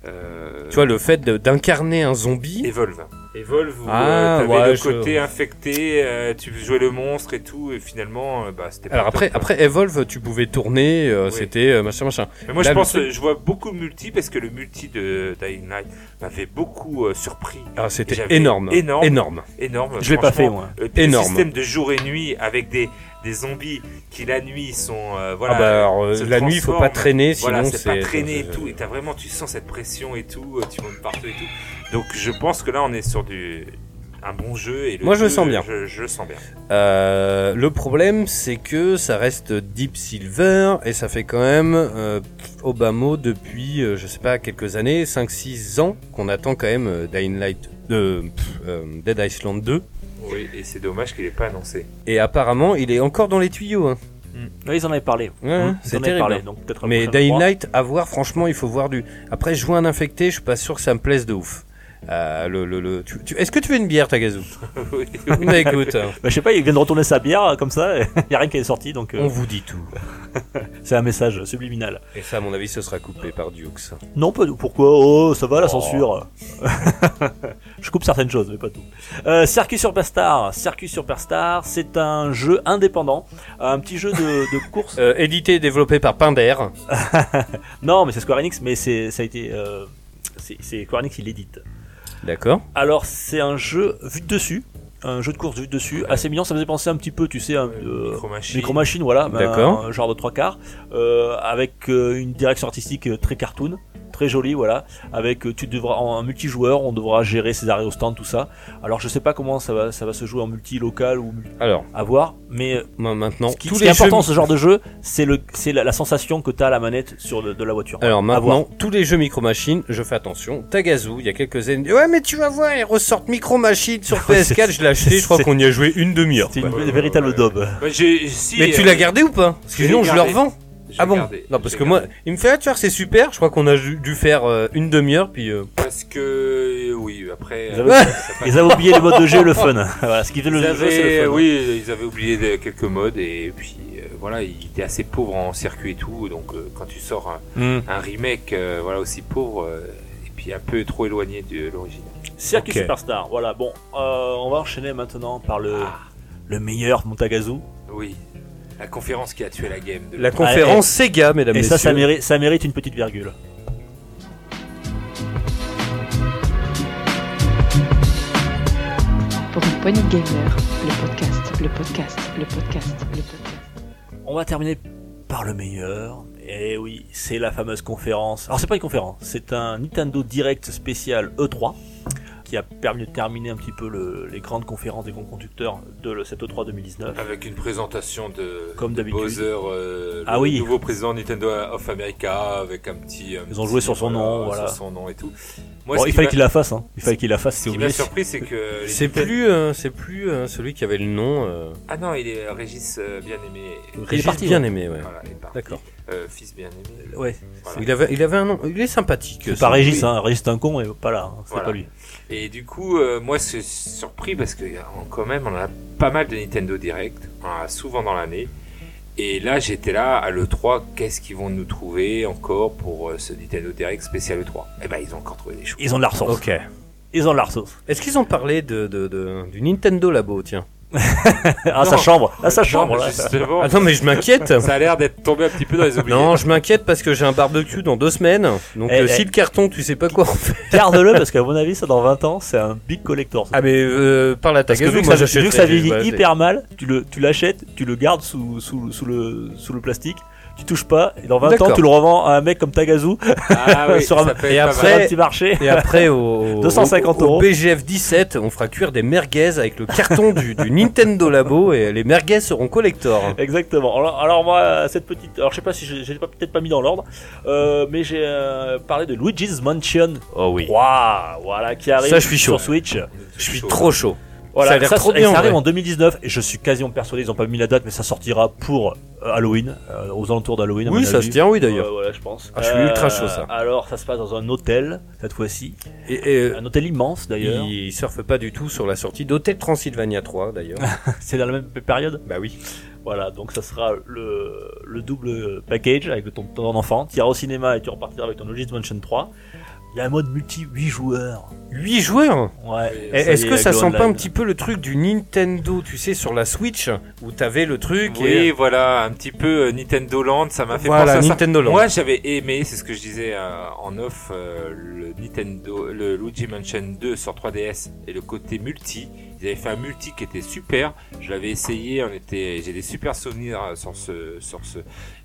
euh, Tu vois, le fait de- d'incarner un zombie. Evolve. Evolve, où Ah, euh, t'avais ouais, le je- côté infecté, euh, tu jouais le monstre et tout, et finalement, euh, bah, c'était pas Alors top, après, quoi. après Evolve, tu pouvais tourner, euh, Oui. c'était euh, machin, machin. Mais moi, Là, je pense, le euh, je vois beaucoup de multi parce que le multi de Dying Light m'avait beaucoup euh, surpris. Alors Et Ah, c'était j'avais énorme, énorme, énorme. Énorme. Je l'ai pas fait, franchement. moi. Euh, Énorme. Le système de jour et nuit avec des, des zombies qui la nuit sont. euh, voilà, ah bah alors, euh, se la nuit, il faut pas transforment. traîner, sinon Voilà, c'est c'est. euh, pas traîné et tout. Et t'as vraiment, tu sens cette pression et tout, euh, tu montes partout et tout. Donc je pense que là, on est sur du. Un bon jeu et le Moi, je jeu, le sens bien. Je, je le sens bien. Euh, le problème, c'est que ça reste Deep Silver et ça fait quand même euh, Obama depuis, euh, je sais pas, quelques années, 5-6 ans qu'on attend quand même euh, Dying Light, euh, pff, euh, Dead Island 2. Oui, et c'est dommage qu'il ait pas annoncé. Et apparemment, il est encore dans les tuyaux. Hein. Ouais, ils en avaient parlé. Ouais, ouais, Mmh, ils c'est en avaient terrible. parlé, donc peut-être la Mais prochaine Dying fois. Light, à voir, franchement, il faut voir du. Après, jouer un infecté, je suis pas sûr que ça me plaise de ouf. Euh, le, le, le- tu- tu- Est-ce que tu veux une bière, Tagazu Oui. Bah écoute, Bah, je sais pas, il vient de retourner sa bière euh, comme ça, il y a rien qui est sorti, donc euh, on vous dit tout. c'est un message subliminal. Et ça, à mon avis, ce sera coupé par Dukes. Non, pas tout. Pourquoi Oh, ça va la Oh. censure. je coupe certaines choses, mais pas tout. Euh, Circuit Superstar. Circuit Superstar, c'est un jeu indépendant, un petit jeu de, de course. Euh, édité et développé par Pinder. Non, mais c'est Square Enix, mais c'est ça a été. euh, c'est c'est Square Enix, il l'édite. D'accord. Alors c'est un jeu vu de dessus, un jeu de course vu de dessus, assez mignon, ça me faisait penser un petit peu, tu sais, un, euh, Micro-machine. Micro Machine, voilà, ben, D'accord. un genre de trois quarts, euh, avec euh, une direction artistique euh, très cartoon, très joli, voilà. Avec euh, tu devras en, en multijoueur, on devra gérer ses arrêts au stand, tout ça. Alors je sais pas comment ça va, ça va se jouer en multi local ou multi- Alors, à voir, mais euh, ma- maintenant, ce qui, tous ce qui les est important dans jeux... ce genre de jeu, c'est le, c'est la, la sensation que t'as à la manette sur le- de la voiture. Alors À voir. maintenant, tous les jeux Micro Machines, je fais attention. Tagazu, il y a quelques années, il dit, ouais mais tu vas voir, ils ressortent Micro Machines sur Ouais, c'est- PS4, je l'ai acheté, je crois c'est- qu'on y a joué une demi-heure. c'est une quoi. ouais, véritable ouais. daube. Ouais, j'ai- si, Mais tu euh, l'as gardé ou pas Parce je que l'ai sinon je le gardé. revends. je Ah l'ai bon gardé, Non je parce l'ai que moi, il me fait ah, tu vois c'est super. Je crois qu'on a dû dû faire euh, une demi-heure puis. euh, Parce que euh, oui, après. Ils avaient- Ils avaient oublié le mode de jeu et le fun. voilà, ce qui fait le Ils jeu, c'est avaient, le fun. hein. oui, ils avaient oublié des- quelques modes et puis euh, voilà, ils étaient assez pauvres en circuit et tout. Donc euh, quand tu sors un, Hmm. un remake, euh, voilà aussi pauvre euh, et puis un peu trop éloigné de l'origine. Circuit Ok. Superstar, voilà. Bon, euh, on va enchaîner maintenant par le, Ah. le meilleur Montagazu. Oui, la conférence qui a tué la game. De... La conférence Sega, mesdames Et ça, ça messieurs. mérite, ça mérite une petite virgule. Pour une poignée de gamers, le podcast, le podcast, le podcast, le podcast. On va terminer par le meilleur. Et oui, c'est la fameuse conférence. Alors, c'est pas une conférence, c'est un Nintendo Direct spécial E3 qui a permis de terminer un petit peu le- les grandes conférences des grands conducteurs de le- cette E E3 2019. Avec une présentation de, Comme de d'habitude. Bowser, euh, Ah le oui. nouveau président Nintendo of America, avec un petit. un Ils ont petit- joué sur son nom, voilà. Sur son nom et tout. Moi, Bon, ce il qui fallait m'a- qu'il la fasse, hein. Il fallait qu'il la fasse, ce c'est qui m'a obligé. surpris, c'est que. les C'est Nintendo- plus euh, c'est plus euh, celui qui avait le nom. euh, Ah non, il est euh, Régis euh, bien-aimé. Il est Régis parti, bien aimé, ouais. Voilà, il est parti. D'accord. Euh, fils bien-aimé. Ouais. Voilà. Il avait il avait un nom. Il est sympathique. C'est ça. pas Régis, hein. Régis, c'est un con, et pas là. hein. C'est Voilà. pas lui. Et du coup, euh, moi, c'est surpris parce que euh, quand même, on a pas mal de Nintendo Direct, on en a souvent dans l'année. Et là, j'étais là à l'E3, qu'est-ce qu'ils vont nous trouver encore pour euh, ce Nintendo Direct spécial E3 Eh ben, ils ont encore trouvé des choses. Ils ont de la ressource. Ok. Ils ont de la ressource. Est-ce qu'ils ont parlé de, de- de- du Nintendo Labo tiens Ah, sa Non. chambre. Ah, sa Non, chambre, mais là. justement, Ah non mais je m'inquiète. ça a l'air d'être tombé un petit peu dans les oubliettes. Non, je m'inquiète parce que j'ai un barbecue dans deux semaines. Donc Eh, euh, eh. si le carton, tu sais pas quoi en faire. Garde-le parce qu'à mon avis, ça dans 20 ans, c'est un big collector. ça. Ah mais euh, parle à ta Parce que vu que, moi ça, j'achète. vu que ça vieillit hyper mal, tu le, tu l'achètes, tu le gardes sous, sous, sous le, sous le plastique, tu touches pas, et dans 20 ans, D'accord. tu le revends à un mec comme Tagazu, Ah oui, Sur un- ça peut et être pas sur après- mal. un petit marché. Et après au 250 au- au euros. BGF 17, on fera cuire des merguez avec le carton du, du Nintendo Labo et les merguez seront collector. Exactement. Alors, alors moi, cette petite, alors je sais pas si je, je l'ai pas peut-être pas mis dans l'ordre, euh, mais j'ai euh, parlé de Luigi's Mansion Oh oui. 3, voilà, qui arrive Ça, je suis chaud. sur Switch. Je suis trop chaud. Voilà, Ça a l'air trop et bien, Ça en arrive vrai. en 2019 et je suis quasiment persuadé, ils ont pas mis la date, mais ça sortira pour euh, Halloween, euh, aux alentours d'Halloween. à Oui, mon avis. ça Euh, se tient oui d'ailleurs. Ouais, voilà, je pense. Ah, je suis ultra chaud, ça. Alors, ça se passe dans un hôtel, cette fois-ci. Et, et, euh, Un hôtel immense, d'ailleurs. il, il surfe pas du tout sur la sortie d'Hôtel Transylvania 3 d'ailleurs. C'est dans la même période. bah oui. Voilà, donc ça sera le, le double package avec ton, ton enfant. Tu iras au cinéma et tu repartiras avec ton Luigi's Mansion 3. Il y a un mode multi 8 joueurs. 8 joueurs. Ouais. Eh, Ça Est-ce y que est, ça le sent pas un online. petit peu le truc du Nintendo, tu sais, sur la Switch, où t'avais le truc Oui, et... voilà, un petit peu euh, Nintendo Land, ça m'a fait Voilà, penser à ça. Nintendo Land. Moi, j'avais aimé, c'est ce que je disais euh, en off, euh, le Nintendo, le Luigi Mansion 2 sur 3DS et le côté multi. Ils avaient fait un multi qui était super. Je l'avais essayé, on était, j'ai des super souvenirs euh, sur ce, sur ce,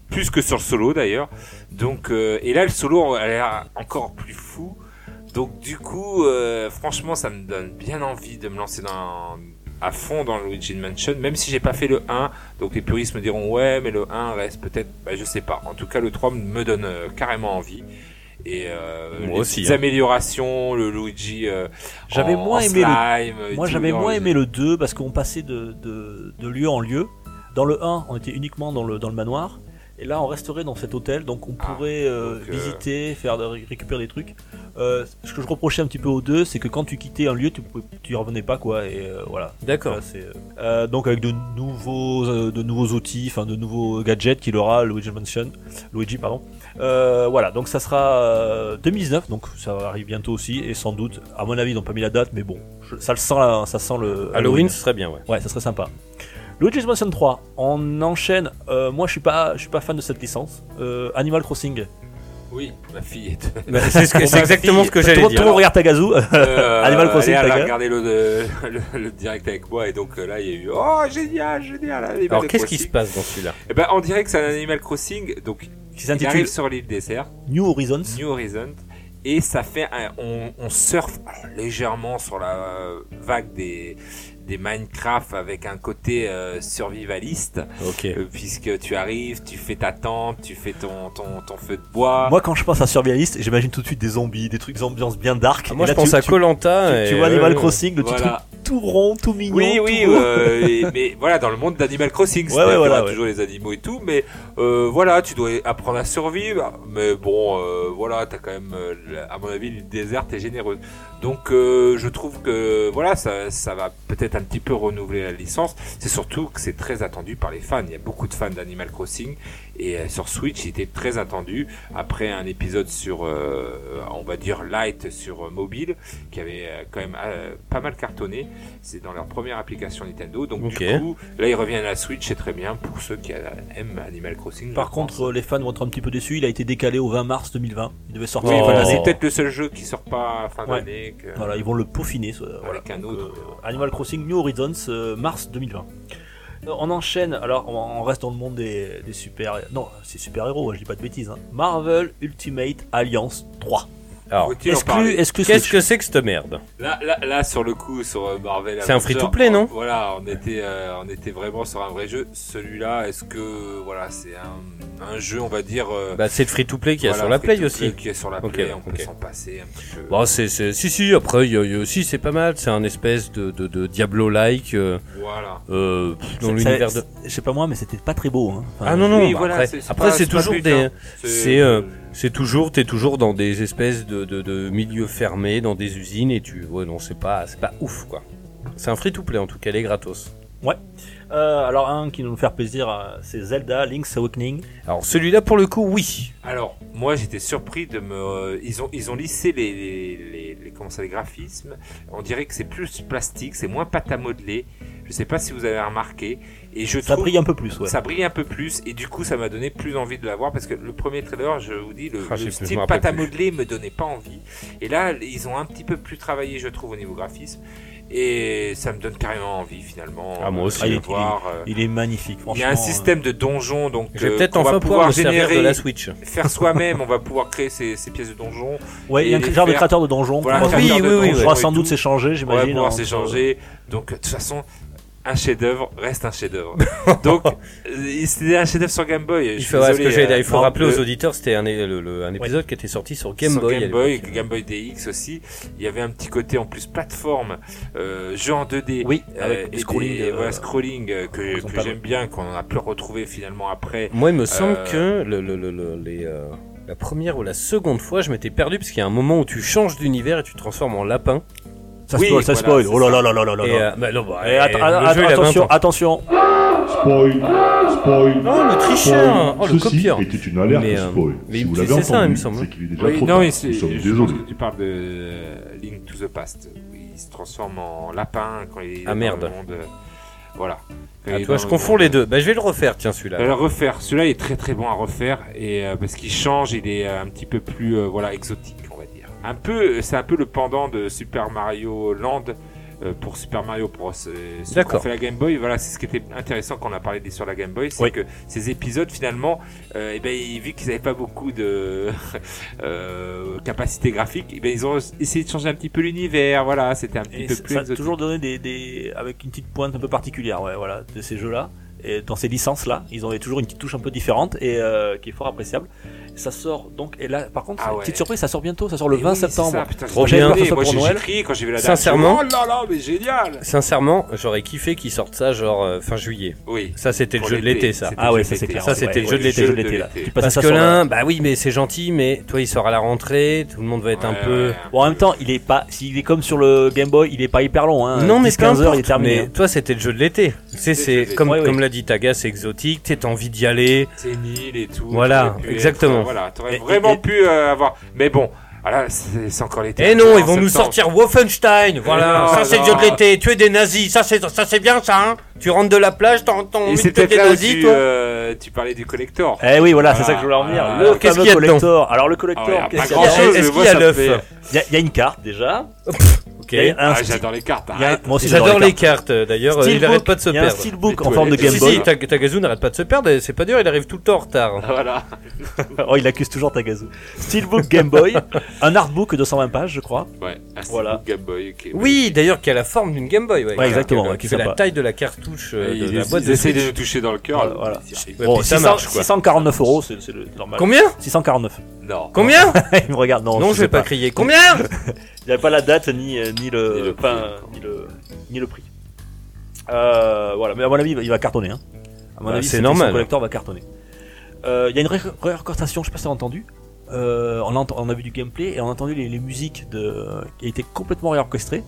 plus que sur le solo d'ailleurs. Donc, euh, et là, le solo a l'air encore plus fou. Donc, du coup, euh, franchement, ça me donne bien envie de me lancer dans, à fond dans Luigi Mansion, même si j'ai pas fait le 1. Donc les puristes me diront ouais mais le 1 reste peut-être, bah, je sais pas. En tout cas le 3 me donne euh, carrément envie. Et euh, Moi les aussi, petites hein. améliorations, le Luigi. euh, J'avais en- moins en aimé le- slime, et Moi tout, j'avais dans moins les- aimé le 2 parce qu'on passait de, de, de lieu en lieu. Dans le 1, on était uniquement dans le, dans le manoir. Et là, on resterait dans cet hôtel, donc on Ah, pourrait euh, donc, euh, visiter, faire de- ré- récupérer des trucs. Euh, ce que je reprochais un petit peu au 2, c'est que quand tu quittais un lieu, tu, pouvais- tu y revenais pas, quoi. Et euh, voilà. D'accord. Là, c'est, euh, euh, donc avec de nouveaux, euh, de nouveaux outils, enfin de nouveaux gadgets qu'il aura, Luigi Mansion, Luigi pardon. Euh, voilà, donc ça sera euh, 2019, donc ça arrive bientôt aussi et sans doute, à mon avis, ils n'ont pas mis la date, mais bon, je- ça le sent, là, hein, ça sent le Halloween, ce serait bien, ouais. Ouais, ça serait sympa. Luigi's Mansion 3, on enchaîne. euh, moi, je suis pas, je suis pas fan de cette licence. Euh, Animal Crossing. Oui, ma fille. Est... c'est ce que- Pour c'est ma exactement fille. ce que Tout, j'allais tout le monde dire. regarde Tagazu. Euh, Animal Crossing, elle, ta elle a gueule. regardé le, le, le direct avec moi et donc euh, là il y a eu oh génial génial. Animal Alors qu'est-ce qui Crossing. se passe dans celui-là Eh ben on dirait que c'est un Animal Crossing donc Qui il s'intitule arrive sur l'île désert New Horizons. New Horizon et ça fait un- on, on surfe alors, légèrement sur la euh, vague des des Minecraft avec un côté euh, survivaliste Ok. euh, puisque tu arrives, tu fais ta tente, tu fais ton ton, ton feu de bois. Moi, quand je pense à survivaliste, j'imagine tout de suite des zombies, des trucs ambiance bien dark. Ah, moi, Et là, je pense tu, à tu- Colanta. tu, tu vois Animal Crossing, le petit voilà. truc tout rond, tout mignon. Oui, tout oui, beau. euh, et- mais voilà, dans le monde d'Animal Crossing, Ouais, c'est-à-dire ouais, qu'il y voilà, aura ouais. toujours les animaux et tout, mais euh, voilà, tu dois apprendre à survivre, mais bon, euh, voilà, t'as quand même, euh, la- à mon avis, l'île déserte est généreuse. Donc, euh, je trouve que, voilà, ça, ça va peut-être un petit peu renouveler la licence, c'est surtout que c'est très attendu par les fans, il y a beaucoup de fans d'Animal Crossing, et euh, sur Switch, il était très attendu, après un épisode sur, euh, on va dire, light sur euh, mobile, qui avait euh, quand même euh, pas mal cartonné. C'est dans leur première application Nintendo. Donc Ok. du coup, là, ils reviennent à la Switch, c'est très bien pour ceux qui euh, aiment Animal Crossing. je Par pense. contre, euh, les fans vont être un petit peu déçus. Il a été décalé au 20 mars 2020. Il devait sortir. Oh. oui, en fin voilà, d'année. c'est peut-être le seul jeu qui sort pas fin Oh. Ouais. d'année. que- Voilà, ils vont le peaufiner. ce- voilà. un Donc, autre. euh, Animal Crossing New Horizons, euh, mars 2020. Euh, On enchaîne, alors on- on reste dans le monde des, des super. Non, c'est super-héros, hein, je dis pas de bêtises. hein. Marvel Ultimate Alliance 3. Alors, Faut-il en Exclu, parler exclu qu'est-ce Switch. que c'est que cette merde Là, là, là, sur le coup, sur euh, Marvel. C'est un Avengers, free-to-play, on- non Voilà, on était, euh, on était vraiment sur un vrai jeu. Celui-là, est-ce que, voilà, c'est un, un jeu, on va dire. euh, Bah, c'est le free to play qui est voilà, sur la Play free-to-play aussi. Qui est sur la Ok, Play, on ok. peut s'en passer un petit peu. Bon, c'est, c'est- si, si, après, il y a- il y a- si, c'est pas mal. C'est un espèce de, de, de Diablo-like euh, Voilà. euh, pff, dans Ça- l'univers ça- de. Je sais pas moi, mais c'était pas très beau. hein. Enfin, Ah non, non, Oui, bah, voilà, après, c'est- c'est après, pas- c'est c'est pas toujours plus, des. hein. c'est, euh, C'est toujours, t'es toujours dans des espèces de, de, de milieux fermés, dans des usines, et tu. Ouais, non, c'est pas, c'est pas ouf, quoi. C'est un free to play en tout cas, il est gratos. Euh, alors un qui va nous faire plaisir, euh, c'est Zelda Link's Awakening. Alors celui-là, pour le coup, oui. Alors, moi, j'étais surpris de me. euh, ils ont, ils ont lissé les, les, les, les- comment ça, les graphismes. On dirait que c'est plus plastique, c'est moins pâte à modeler. Je sais pas si vous avez remarqué. Et je Ça trouve brille un peu plus, ouais. ça brille un peu plus. Et du coup, ça m'a donné plus envie de l'avoir parce que le premier trailer, je vous dis, le, Ah, je sais le plus, je style me rappelle pâte à plus. modeler me donnait pas envie. Et là, ils ont un petit peu plus travaillé, je trouve, au niveau graphisme. Et ça me donne carrément envie finalement. Ah, moi euh, aussi. de Ah, il- voir, euh, Il est magnifique, Il franchement. y a un euh, système de donjon, donc Je vais euh, peut-être qu'on va enfin pouvoir me servir générer de la Switch. faire soi-même, on va pouvoir créer ces, ces pièces de donjon. Ouais, il y a un et genre de faire- créateur de donjon. Voilà, qu'on va- un oui, créateur oui, de oui, donjon On pourra et sans doute tout. s'échanger, On va j'imagine. hein. pouvoir entre- s'échanger. Donc, de toute façon, un chef-d'œuvre reste un chef-d'œuvre. Donc, euh, c'était un chef-d'œuvre sur Game Boy. je Il suis faut, ouais, ce désolé, que j'ai- euh, il faut non, rappeler aux le- auditeurs, c'était un, é- le- le- un épisode qui était sorti sur Game sur Boy. à Game Boy, l'époque. hein. Game Boy DX aussi. Il y avait un petit côté en plus plateforme, euh, jeu en 2D. Oui, euh, avec et le scrolling. des- euh, voilà, scrolling euh, que, que horizontal. j'aime bien, qu'on a plus retrouvé finalement après. Moi, il me semble Euh, que le, le- le- le- les, euh, la première ou la seconde fois, je m'étais perdu parce qu'il y a un moment où tu changes d'univers et tu te transformes en lapin. Ça Oui, spoil, ça voilà, spoil. c'est Oh là ça. là là là là là. Et, euh, bah, non, bah, Et eh, att- le att- jeu, il a 20 attention, ans. attention. Spoil Spoil Oh, le tricheur Oh, le Ceci copieur était une alerte Mais, euh, spoil. mais si vous c'est- l'avez c'est entendu, ça, il me semble. c'est qu'il est déjà Oui, trop non, tard. mais c'est- Nous sommes je pense désolés. que tu parles de euh, Link to the Past. où Il se transforme en lapin quand il est Ah, dans merde. le monde. euh, Voilà. Ah, Quand il est tu vois, dans je le confonds monde, les deux. Bah, je vais le refaire, tiens, Je vais celui-là. le Euh, refaire. Celui-là est très très bon à refaire et euh, parce qu'il change, il est euh, un petit peu plus euh, voilà exotique, on va dire. Un peu, c'est un peu le pendant de Super Mario Land euh, pour Super Mario Bros. Euh, ce D'accord. qu'on fait la Game Boy, voilà, c'est ce qui était intéressant quand on a parlé des- sur la Game Boy, c'est Oui. que ces épisodes finalement, euh, eh ben, ils- vu qu'ils n'avaient pas beaucoup de euh, capacité graphique, eh ben, ils ont essayé de changer un petit peu l'univers. Voilà, c'était un petit Et peu ça- plus ça a exotique. toujours donné des, des avec une petite pointe un peu particulière, ouais, voilà, de ces jeux-là. Et dans ces licences-là, ils ont toujours une petite touche un peu différente et euh, qui est fort appréciable. Ça sort donc et là, par contre, Ah ouais. petite surprise, ça sort bientôt, ça sort le Eh 20 oui, c'est septembre. ça, putain, Trop j'avais bien. pas fait ça Moi, pour j'ai- Noël. j'ai J'ai crié quand j'ai vu la date. Sincèrement- Je me suis dit, Oh là là, mais génial. Sincèrement, j'aurais kiffé qu'il sorte ça, genre, euh, fin juillet. Oui. Ça, c'était le Pour jeu de l'été, ça. c'était Ah ouais, le ça, jeu de c'est l'été, clair. hein. Ça, c'était le Ouais, jeu de l'été. jeu de l'été, là. Tu passes Parce ça que sur la- là, bah oui, mais c'est gentil, mais toi, il sort à la rentrée, tout le monde va être un Ouais, peu. ouais, Bon, en même temps, il est pas, s'il est comme sur le Game Boy, il est pas hyper long, hein. Non, mais 10, peu 15 heures, il est importe, terminé. mais toi, c'était le jeu de l'été. Tu sais, C'était le jeu c'est de comme, l'été. Ouais, comme ouais. l'a dit Taga, c'est exotique, t'es t'as envie d'y aller. c'est une île et tout. Voilà, t'aurais pu exactement. être- voilà, t'aurais Et- vraiment et- pu euh, avoir. Mais bon, voilà, c'est c'est encore l'été. Eh non, En ils vont nous septembre. sortir Wolfenstein, voilà. non, ça, c'est le non. jeu de l'été. Tuer des nazis, ça, c'est ça, c'est bien, ça. Hein tu rentres de la plage, t'as t'as Et envie de c'est tuer peut-être des là où nazis, tu, toi. euh, tu parlais du collector. Eh oui, voilà, Ah, c'est ça que je voulais en venir. ah, le qu'est-ce fameux qu'il y a dedans collector. Alors le Ah ouais, y collector, a qu'est-ce pas qu'il y a Est-ce grand-chose, mais qu'il moi, y a ça me l'œuf fait- Il y, a- il y a une carte déjà. Ok. Il y a un Ah, sti- j'adore les cartes. il y a un- arrête. moi aussi, J'adore les Oh, cartes, d'ailleurs, euh, il Steelbook, n'arrête pas de se Il y a un perdre. Les steelbook en toilettes. forme de Game si, Boy. si, Tag- Tagazu n'arrête pas de se perdre, et c'est pas dur, il arrive tout le temps en retard. Ah, Voilà. oh, il accuse toujours Tagazu. Steelbook Game Boy, un artbook de 120 pages, je crois. Ouais. Ah, c'est Voilà. le Game Boy. ok. Oui, d'ailleurs, qui a la forme d'une Game Boy, ouais. Ouais, exactement, Qui, a- ouais, qui qui fait est la sympa. taille de la cartouche euh, Ils, de la ils boîte de essaient de Switch. nous toucher dans le Voilà, cœur. voilà. Ils arrivent. Ouais, puis ça marche, quoi. 649 euros, c'est c'est le normal. Combien 649. Non. Combien il me regarde, non, Non, Oh, je sais vais pas crier. Combien Il n'y avait pas la date ni, euh, ni, le, Ni le prix, enfin, euh, ni, le, ni le prix. Euh, voilà, mais à mon avis, il va- il va cartonner. Hein. À mon Bah, avis, c'est cette normal. édition collector va cartonner. Euh, Il y a une ré- réorchestration, je sais pas si t'as entendu. Euh, on, a, ent- on a vu du gameplay et on a entendu les, les musiques de, qui étaient complètement réorchestrées.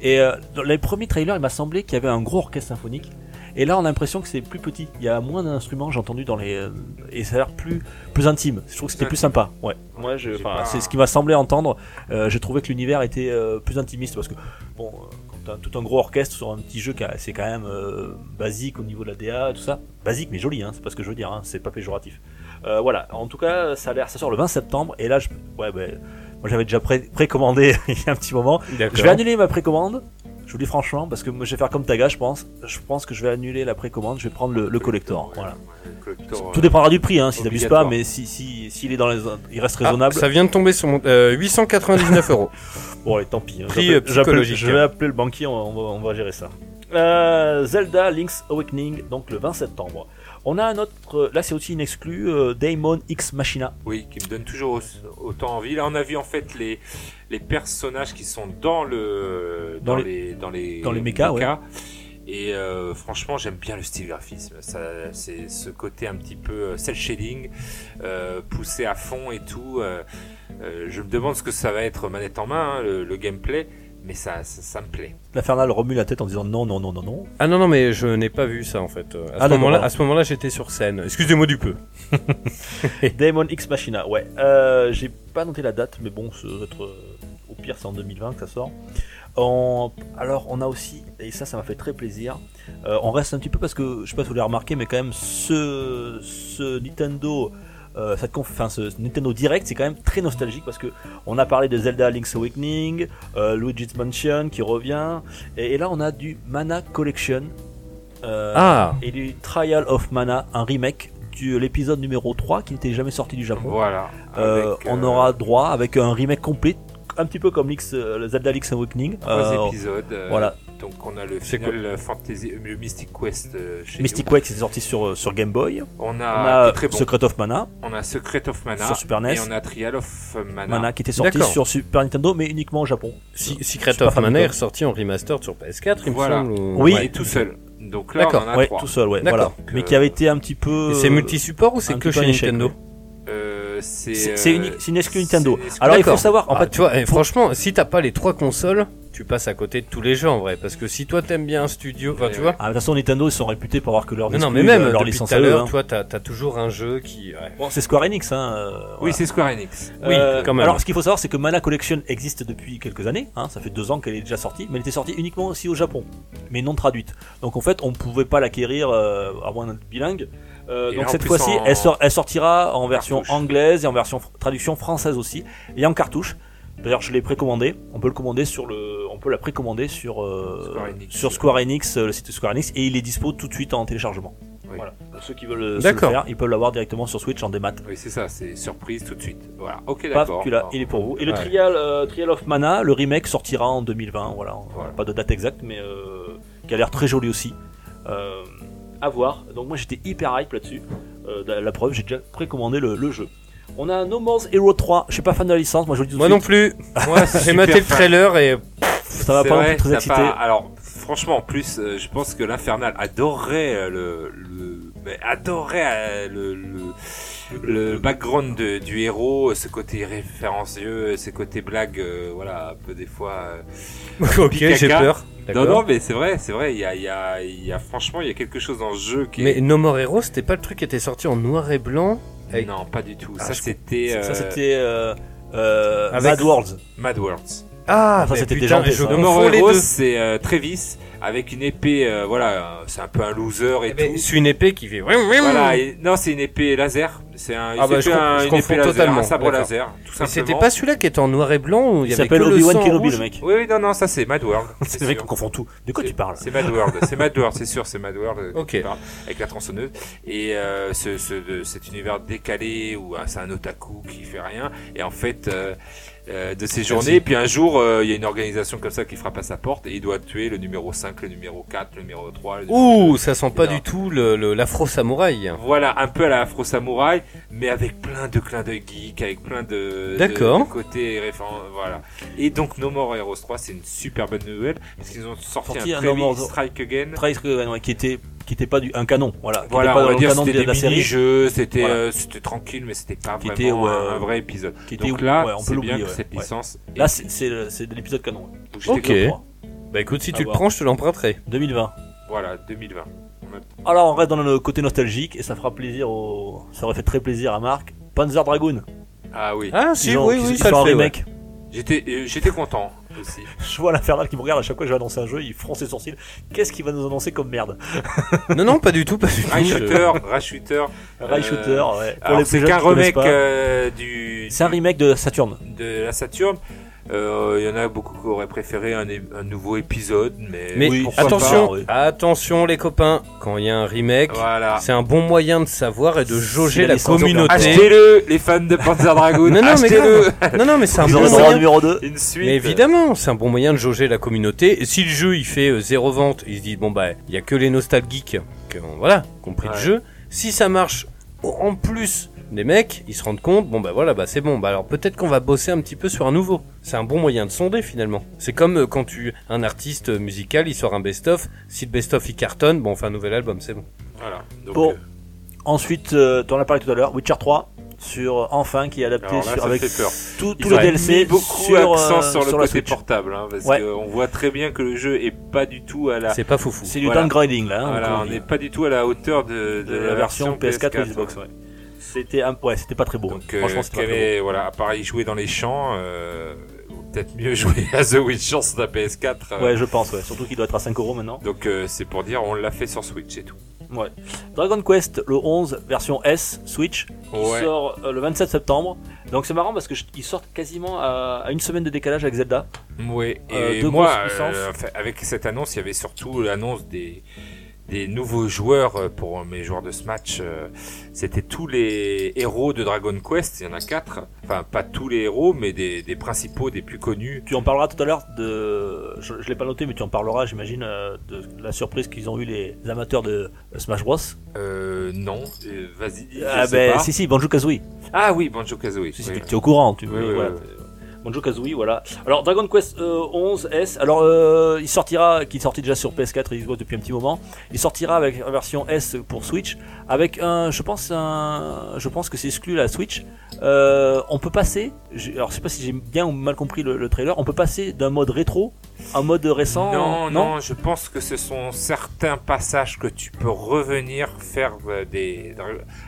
Et euh, dans les premiers trailers, il m'a semblé qu'il y avait un gros orchestre symphonique. Et là, on a l'impression que c'est plus petit. Il y a moins d'instruments, j'ai entendu dans les. euh, Et ça a l'air plus, plus intime. Je trouve que c'était plus sympa. Ouais. Moi, je. J'ai enfin, pas- c'est ce qui m'a semblé entendre. Euh, j'ai trouvé que l'univers était euh, plus intimiste parce que, bon, euh, quand t'as tout un gros orchestre sur un petit jeu, qui a- c'est quand même euh, basique au niveau de la DA et tout ça. Basique, mais joli, hein. C'est pas ce que je veux dire, hein. C'est pas péjoratif. Euh, voilà. En tout cas, ça a l'air. Ça sort le 20 septembre. Et là, je. Ouais, ben. moi, j'avais déjà pré- précommandé il y a un petit moment. Je vais annuler ma précommande. Je vous dis franchement, parce que moi, je vais faire comme Taga, je pense. Je pense que je vais annuler la précommande, je vais prendre le, le collector. Voilà. Le collector, Tout euh, dépendra du prix, hein, si t'abuses pas, Obligatoire. mais si, si, s'il est dans les, il reste Ah, raisonnable. ça vient de tomber sur mon euh, 899 euros. Bon, allez, tant pis. hein. Prix, J'appelle- euh, j'appelle- psychologique. Je vais appeler le banquier, on va, on va, on va gérer ça. Euh, Zelda Link's Awakening, donc le 20 septembre. On a un autre, là c'est aussi une exclue, euh, Daemon X Machina. Oui, qui me donne toujours au- autant envie. Là, on a vu en fait les, les personnages qui sont dans le Dans dans, les, dans les dans les mechas, Et euh, franchement, j'aime bien le style graphisme. Ça, c'est ce côté un petit peu cel shading, euh, poussé à fond et tout. Euh, euh, je me demande ce que ça va être manette en main, hein, le, le gameplay, mais ça, ça, ça me plaît. L'Infernal remue la tête en disant non, non, non, non, non. Ah non, non, mais je n'ai pas vu ça en fait. Euh, Ah, À ce d'accord. moment-là, à ce moment-là, j'étais sur scène. Excusez-moi du peu. Daemon X Machina, ouais. Euh, J'ai pas noté la date, mais bon, ça doit être, euh, au pire, c'est en 2020 que ça sort. En- Alors, on a aussi, et ça, ça m'a fait très plaisir. euh, on reste un petit peu parce que je sais pas si vous l'avez remarqué, mais quand même, ce, ce Nintendo. euh, cette conf- enfin, ce ce Nintendo Direct, c'est quand même très nostalgique parce que on a parlé de Zelda Link's Awakening, euh, Luigi's Mansion qui revient, et, et là on a du Mana Collection. euh, Ah, et du Trial of Mana, un remake de l'épisode numéro 3 qui n'était jamais sorti du Japon. Voilà. Euh, Avec, on euh, aura droit avec un remake complet, un petit peu comme Lix, euh, le Zelda Link's Awakening. trois Euh, épisodes. euh, voilà. Donc on a le C'est Final Fantasy, le Mystic Quest euh, chez Mystic nous. Quake c'était sorti sur, euh, sur Game Boy. On Ah, On a, a qui est très bon. Secret of Mana, On a Secret of Mana Sur Super NES. et on a Trial of Mana. Mana qui était sorti D'accord. sur Super Nintendo mais uniquement au Japon. Si- Secret Super of Mana est Famicom. ressorti en remastered sur PS4, il me Voilà. semble. ou- Oui. Et tout seul. Donc là, on en a ouais, trois. tout seul, ouais, voilà. D'accord. euh, Mais qui avait été un petit peu. Et c'est multi-support ou c'est un que petit peu chez un échec, Nintendo Euh, c'est C'est c'est euh, une, c'est une exclu Nintendo. c'est une exclu. Alors il faut D'accord. savoir, en Ah, fait, tu vois, eh, franchement, si t'as pas les trois consoles, tu passes à côté de tous les jeux en vrai. Parce que si toi t'aimes bien un studio, enfin Ouais, tu ouais. vois. ah, de toute façon Nintendo ils sont réputés pour avoir que leur Non, non, mais exclus, même euh, leur depuis licence tout à à eux. l'heure, hein. toi t'as t'as toujours un jeu qui. ouais. Bon, c'est Square Enix, hein. euh, Oui, voilà. c'est Square Enix. Oui, quand même. Euh, Alors, ce qu'il faut savoir, c'est que Mana Collection existe depuis quelques années. hein, ça fait deux ans qu'elle est déjà sortie, mais elle était sortie uniquement aussi au Japon, mais non traduite. Donc, en fait, on ne pouvait pas l'acquérir euh, à moins d'être bilingue. Euh, Et donc en cette plus, fois-ci, en- elle, sort- elle sortira en version cartouche. anglaise et en version fr- traduction française aussi, et en cartouche. D'ailleurs, je l'ai précommandé. On peut le commander sur le, on peut la précommander sur euh, Square Enix. sur Square Enix, euh, le site de Square Enix, et il est dispo tout de suite en téléchargement. Oui. Voilà. Pour ceux qui veulent euh, se le D'accord. faire, ils peuvent l'avoir directement sur Switch en démat. Oui, c'est ça, c'est surprise tout de suite. Voilà. Ok, Paf, d'accord. tu l'as, Alors, il est pour vous. Et le Ouais. trial, euh, trial of Mana, le remake sortira en 2020. Voilà, on- Voilà. pas de date exacte, mais euh, qui a l'air très joli aussi. Euh, à voir. Donc moi j'étais hyper hype là-dessus. Euh, la, la preuve, j'ai déjà précommandé le, le jeu. On a No Man's Hero 3. Je suis pas fan de la licence, moi je vous le dis tout Moi de non suite. plus. Moi, j'ai super maté le fan. trailer et Ça va c'est pas non vrai, plus très ça excité. part- Alors, franchement, en plus, euh, je pense que l'Infernal adorerait euh, le, le- mais adorerait euh, le, le, le background de- du héros, ce côté référencieux, ce côté blague, euh, voilà, un peu des fois. euh, ok, j'ai peur. Non, D'accord. non, mais c'est vrai, c'est vrai. Il y a, il y a, il y a- franchement, il y a quelque chose dans le jeu qui. Mais est- No More Heroes, c'était pas le truc qui était sorti en noir et blanc mais- Non, pas du tout. Ah, ça, je c'était Ça euh, c'était euh, euh, Avec- Mad Worlds. Mad Worlds. Ah, Ça, mais c'était putain, déjanté, ça. je me Le Il mort mords les heureux, deux. c'est euh, Travis avec une épée, euh, voilà, euh, c'est un peu un loser et Eh ben, tout. C'est une épée qui fait. Voilà, et- non, c'est une épée laser. C'est un, Ah bah, c'est je un- com- je une confonds épée laser, totalement, un sabre d'accord. laser, tout Mais simplement. c'était pas celui-là qui était en noir et blanc où il y avait que s'appelle le Obi-Wan sang Kenobi, rouge le mec. Oui, oui, non, non, ça c'est Mad World. C'est vrai sûr. qu'on confond tout. De quoi C'est- tu parles C'est Mad World, c'est Mad World, c'est sûr, c'est Mad World. Ok. qui parle, Avec la tronçonneuse. Et euh, ce, ce- de- cet univers décalé où ah, c'est un otaku qui fait rien. Et en fait, euh, euh, de ces journées, puis un jour, euh, il y a une organisation comme ça qui frappe à sa porte et il doit tuer le numéro 5, le numéro 4, le numéro 3. Le numéro Ouh, ça sent pas Non. du tout le- le- l'afro-samouraï. Voilà, un peu à la Afro Samouraï, mais avec plein de clins d'œil geek, avec plein de, D'accord. de, de côtés référents, voilà. Et donc No More Heroes 3, c'est une super bonne nouvelle, parce qu'ils ont sorti, Sorti un un Travis No More- Strike Again. Travis Scott, ouais, qui était qui était pas du un canon voilà qui Voilà, était pas on va dans dire le canon de c'était des la série mini-jeux, c'était Voilà. euh, c'était tranquille, mais c'était pas Qui vraiment était, un- ouais, un vrai épisode. qui était Donc là, ouais, on peut c'est bien l'oublier que ouais, cette ouais. licence là c'est c'est le- c'est de l'épisode canon ouais. est bougée. Ok. Bah écoute, si À tu le voir. prends, je te l'emprunterai. 2020 Voilà, 2020. alors on reste dans le côté nostalgique et ça fera plaisir au ça aurait fait très plaisir à Marc Panzer Dragoon Ah oui, Ah Ils si, ont- oui, ils- oui, ils ça sont en le fait. ouais. remake j'étais euh, j'étais content aussi. je vois l'infernal qui me regarde à chaque fois que je vais annoncer un jeu il fronce ses sourcils qu'est-ce qu'il va nous annoncer comme merde Non, non, pas du tout, pas du tout. Rail je- Shooter, Rail Shooter. Euh, Rail Shooter ouais Pour les Alors plus c'est jeunes qu'un qui connaissent remake pas. euh, du c'est un remake de Saturn de la Saturne. Euh, Il y en a beaucoup qui auraient préféré un, é- un nouveau épisode, mais, Mais Oui, pourquoi attention, pas, oui. attention les copains, quand il y a un remake, pas. Voilà. c'est un bon moyen de savoir et de C'est jauger la la licence. communauté. Achetez-le, les fans de Panzer Dragoon. Non, non, mais achetez-le. grave. Non, non, mais Ah, c'est un ils ont bon le droit au moyen. numéro 2 Une suite. Mais évidemment, c'est un bon moyen de jauger la communauté. Et si le jeu il fait euh, zéro vente, ils se disent bon bah il y a que les nostalgiques qui ont voilà compris Ouais. le jeu. Si ça marche en plus des mecs, ils se rendent compte bon bah voilà bah c'est bon bah alors peut-être qu'on va bosser un petit peu sur un nouveau. C'est un bon moyen de sonder finalement. C'est comme euh, quand tu un artiste euh, musical il sort un best-of, si le best-of il cartonne, bon on fait un nouvel album c'est bon. Voilà. Donc, Bon. euh, ensuite euh, on en a parlé tout à l'heure Witcher 3 sur euh, enfin qui est adapté alors là, sur, ça avec fait peur. tout, tout Ils le ont mis DLC beaucoup sur, euh, accent sur le sur la côté Switch. portable, hein, parce Ouais. qu'on voit très bien que le jeu est pas du tout à Ah. la. C'est pas foufou. C'est du Voilà. downgrading là. hein, Voilà, donc, on n'est pas du tout à la hauteur de, de de la version PS4 ou Xbox. Ouais. C'était un... ouais, c'était pas très beau. Donc, hein. euh, Franchement, c'était pas qu'elle très est- voilà, à part y jouer dans les champs, euh, ou peut-être mieux jouer à The Witcher sur la PS4. beau. euh, Ouais, je pense. Ouais. Surtout qu'il doit être à 5 euros maintenant. Donc euh, c'est pour dire, on l'a fait sur Switch et tout. Ouais. Dragon Quest le 11 version S Switch qui Ouais. sort euh, le 27 septembre. Donc c'est marrant parce que je- ils sortent quasiment à, à une semaine de décalage avec Zelda. Ouais. Et Euh, deux moi, grosses licences. euh, enfin, avec cette annonce, il y avait surtout l'annonce des des nouveaux joueurs euh, pour mes joueurs de Smash. euh, C'était tous les héros de Dragon Quest. Il y en a quatre. Enfin, pas tous les héros, mais des, des principaux, des plus connus. Tu en parleras tout à l'heure de je, je l'ai pas noté mais tu en parleras j'imagine euh, de la surprise qu'ils ont eu les amateurs de Smash Bros. Euh, non. euh, Vas-y. je ah sais ben pas. si si Banjo-Kazooie. Ah oui, Banjo Kazooie. Si, si, t'es- t'es au courant, tu Oui, oui, voilà. oui. Banjo Kazooie, voilà. Alors Dragon Quest euh, 11 S, alors euh, il sortira, qui sortit déjà sur PS4 et Xbox depuis un petit moment, il sortira avec la version S pour Switch, avec un, je pense un, je pense que c'est exclu la Switch. Euh, on peut passer, j'ai- alors je sais pas si j'ai bien ou mal compris le, le trailer, on peut passer d'un mode rétro à un mode récent. Non, non, je pense que ce sont certains passages que tu peux revenir faire euh, des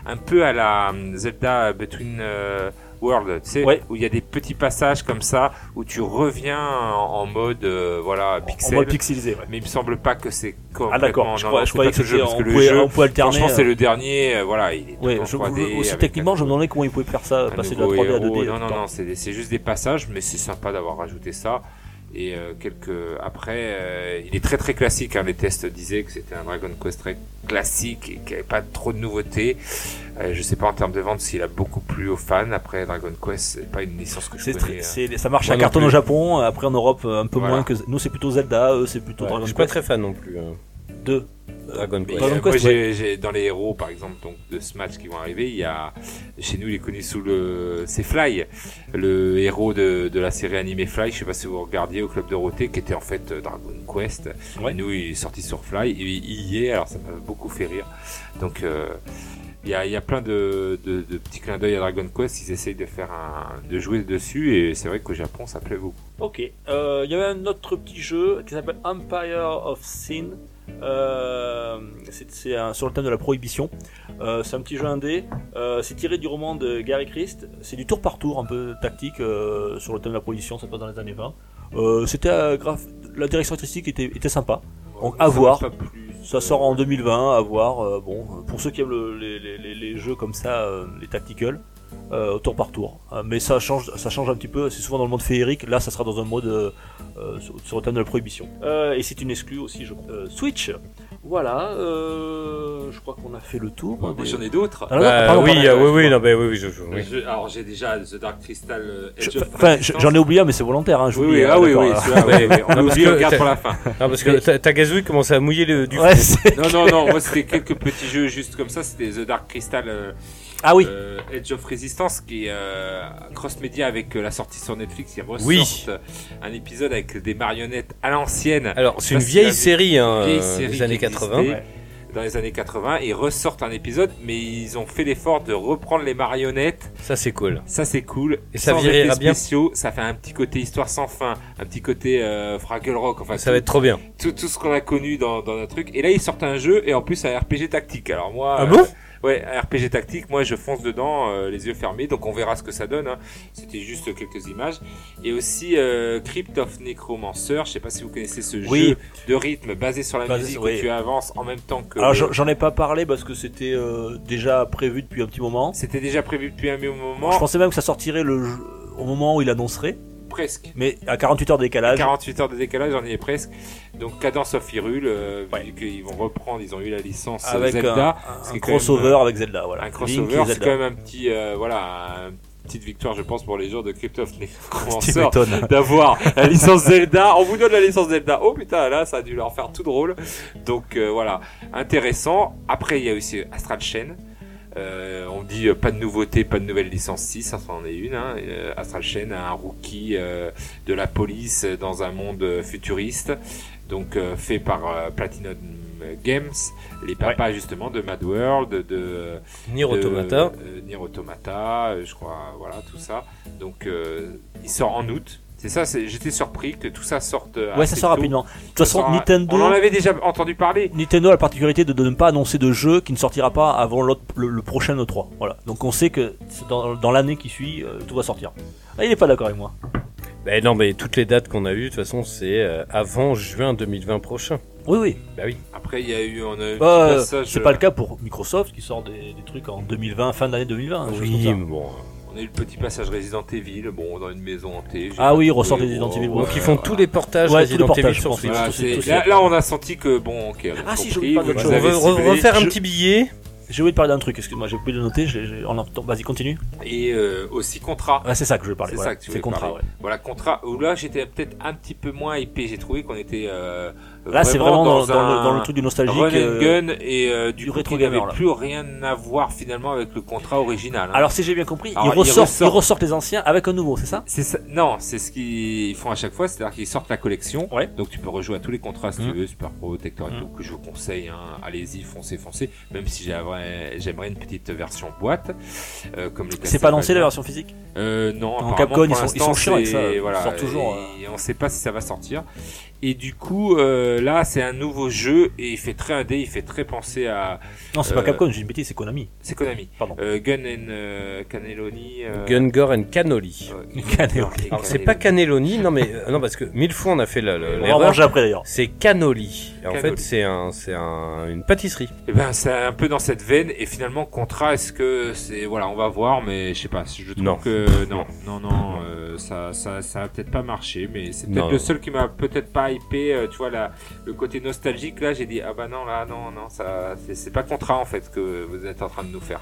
un peu à la euh, Zelda Between euh, World, tu sais, Ouais. où il y a des petits passages comme ça où tu reviens en en mode euh, voilà en pixel. mode pixelisé. ouais. mais il me semble pas que c'est Ah d'accord, complètement- je, non, crois- je non, c'est croyais pas que ce jeu c'était parce on que le pouvait, jeu, on pouvait alterner. franchement, c'est euh, le dernier. euh, voilà, il est ouais, tout en je- 3D aussi avec techniquement, un je me demandais comment ils pouvaient faire ça, un passer de la nouveau 3D à héros. 2D. Non, non, non, c'est des- c'est juste des passages, mais c'est sympa d'avoir rajouté ça. Et euh, quelques après, euh, il est très très classique. hein, les tests disaient que c'était un Dragon Quest très classique et qu'il n'y avait pas trop de nouveautés. Euh, je sais pas en termes de vente s'il a beaucoup plu aux fans. Après Dragon Quest, c'est pas une licence que je C'est connais. très- euh. c'est- ça marche Moi à non carton plus. au Japon, après en Europe euh, un peu Voilà. moins que nous c'est plutôt Zelda, eux c'est plutôt Ouais, Dragon je suis Quest pas très fan non plus. hein. 2. Dragon Mais, Quest. Dragon euh, Quest, moi, ouais. j'ai- j'ai- dans les héros, par exemple, donc de ce match qui vont arriver, il y a chez nous, il est connu sous le c'est Fly, le héros de, de la série animée Fly. Je sais pas si vous regardiez au club Dorothée, qui était en fait euh, Dragon Quest. Ouais. Et nous, il est sorti sur Fly, et il y est. Alors ça m'a beaucoup fait rire. Donc euh, il y a, il y a plein de, de- de petits clins d'œil à Dragon Quest. Ils essayent de faire un, de jouer dessus, et c'est vrai qu'au Japon, ça plaît beaucoup. Ok, Euh, il y avait un autre petit jeu qui s'appelle Empire of Sin. Euh, c'est c'est un- sur le thème de la prohibition. Euh, c'est un petit jeu indé. Euh, c'est tiré du roman de Gary Christ. C'est du tour par tour, un peu tactique euh, sur le thème de la prohibition. Ça passe dans les années 20. Euh, c'était euh, graph- la direction artistique était, était sympa. Donc, à voir. Ça sort en 2020, à voir. euh, bon, euh, pour ceux qui aiment le- les, les- les- les jeux comme ça, euh, les tacticals, euh, au tour par tour. Euh, mais ça change, ça change un petit peu. C'est souvent dans le mode féerique. Là, ça sera dans un mode euh, euh, sur, sur le thème de la prohibition. Euh, et c'est une exclue aussi, je crois. Euh, Switch. Voilà. euh, je crois qu'on a fait le tour. Moi, Des- j'en ai d'autres. Ah non, non, pardon, oui, pardon, euh, oui, excuse-moi. oui, non, bah, oui, oui, je joue. Je- alors j'ai déjà The Dark Crystal euh, Je- Edge of Enfin, je- Resistance. j'en ai oublié, un, mais c'est volontaire. Hein, je Oui, vous le oui, dis, ah hein, oui, d'accord, oui, hein. celui-là, oui, oui, on Non, parce l'oublie, que on le garde t'as- pour la fin. Non, parce que ta, ta gazouille commence à mouiller le, du Ouais, c'est- Non, non, non, moi c'était quelques petits jeux juste comme ça, c'était The Dark Crystal euh, ah oui. euh, Edge of Resistance qui est euh, cross-média avec euh, la sortie sur Netflix, il ressortent Oui. euh, un épisode avec des marionnettes à l'ancienne. Alors, c'est Ça, une c'est vieille la- série, hein, vieille euh, série des qui années existait 80. Dans les années 80, ils ressortent un épisode, mais ils ont fait l'effort de reprendre les marionnettes. Ça, c'est cool. Ça, c'est cool. Et ça Sans virera effets bien. spéciaux, ça fait un petit côté histoire sans fin, un petit côté euh, Fraggle Rock. Enfin, Ça tout- va être trop bien. tout, tout ce qu'on a connu dans, dans notre truc. Et là, ils sortent un jeu et en plus un RPG tactique. Alors moi, Ah euh, bon Ouais, un RPG tactique. Moi, je fonce dedans, euh, les yeux fermés. Donc on verra ce que ça donne. hein. C'était juste quelques images. Et aussi euh, Crypt of Necromancer. Je sais pas si vous connaissez ce Oui. jeu de rythme basé sur la Basé musique sur- où oui. tu avances en même temps que. Alors j'en- j'en ai pas parlé parce que c'était euh, déjà prévu depuis un petit moment. C'était déjà prévu depuis un moment. Je pensais même que ça sortirait le jeu- au moment où il annoncerait, presque. mais à 48 heures de décalage. 48 heures de décalage, on y est presque. Donc Cadence of Hyrule, euh, Ouais. vu qu'ils vont reprendre, ils ont eu la licence euh, Avec un- Zelda. un, ce qui un est quand même, crossover euh, avec Zelda, voilà. un Link crossover, et c'est Zelda. quand même un petit, euh, voilà, une petite victoire, je pense, pour les gens de Crypt of Tu Necromancer m'étonnes. d'avoir la licence Zelda. On vous donne la licence Zelda. Oh putain, là, ça a dû leur faire tout drôle. Donc euh, voilà, intéressant. Après, il y a aussi Astral Chain. Euh, on dit euh, pas de nouveauté, pas de nouvelle licence 6, ça c'en est une. Hein. Euh, Astral Chain, un rookie euh, de la police euh, dans un monde euh, futuriste, donc euh, fait par euh, Platinum Games, les papas justement de Mad World, de euh, Nier de- Automata. euh, Nier Automata, euh, je crois, voilà, tout ça. Donc, euh, il sort en août. C'est ça, c'est- j'étais surpris que tout ça sorte. euh, Ouais, assez ça sort tôt. rapidement. De toute façon, sort- Nintendo, On en avait déjà entendu parler. Nintendo a la particularité de, de ne pas annoncer de jeu qui ne sortira pas avant l'autre- le, le prochain E3. Voilà. Donc on sait que c'est dans, dans l'année qui suit, euh, tout va sortir. Ah, il est pas d'accord avec moi. Bah, non, mais toutes les dates qu'on a eues, de toute façon, c'est euh, avant juin 2020 prochain. Oui, oui. Bah oui. Après, il y a eu. On a eu un Bah, petit euh, passage, c'est pas le cas pour Microsoft qui sort des, des trucs en 2020, fin d'année 2020. des choses comme ça. Oui, mais bon. hein. euh, On a eu le petit passage Resident Evil, bon, dans une maison hantée. j'ai Ah pas oui, ils trouvé, ressortent des bon, Resident Evil, voilà. Donc, ils font tous les portages Ouais, Resident tous les Evil portages, je sur pense, Switch. Voilà, tous- c'est- tous- là, tous- là, on a senti que bon, ok. on a Ah, si, compris, j'oublie pas vous quelque nous chose. avez On va ciblé. refaire un Je- petit billet. J'ai oublié de parler d'un truc, excuse-moi, j'ai oublié de noter, j'ai, j'ai- en entend- vas-y continue. Et euh, aussi contrat. Ah, c'est ça que je veux parler, C'est voilà. ça que tu c'est voulais contrat, parler. ouais. Voilà, contrat où là j'étais peut-être un petit peu moins épais. J'ai trouvé qu'on était. Euh, Là c'est vraiment dans, dans un le, dans le truc du nostalgique. Run and euh, gun et euh, du, du coup, rétro il n'avait gamer, là. plus rien à voir finalement avec le contrat original. hein. Alors si j'ai bien compris, Alors, ils, ils ressortent, ressortent- ils ressortent les anciens avec un nouveau, c'est ça c'est ça- non, c'est ce qu'ils font à chaque fois, c'est-à-dire qu'ils sortent la collection. Ouais. Donc tu peux rejouer à tous les contrats si Mhm. tu veux, Super Pro, Tector et Mhm. tout, que je vous conseille. hein. Allez-y, foncez, foncez. Même si j'aimerais j'aimerais une petite version boîte, euh, comme les C'est pas lancé la Castlevania. version physique Euh, non, Non, apparemment, Capcom, pour ils sont- l'instant, ils sont chiants avec c'est- ça. Ils Voilà, sortent toujours, hein. et on sait pas si ça va sortir. Et du coup, euh, là, c'est un nouveau jeu et il fait très indé, il fait très penser à. Non c'est Euh, pas Capcom, j'ai une bêtise, c'est Konami. C'est Konami. Pardon. Euh, Gun and euh, Cannelloni. euh, Gun, Gore and Cannoli. euh, Cannelloni. Alors, c'est pas Cannelloni, non, mais euh, non, parce que mille fois on a fait la- la- On va en l'erreur. manger après d'ailleurs. C'est cannoli. Et En Cannoli. fait, c'est un, c'est un, une pâtisserie. Eh ben, c'est un peu dans cette veine et finalement, Contra, est-ce que c'est voilà, on va voir, mais je sais pas. Je trouve Non. que non, non, non, euh, ça, ça, ça a peut-être pas marché, mais c'est Non. peut-être le seul qui m'a peut-être pas hypé. euh, tu vois là, le côté nostalgique là, j'ai dit ah bah non là, non, non, ça, c'est- c'est pas Contra en fait que vous êtes en train de nous faire.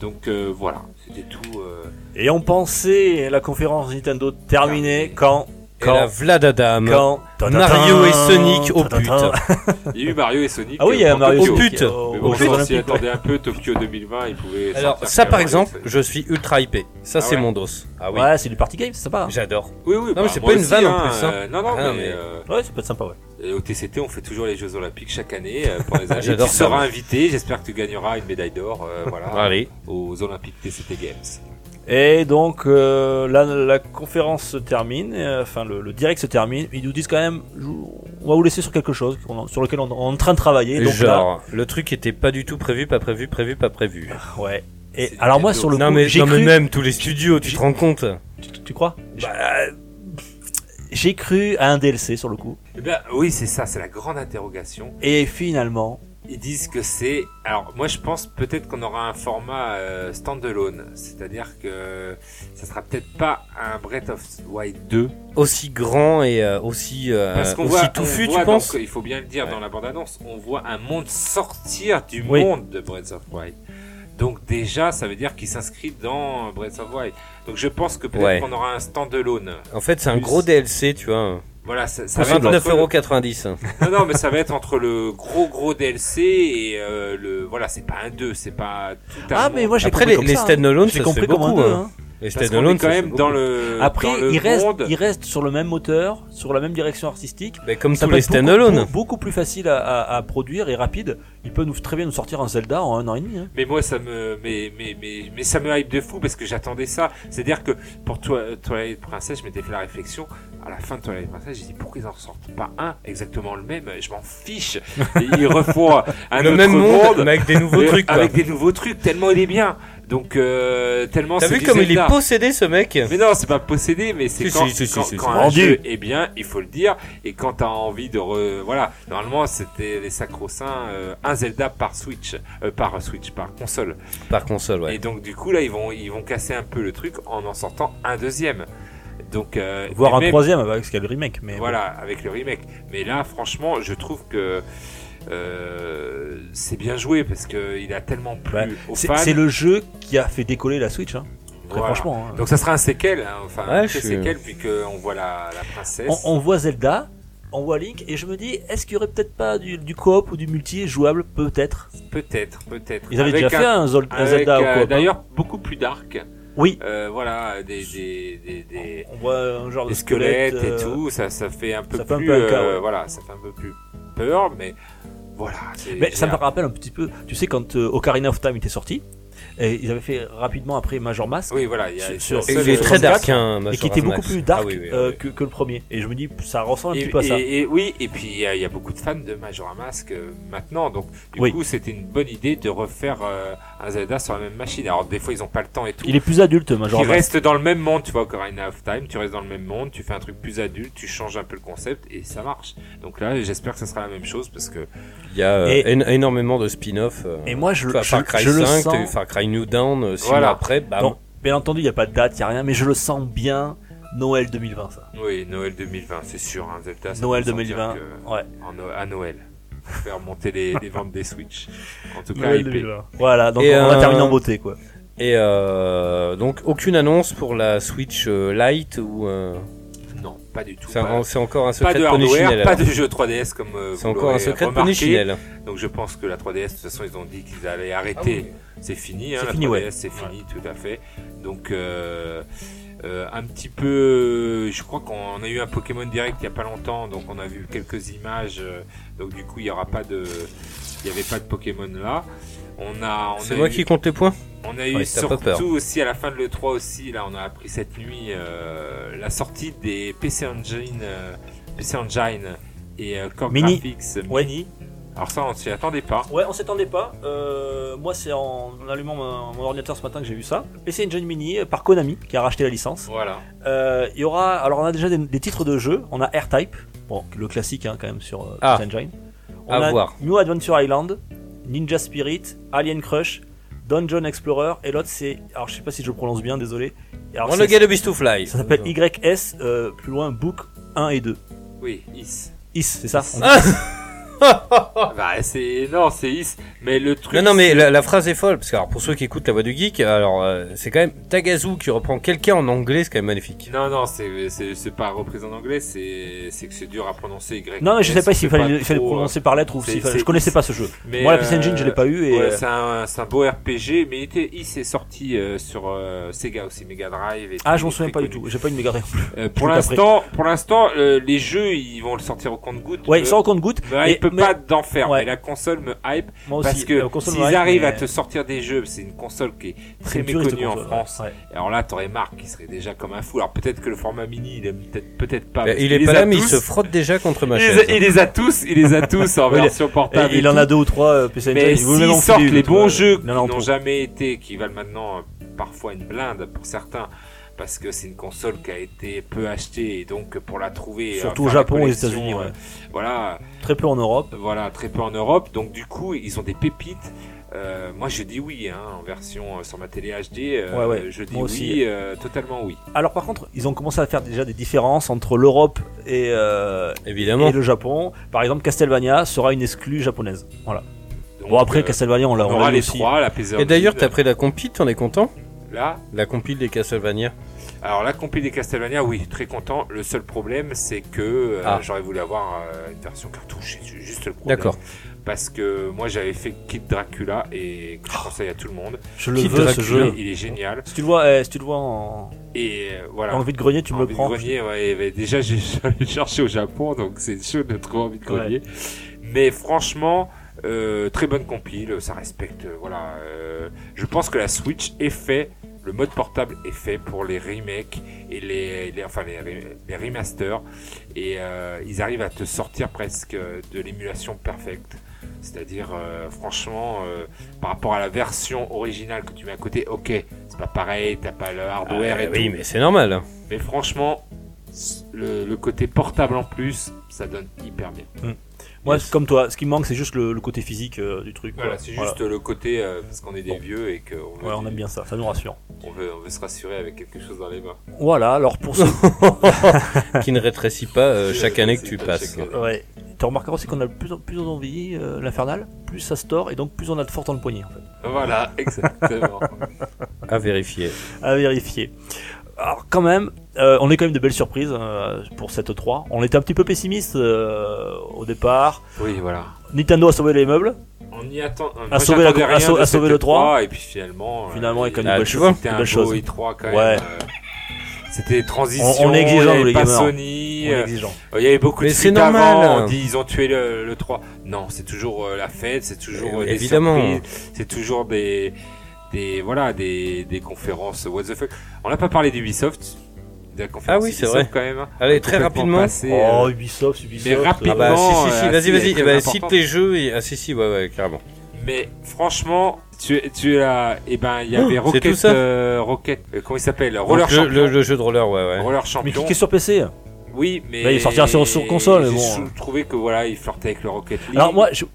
Donc euh, voilà, c'était tout. euh, Et on pensait la conférence Nintendo terminée Terminée. quand Et la quand Vladadame. quand Mario et Sonic au Tadadam. pute. Il y a eu Mario et Sonic. Ah oui, il y euh, a pour Mario Tokyo. Au pute. Sonic, euh, Mais aux Jeux bon, les gens s'y Olympiques, ouais. attendaient un peu Tokyo 2020, ils pouvaient. Alors, sortir ça par Mario et exemple, Sonic. je suis ultra hypé. Ça, Ah c'est ouais. mon dos. Ah oui. Ouais, c'est du party game, c'est sympa. hein. J'adore. Oui, oui. mais c'est moi pas une aussi, vanne, en hein, plus, hein. euh, Non, non, Ah, mais. mais- euh, Ouais, ça peut être sympa, ouais. Et au TCT, on fait toujours les Jeux Olympiques chaque année euh, pour les années. tu J'adore ça, seras moi. invité, j'espère que tu gagneras une médaille d'or euh, voilà, Allez. aux Olympiques TCT Games. Et donc euh, là, la conférence se termine, euh, enfin le, le direct se termine. Ils nous disent quand même, je- on va vous laisser sur quelque chose qu'on- sur lequel on, on est en train de travailler. Donc là, Genre, le truc était pas du tout prévu, pas prévu, prévu, pas prévu. ouais. Et C'est du alors moi cadeau. sur le non, coup, mais, j'ai non, mais cru. même tous les studios, tu te rends compte Tu, tu crois J'ai- J'ai cru à un DLC sur le coup. Eh ben, oui, c'est ça, c'est la grande interrogation. Et finalement, Ils disent que c'est. Alors, moi, je pense peut-être qu'on aura un format euh, standalone. C'est-à-dire que ça sera peut-être pas un Breath of the Wild 2. Aussi grand et euh, aussi, euh, Parce qu'on aussi voit. touffu, on tu voit, penses donc, Il faut bien le dire dans la bande-annonce. On voit un monde sortir du Oui. monde de Breath of the Wild. Donc, déjà, ça veut dire qu'il s'inscrit dans Breath of the Wild. Donc, je pense que peut-être Ouais. qu'on aura un standalone. En fait, c'est un plus- gros DLC, tu vois. Voilà, ça, ça À va être entre le- 29,90€. Non, non, mais ça va être entre le gros gros DLC et euh, le voilà, c'est pas un 2, c'est pas tout un ah monde. mais moi j'ai Après, compris les, comme les ça, hein. standalone, J'ai ça se compris fait comme un beaucoup. deux, hein. hein. Les Parce qu'on est standalone, quand ça se même fait dans beaucoup. le Après, dans le il reste, monde. il reste sur le même moteur, sur la même direction artistique. Mais comme Ça tous peut les être beaucoup- standalone. Beaucoup, beaucoup plus facile à, à- à produire et rapide. Il peut nous très bien nous sortir un Zelda en un an et demi. hein. Mais moi ça me mais, mais mais mais ça me hype de fou parce que j'attendais ça. C'est-à-dire que pour toi Twilight Princess, je m'étais fait la réflexion à la fin de Twilight Princess, j'ai dit pourquoi ils en sortent pas un exactement le même, je m'en fiche. Et ils refont un Le autre même monde, monde mais avec des nouveaux mais trucs. quoi. avec des nouveaux trucs tellement il est bien. Donc euh, tellement T'as c'est vu du comme il Zelda. est possédé ce mec Mais non, c'est pas possédé, mais c'est Si, quand, si, si, si, quand- si, quand c'est un vendu. jeu est bien, il faut le dire, et quand t'as envie de re... Voilà, normalement, c'était les sacro-saints, euh, un Zelda par Switch, euh, par Switch, par console. Par console, ouais. Et donc, du coup, là, ils vont, ils vont casser un peu le truc en en sortant un deuxième. Donc, euh, Voire et un même- troisième avec ce qu'il y a le remake. Mais Voilà, avec le remake. Mais là, franchement, je trouve que... euh, c'est bien joué parce que il a tellement plu Bah, aux C'est fans. c'est le jeu qui a fait décoller la Switch. hein. Très Voilà. franchement. hein. Donc ça sera un séquel, hein, enfin Ouais, un je suis- séquel puisque on voit la, la princesse. on, on voit Zelda, on voit Link, et je me dis, est-ce qu'il y aurait peut-être pas du, du coop ou du multi jouable Peut-être. Peut-être, peut-être. Ils avaient Avec déjà fait un, Zol- un avec, Zelda au euh, coop. hein. D'ailleurs, beaucoup plus dark. Oui. Euh, voilà, des, des, des, des, on voit un genre des de squelettes squelette et euh, tout. Ça, ça fait un peu ça fait un plus. peu un cas, euh, ouais. Voilà, ça fait un peu plus peur, mais voilà. c'est- Mais ça j'ai me rappelle un petit peu, tu sais, quand euh, Ocarina of Time était sorti, et ils avaient fait rapidement après Major Mask. un- Oui, voilà. Il y a, Sur- la sur- Et seule- il est euh, très Majora's dark, hein, Et Majora's qui était beaucoup Max. plus dark Ah oui, oui, euh, oui. Que, que le premier. Et je me dis, ça ressemble un Et, petit peu à ça. et- et- oui, et puis il y, a- il y a beaucoup de fans de Majora Mask euh, maintenant, donc du Oui. coup c'était une bonne idée de refaire euh, un Zelda sur la même machine. Alors des fois ils ont pas le temps et tout. Il est plus adulte, Major Tu Mask. restes dans le même monde, tu vois, Ocarina of Time, tu restes dans le même monde, tu fais un truc plus adulte, tu changes un peu le concept et ça marche. Donc là, j'espère que ça sera la même chose parce que Il y a euh, Et- éno- énormément de spin-off. euh, Et moi, je, tu vois, je- Far Cry je le 5, t'as eu sens. Far Cry New Dawn, euh, six Voilà. mois après, bam. Non, bien entendu, il n'y a pas de date, il n'y a rien, mais je le sens bien Noël 2020, ça. oui, Noël 2020, c'est sûr, hein, Zelda. ça Noël peut sortir 2020. que- Ouais. en No- à Noël, Pour faire monter les, les ventes des Switch. En tout cas, Noël hypé. 2020. Voilà, donc Et, on va euh, terminer en beauté, quoi. Et euh, donc, aucune annonce pour la Switch euh, Lite ou. euh, non, pas du tout. c'est pas, un- c'est encore un pas secret de Polichinelle, hardware, pas alors. de jeu 3DS comme euh, C'est vous encore un l'aurez secret de remarqué. Polichinelle. Donc je pense que la 3DS, de toute façon, ils ont dit qu'ils allaient arrêter. C'est fini, hein, C'est la fini, 3DS, ouais. c'est fini, tout à fait. Donc euh, euh, un petit peu, euh, je crois qu'on a eu un Pokémon direct il y a pas longtemps, donc on a vu quelques images. euh, donc du coup, il y aura pas de, il y avait pas de Pokémon là. On a, on C'est a moi eu, qui compte les points on a eu Ouais, t'as pas peur. surtout aussi à la fin de le 3 aussi là, on a appris cette nuit euh, la sortie des PC Engine, euh, PC Engine et euh, Core Mini. Graphics Ouais. Mini. Alors ça, on s'y attendait pas. Ouais, on s'attendait pas. Euh, moi, c'est en allumant mon, mon ordinateur ce matin que j'ai vu ça. PC Engine Mini euh, par Konami qui a racheté la licence. Voilà. Euh, Il y aura, alors on a déjà des, des titres de jeu. On a R-Type, bon, le classique hein, quand même sur euh, Ah. PC Engine. On À a voir. New Adventure Island, Ninja Spirit, Alien Crush, Dungeon Explorer et l'autre c'est, alors je sais pas si je le prononce bien, désolé. Et Alors, On ça- Oh, le get a beast to fly. ça s'appelle YS, euh, plus loin Book 1 et 2. Oui, Is. Is, c'est ça Is. Ah, Oh. Bah, c'est non, c'est Is, mais le truc. Non, non, mais la, la phrase est folle, parce que alors, pour ceux qui écoutent La Voix du Geek, alors euh, c'est quand même Tagazu qui reprend quelqu'un en anglais, c'est quand même magnifique. Non, non, c'est c'est- c'est pas repris en anglais, c'est c'est que c'est dur à prononcer Y. Non, mais je sais pas s'il C'est fallait, il fallait le trop, hein. prononcer par lettre ou c'est- s'il fallait. c'est Je connaissais Is. pas ce jeu. mais, Moi, la euh, PC Engine, je l'ai pas eu et. euh, ouais, c'est un, c'est un beau RPG, mais il était, Is est sorti euh, sur euh, Sega aussi, Mega Drive. et Ah, tout, je m'en il est souviens très pas du connu. tout. J'ai pas une méga rire. Euh, pour Tout l'instant, pour l'instant, euh, les jeux, ils vont le sortir au compte-goutte. Ouais, sans compte goutte. il peut mais- pas d'en faire, Ouais. mais la console me hype Moi aussi. parce que euh, console s'ils Mac, arrivent à mais te sortir des jeux, c'est une console qui est c'est très une puriste de méconnue en console, France. ouais. Et Alors là, t'aurais Marc qui serait déjà comme un fou. Alors peut-être que le format mini, il aime peut-être peut-être pas. Bah, Ah, parce il qu'il est les pas a là, mais il tous. se frotte déjà contre Il ma chaise. les, il les a tous, il les a tous en Oui, version Et portable. et il en tout. a deux ou trois euh, PC Engine. Mais vous même s'ils en sortent filer, les tu vois, bons jeux il qui y en a en n'ont trop. jamais été, qui valent maintenant euh, parfois une blinde pour certains, parce que c'est une console qui a été peu achetée et donc pour la trouver euh, Surtout faire au des Japon et aux collections, États-Unis, euh, ouais. voilà Très peu en Europe. voilà très peu en Europe donc du coup ils ont des pépites Euh, moi je dis oui hein, en version euh, sur ma télé HD euh, Ouais, ouais, je dis moi aussi. oui euh, totalement oui Alors par contre, ils ont commencé à faire déjà des différences entre l'Europe et, euh, Évidemment. et le Japon. Par exemple, Castlevania sera une exclue japonaise. Voilà. Donc, Bon après euh, Castlevania, on l'a on on aura l'a eu les aussi. trois la Pleasure Et d'ailleurs, Guide, t'as pris la compile, t'en es content là La compile des Castlevania. Alors la compil des Castlevania, oui, très content. Le seul problème, c'est que euh, Ah. j'aurais voulu avoir euh, une version cartouche. C'est juste le problème. D'accord. Parce que moi, j'avais fait Kid Dracula et que je conseille à tout le monde. Je le Kid veux Ah. ce Dracula. jeu. Il est génial. Si tu le vois, eh, si tu le vois en, Et euh, en voilà. envie de grenier, tu me le Envie de prends. grenier, ouais, mais déjà j'ai j'allais chercher au Japon, donc c'est chaud de trouver envie de grenier. Mais franchement, euh, très bonne compile, ça respecte. euh, Voilà, euh, je pense que la Switch est fait, le mode portable est fait pour les remakes et les, les- enfin les, re- les remasters, et euh, ils arrivent à te sortir presque euh, de l'émulation perfecte. C'est-à-dire, euh, franchement, euh, par rapport à la version originale que tu mets à côté, ok, c'est pas pareil, t'as pas le hardware Ah, et tout. oui, mais c'est normal. hein. Mais franchement, le, le côté portable en plus, ça donne hyper bien. Moi, c'est comme toi, ce qui me manque, c'est juste le, le côté physique euh, du truc. Voilà, quoi. c'est Voilà. juste le côté euh, parce qu'on est des Bon. vieux et qu'on veut, Ouais, on aime bien ça, ça nous rassure. on veut, on veut se rassurer avec quelque chose dans les mains. Voilà, alors pour ce. Qui ne rétrécit pas euh, C'est- chaque année que c'est tu pas passes. chaque année. ouais. Tu remarqueras aussi qu'on a plus, en- plus on envie euh, l'infernal, plus ça store et donc plus on a de fort dans le poignet en fait. Euh, Voilà, exactement. À vérifier. À vérifier. Alors quand même, euh, on est quand même de belles surprises euh, pour cette 3. On était un petit peu pessimiste euh, au départ. oui, voilà. Nintendo a sauvé les meubles. On y attend. euh, À moi, sauver la- j'attendais à rien sau- de à cette sauver le E3, trois. Et puis finalement, euh, Finalement, avec il- une Ah, belle tu chose. vois, c'était une un belle chose. beau E3 quand Ouais. même. euh, C'était des transitions. On- on est exigeant, il y avait les pas gamers. On Sony. est euh, exigeant. Il y avait beaucoup Mais de c'est tweets normal. avant, on dit ils ont tué le, le 3. Non, c'est toujours euh, la fête, c'est toujours Euh, euh, des évidemment. surprises, c'est toujours des, des, voilà, des, des conférences what the fuck. On n'a pas parlé d'Ubisoft, de la Ah conférence oui, c'est vrai. Ubisoft quand même. hein. Allez, très Complètement rapidement. passé, euh, Oh, Ubisoft, mais Ubisoft. Ah rapidement. bah si, si, si, euh, vas-y, c'est vas-y. très Eh bah, important. cite les jeux et... Ah si, si, ouais, ouais, carrément. Mais franchement, tu, tu as, eh ben, il y avait Oh, c'est tout Rocket, ça euh, Rocket, euh, comment il s'appelle? Roller Donc, le, Champion. le- le jeu de roller, ouais, ouais. Roller Mais Champion. cliquez sur PC. Oui, mais. Là, il sortira sur- sur console, mais J'ai bon. sou- trouvé que voilà, il flirtait avec le Rocket League. Alors moi, je-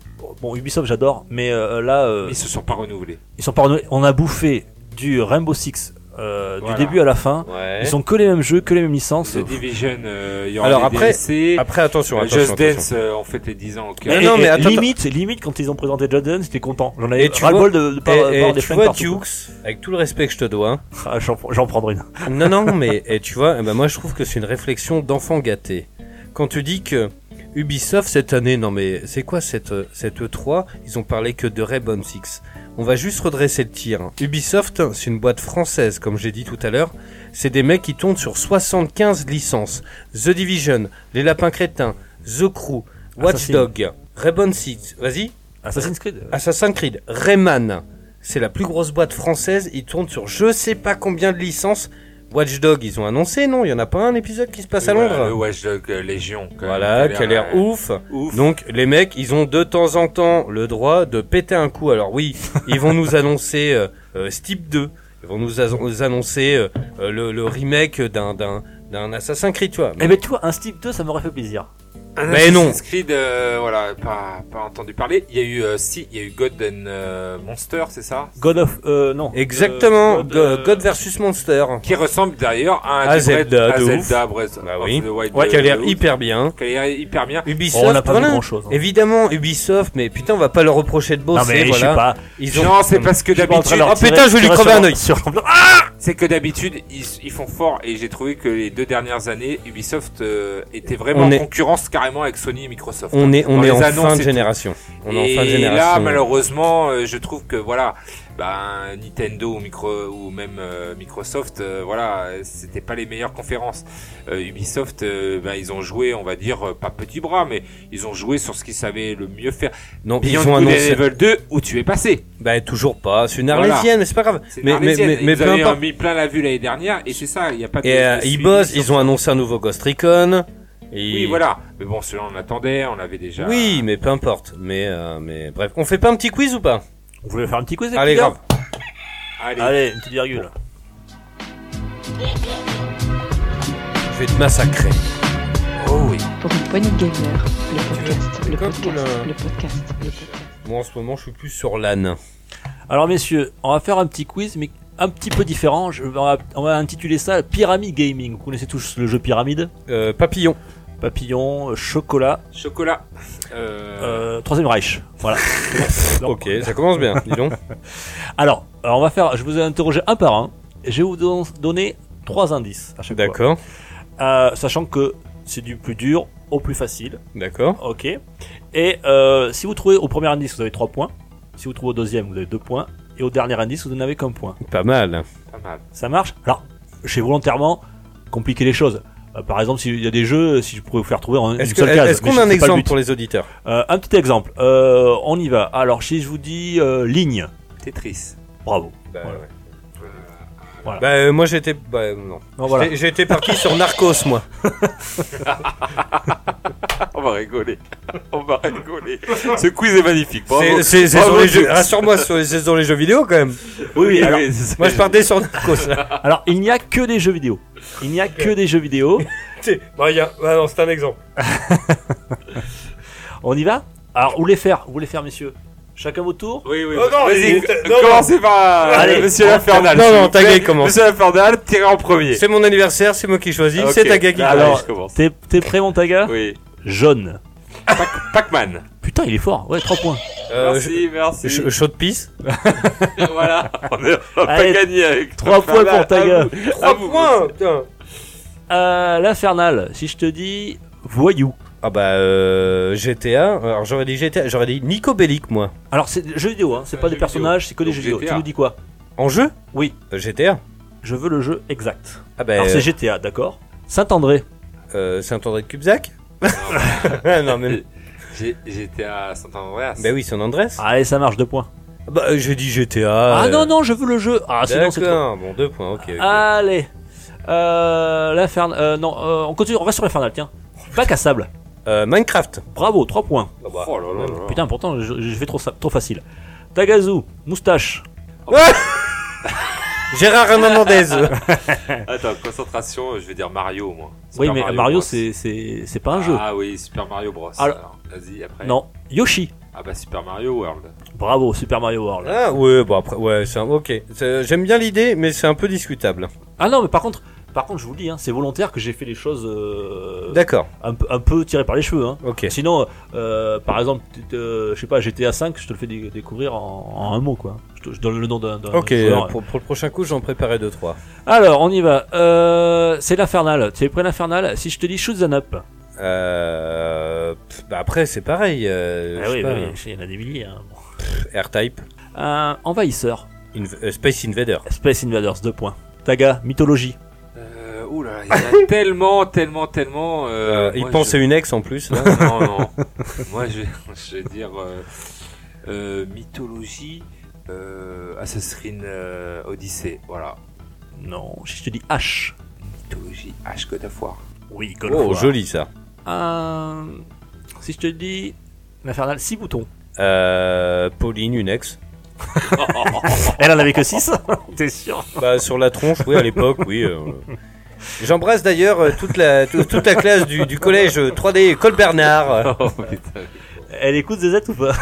bon, Ubisoft j'adore, mais euh, là, euh, Mais ils se sont pas renouvelés. ils sont pas renouvelés. On a bouffé du Rainbow Six euh, Voilà. du début à la fin. Ouais. Ils ont que les mêmes jeux, que les mêmes licences. The Division, euh, il y aura Alors des après- DLC. Après, attention, Euh, attention. Just attention. Dance, euh, on fête les 10 ans. ok. Et- Mais et- non, mais et attends, limite, limite, quand ils ont présenté Jaden, j'étais content. J'en Et avais tu ras le bol de, de par, Et- par et des tu flingues vois, partout. Dukes, avec tout le respect que je te dois, hein, Ah, J'en j'en prendrai une. Non, non, mais et tu vois, eh ben moi je trouve que c'est une réflexion d'enfant gâté. Quand tu dis que Ubisoft cette année, non mais c'est quoi cette, euh, cette E3 Ils ont parlé que de Rainbow Six. On va juste redresser le tir. hein. Ubisoft, c'est une boîte française, comme j'ai dit tout à l'heure. C'est des mecs qui tournent sur 75 licences. The Division, Les Lapins Crétins, The Crew, Watch Assassin. Dog, Rainbow Six, vas-y, Assassin's Creed. Assassin's Creed, euh. Rayman, c'est la plus grosse boîte française, ils tournent sur je sais pas combien de licences. Watch Dog, ils ont annoncé, non Il y en a pas un épisode qui se passe à Oui, voilà, Londres le Watch Dog euh, Légion. quand même, Voilà, qui a l'air euh, ouf. ouf. Donc les mecs, ils ont de temps en temps le droit de péter un coup. Alors oui, ils vont nous annoncer euh, euh, Steep 2, ils vont nous a- nous annoncer euh, euh, le, le remake d'un d'un d'un Assassin's Creed, tu vois. Eh ben tu vois, un Steam 2, ça m'aurait fait plaisir. Un mais non. Assassin's Creed, euh, voilà, pas, pas entendu parler. Il y a eu, euh, si, il y a eu God and euh, Monster, c'est ça God of, euh, non. Exactement, Euh, Go- God versus Monster, Qui ressemble d'ailleurs à, un À des Breath- Zelda, à de Zelda Breath Bah of oui. the Wild, qui a euh, l'air de ouf. hyper bien. Qui a l'air hyper bien. Ubisoft, Oh, on n'a pas voilà. vu grand chose. Évidemment, Ubisoft, mais putain, on va pas leur reprocher de Non bosser, mais je sais voilà. pas. Ils ont... Non, c'est parce que je suis pas en train de d'habitude, leur Oh, tirer- putain, je vais lui tirer crever sur- un œil. sur- c'est que d'habitude, ils, ils font fort. Et j'ai trouvé que les deux dernières années, Ubisoft euh, était vraiment On est- en concurrence carrément avec Sony et Microsoft. On est, on Dans est les en annonces fin de et tout. génération. On est et en fin de là, génération. malheureusement, euh, je trouve que voilà, ben, Nintendo ou, micro, ou même euh, Microsoft, euh, voilà, euh, c'était pas les meilleures conférences. Euh, Ubisoft, euh, ben, ils ont joué, on va dire, euh, pas petit bras, mais ils ont joué sur ce qu'ils savaient le mieux faire. non, ils Beyond ont Good and annoncé. Evil 2, où tu es passé. Bah, toujours pas. C'est une Voilà. arlésienne, mais c'est pas grave. C'est une Mais, mais, Arlésienne. mais, mais ils peu avaient importe. mis plein la vue l'année dernière, et c'est ça, il n'y a pas de. Et euh, de ils suivi bossent, sur- ils ont annoncé un nouveau Ghost Recon. Et... Oui, voilà. Mais bon, celui-là, on attendait, on l'avait déjà. Oui, mais peu importe. Mais, euh, mais bref, on fait pas un petit quiz ou pas Vous voulez faire un petit quiz les Allez, gars grave. Allez. Allez, une petite virgule. Je vais te massacrer. Oh oui. Pour une poignée de gamers, le podcast, le comme podcast, le- le podcast, le podcast. Moi en ce moment je suis plus sur l'âne. Alors messieurs, on va faire un petit quiz, mais un petit peu différent. Je- on, va, on va intituler ça Pyramid Gaming. Vous connaissez tous le jeu Pyramide Euh, papillon. Papillon, euh, chocolat, Chocolat. Euh, euh, Troisième Reich. Voilà. Donc, Ok, ça commence bien, dis donc. Alors, alors, on va faire. Je vous ai interrogé un par un. Et je vais vous don- donner trois indices. à chaque fois. D'accord, Euh, sachant que c'est du plus dur au plus facile. d'accord. Ok. Et euh, si vous trouvez au premier indice, vous avez 3 points. Si vous trouvez au deuxième, vous avez 2 points. Et au dernier indice, vous n'avez qu'un point. Pas mal. ah Pas bah, mal. Ça marche Alors, j'ai volontairement compliqué les choses. Euh, par exemple, s'il y a des jeux, si je pouvais vous faire trouver en une Est-ce seule que- case. est-ce mais qu'on a c'est un pas le exemple but. pour les auditeurs Euh, Un petit exemple. Euh, on y va. Alors, si je vous dis euh, ligne, Tetris. bravo. Bah, Voilà. ouais. Voilà. Bah, euh, moi j'étais. Bah, non. Non, voilà. J'étais- J'étais parti sur Narcos, moi. On va rigoler. On va rigoler. Ce quiz est magnifique. Bravo. C'est- C'est c'est Bravo, sur les Dieu. jeux. Rassure-moi, sur les- c'est sur les jeux vidéo quand même. Oui, oui, alors, oui, c'est- Moi je partais sur Narcos. Ah, là. alors, il n'y a que des jeux vidéo. Il n'y a que des jeux vidéo. C'est- bah, y a- bah, non, c'est un exemple. On y va Alors, vous les faire, vous les faire, messieurs. Chacun votre tour. Oui, oui. Oh non, Vas-y, mais- c- non, commencez par euh, Allez. Monsieur l'Infernal. Non, s'il non, vous plaît. ta gueule commence. Monsieur l'Infernal, tirez en premier. C'est mon anniversaire, c'est moi qui choisis, Ok. c'est Tagaki. Alors, je commence. T'es t'es prêt, mon taga Oui. Jaune. Pac- Pac-Man. Putain, il est fort. Ouais, 3 points. Euh, je- merci, merci. Ch- Chaud de pisse. voilà. On n'a pas Allez, gagné avec trois points Infernal. pour ta À gueule. vous. À Trois vous. points putain. Euh, L'infernal. Si je te dis voyou. Ah bah euh, GTA, alors j'aurais dit GTA, j'aurais dit Nico Bellic moi. Alors, c'est des jeux vidéo, hein. C'est Un pas jeu des personnages, c'est que des Donc, jeux vidéo. Tu GTA. nous dis quoi En jeu Oui. Euh, GTA Je veux le jeu exact. Ah bah Alors, euh, c'est GTA, d'accord Saint-André. euh, Saint-André de Cubzac Ah. Non mais J'ai- J'étais à Saint-Andréas. bah oui, San Andrés. Allez, ça marche, 2 points. Bah euh, j'ai dit GTA. Ah euh, non, non, je veux le jeu. Ah, sinon, c'est Ah. trop. D'accord, bon deux points, OK. ok. Allez. Euh, L'infernal. euh, non, euh, on continue, on reste sur l'infernal, tiens. Bac à sable. Euh, Minecraft. Bravo, 3 points. Ah bah. Oh là là là là. Putain, pourtant, je, je fais trop, sa- trop facile. Tagazu, moustache. Gérard Hernandez. Attends, concentration, je vais dire Mario, moi. oui, Super mais Mario, Bros. c'est c'est- c'est pas un jeu. Ah oui, Super Mario Bros. Alors- Alors, vas-y, après. Non, Yoshi. Ah bah, Super Mario World. Bravo, Super Mario World. ah ouais, bon après ouais, c'est un- OK. C'est- J'aime bien l'idée mais c'est un peu discutable. Ah non, mais par contre, par contre, je vous le dis, hein, c'est volontaire que j'ai fait les choses euh, D'accord. un, peu- un peu tirées par les cheveux. Hein. OK. Sinon, euh, par exemple, tu te- je sais pas, GTA 5, je te le fais dé- découvrir en, en un mot, quoi. Je, te- je donne le nom d'un. d'un OK, joueur. pour, pour le prochain coup, j'en préparais deux trois. Alors, on y va. Euh, c'est l'infernal. Tu es prêt l'infernal Si je te dis shoot Ah 'em up. Euh, pff, bah après c'est pareil. euh, Ah je sais oui, pas, bah oui, il y en a des milliers. hein. Bon. R-Type, Euh, envahisseur. Inv- euh, Space Invader. Space Invaders, 2 points. Taga, mythologie. Euh, ouh là, là, il y en a tellement, tellement, tellement. Euh, Euh, il moi, pense je- à une ex en plus. là. Non, non. moi, je, je vais dire euh, euh, mythologie, euh, Assassin's Creed euh, Odyssey. Voilà. Non, si je te dis H. Mythologie, Ah, H God of War. Oui, God oh, joli ça. Euh, si je te dis l'infernal, 6 boutons. Euh, Pauline, une ex. Elle en avait que 6 T'es sûr Bah, sur la tronche, oui, à l'époque, oui. euh. J'embrasse d'ailleurs euh, toute la, tout- toute la classe du, du collège euh, 3D Col Bernard. Oh putain. Elle écoute ZZ ou pas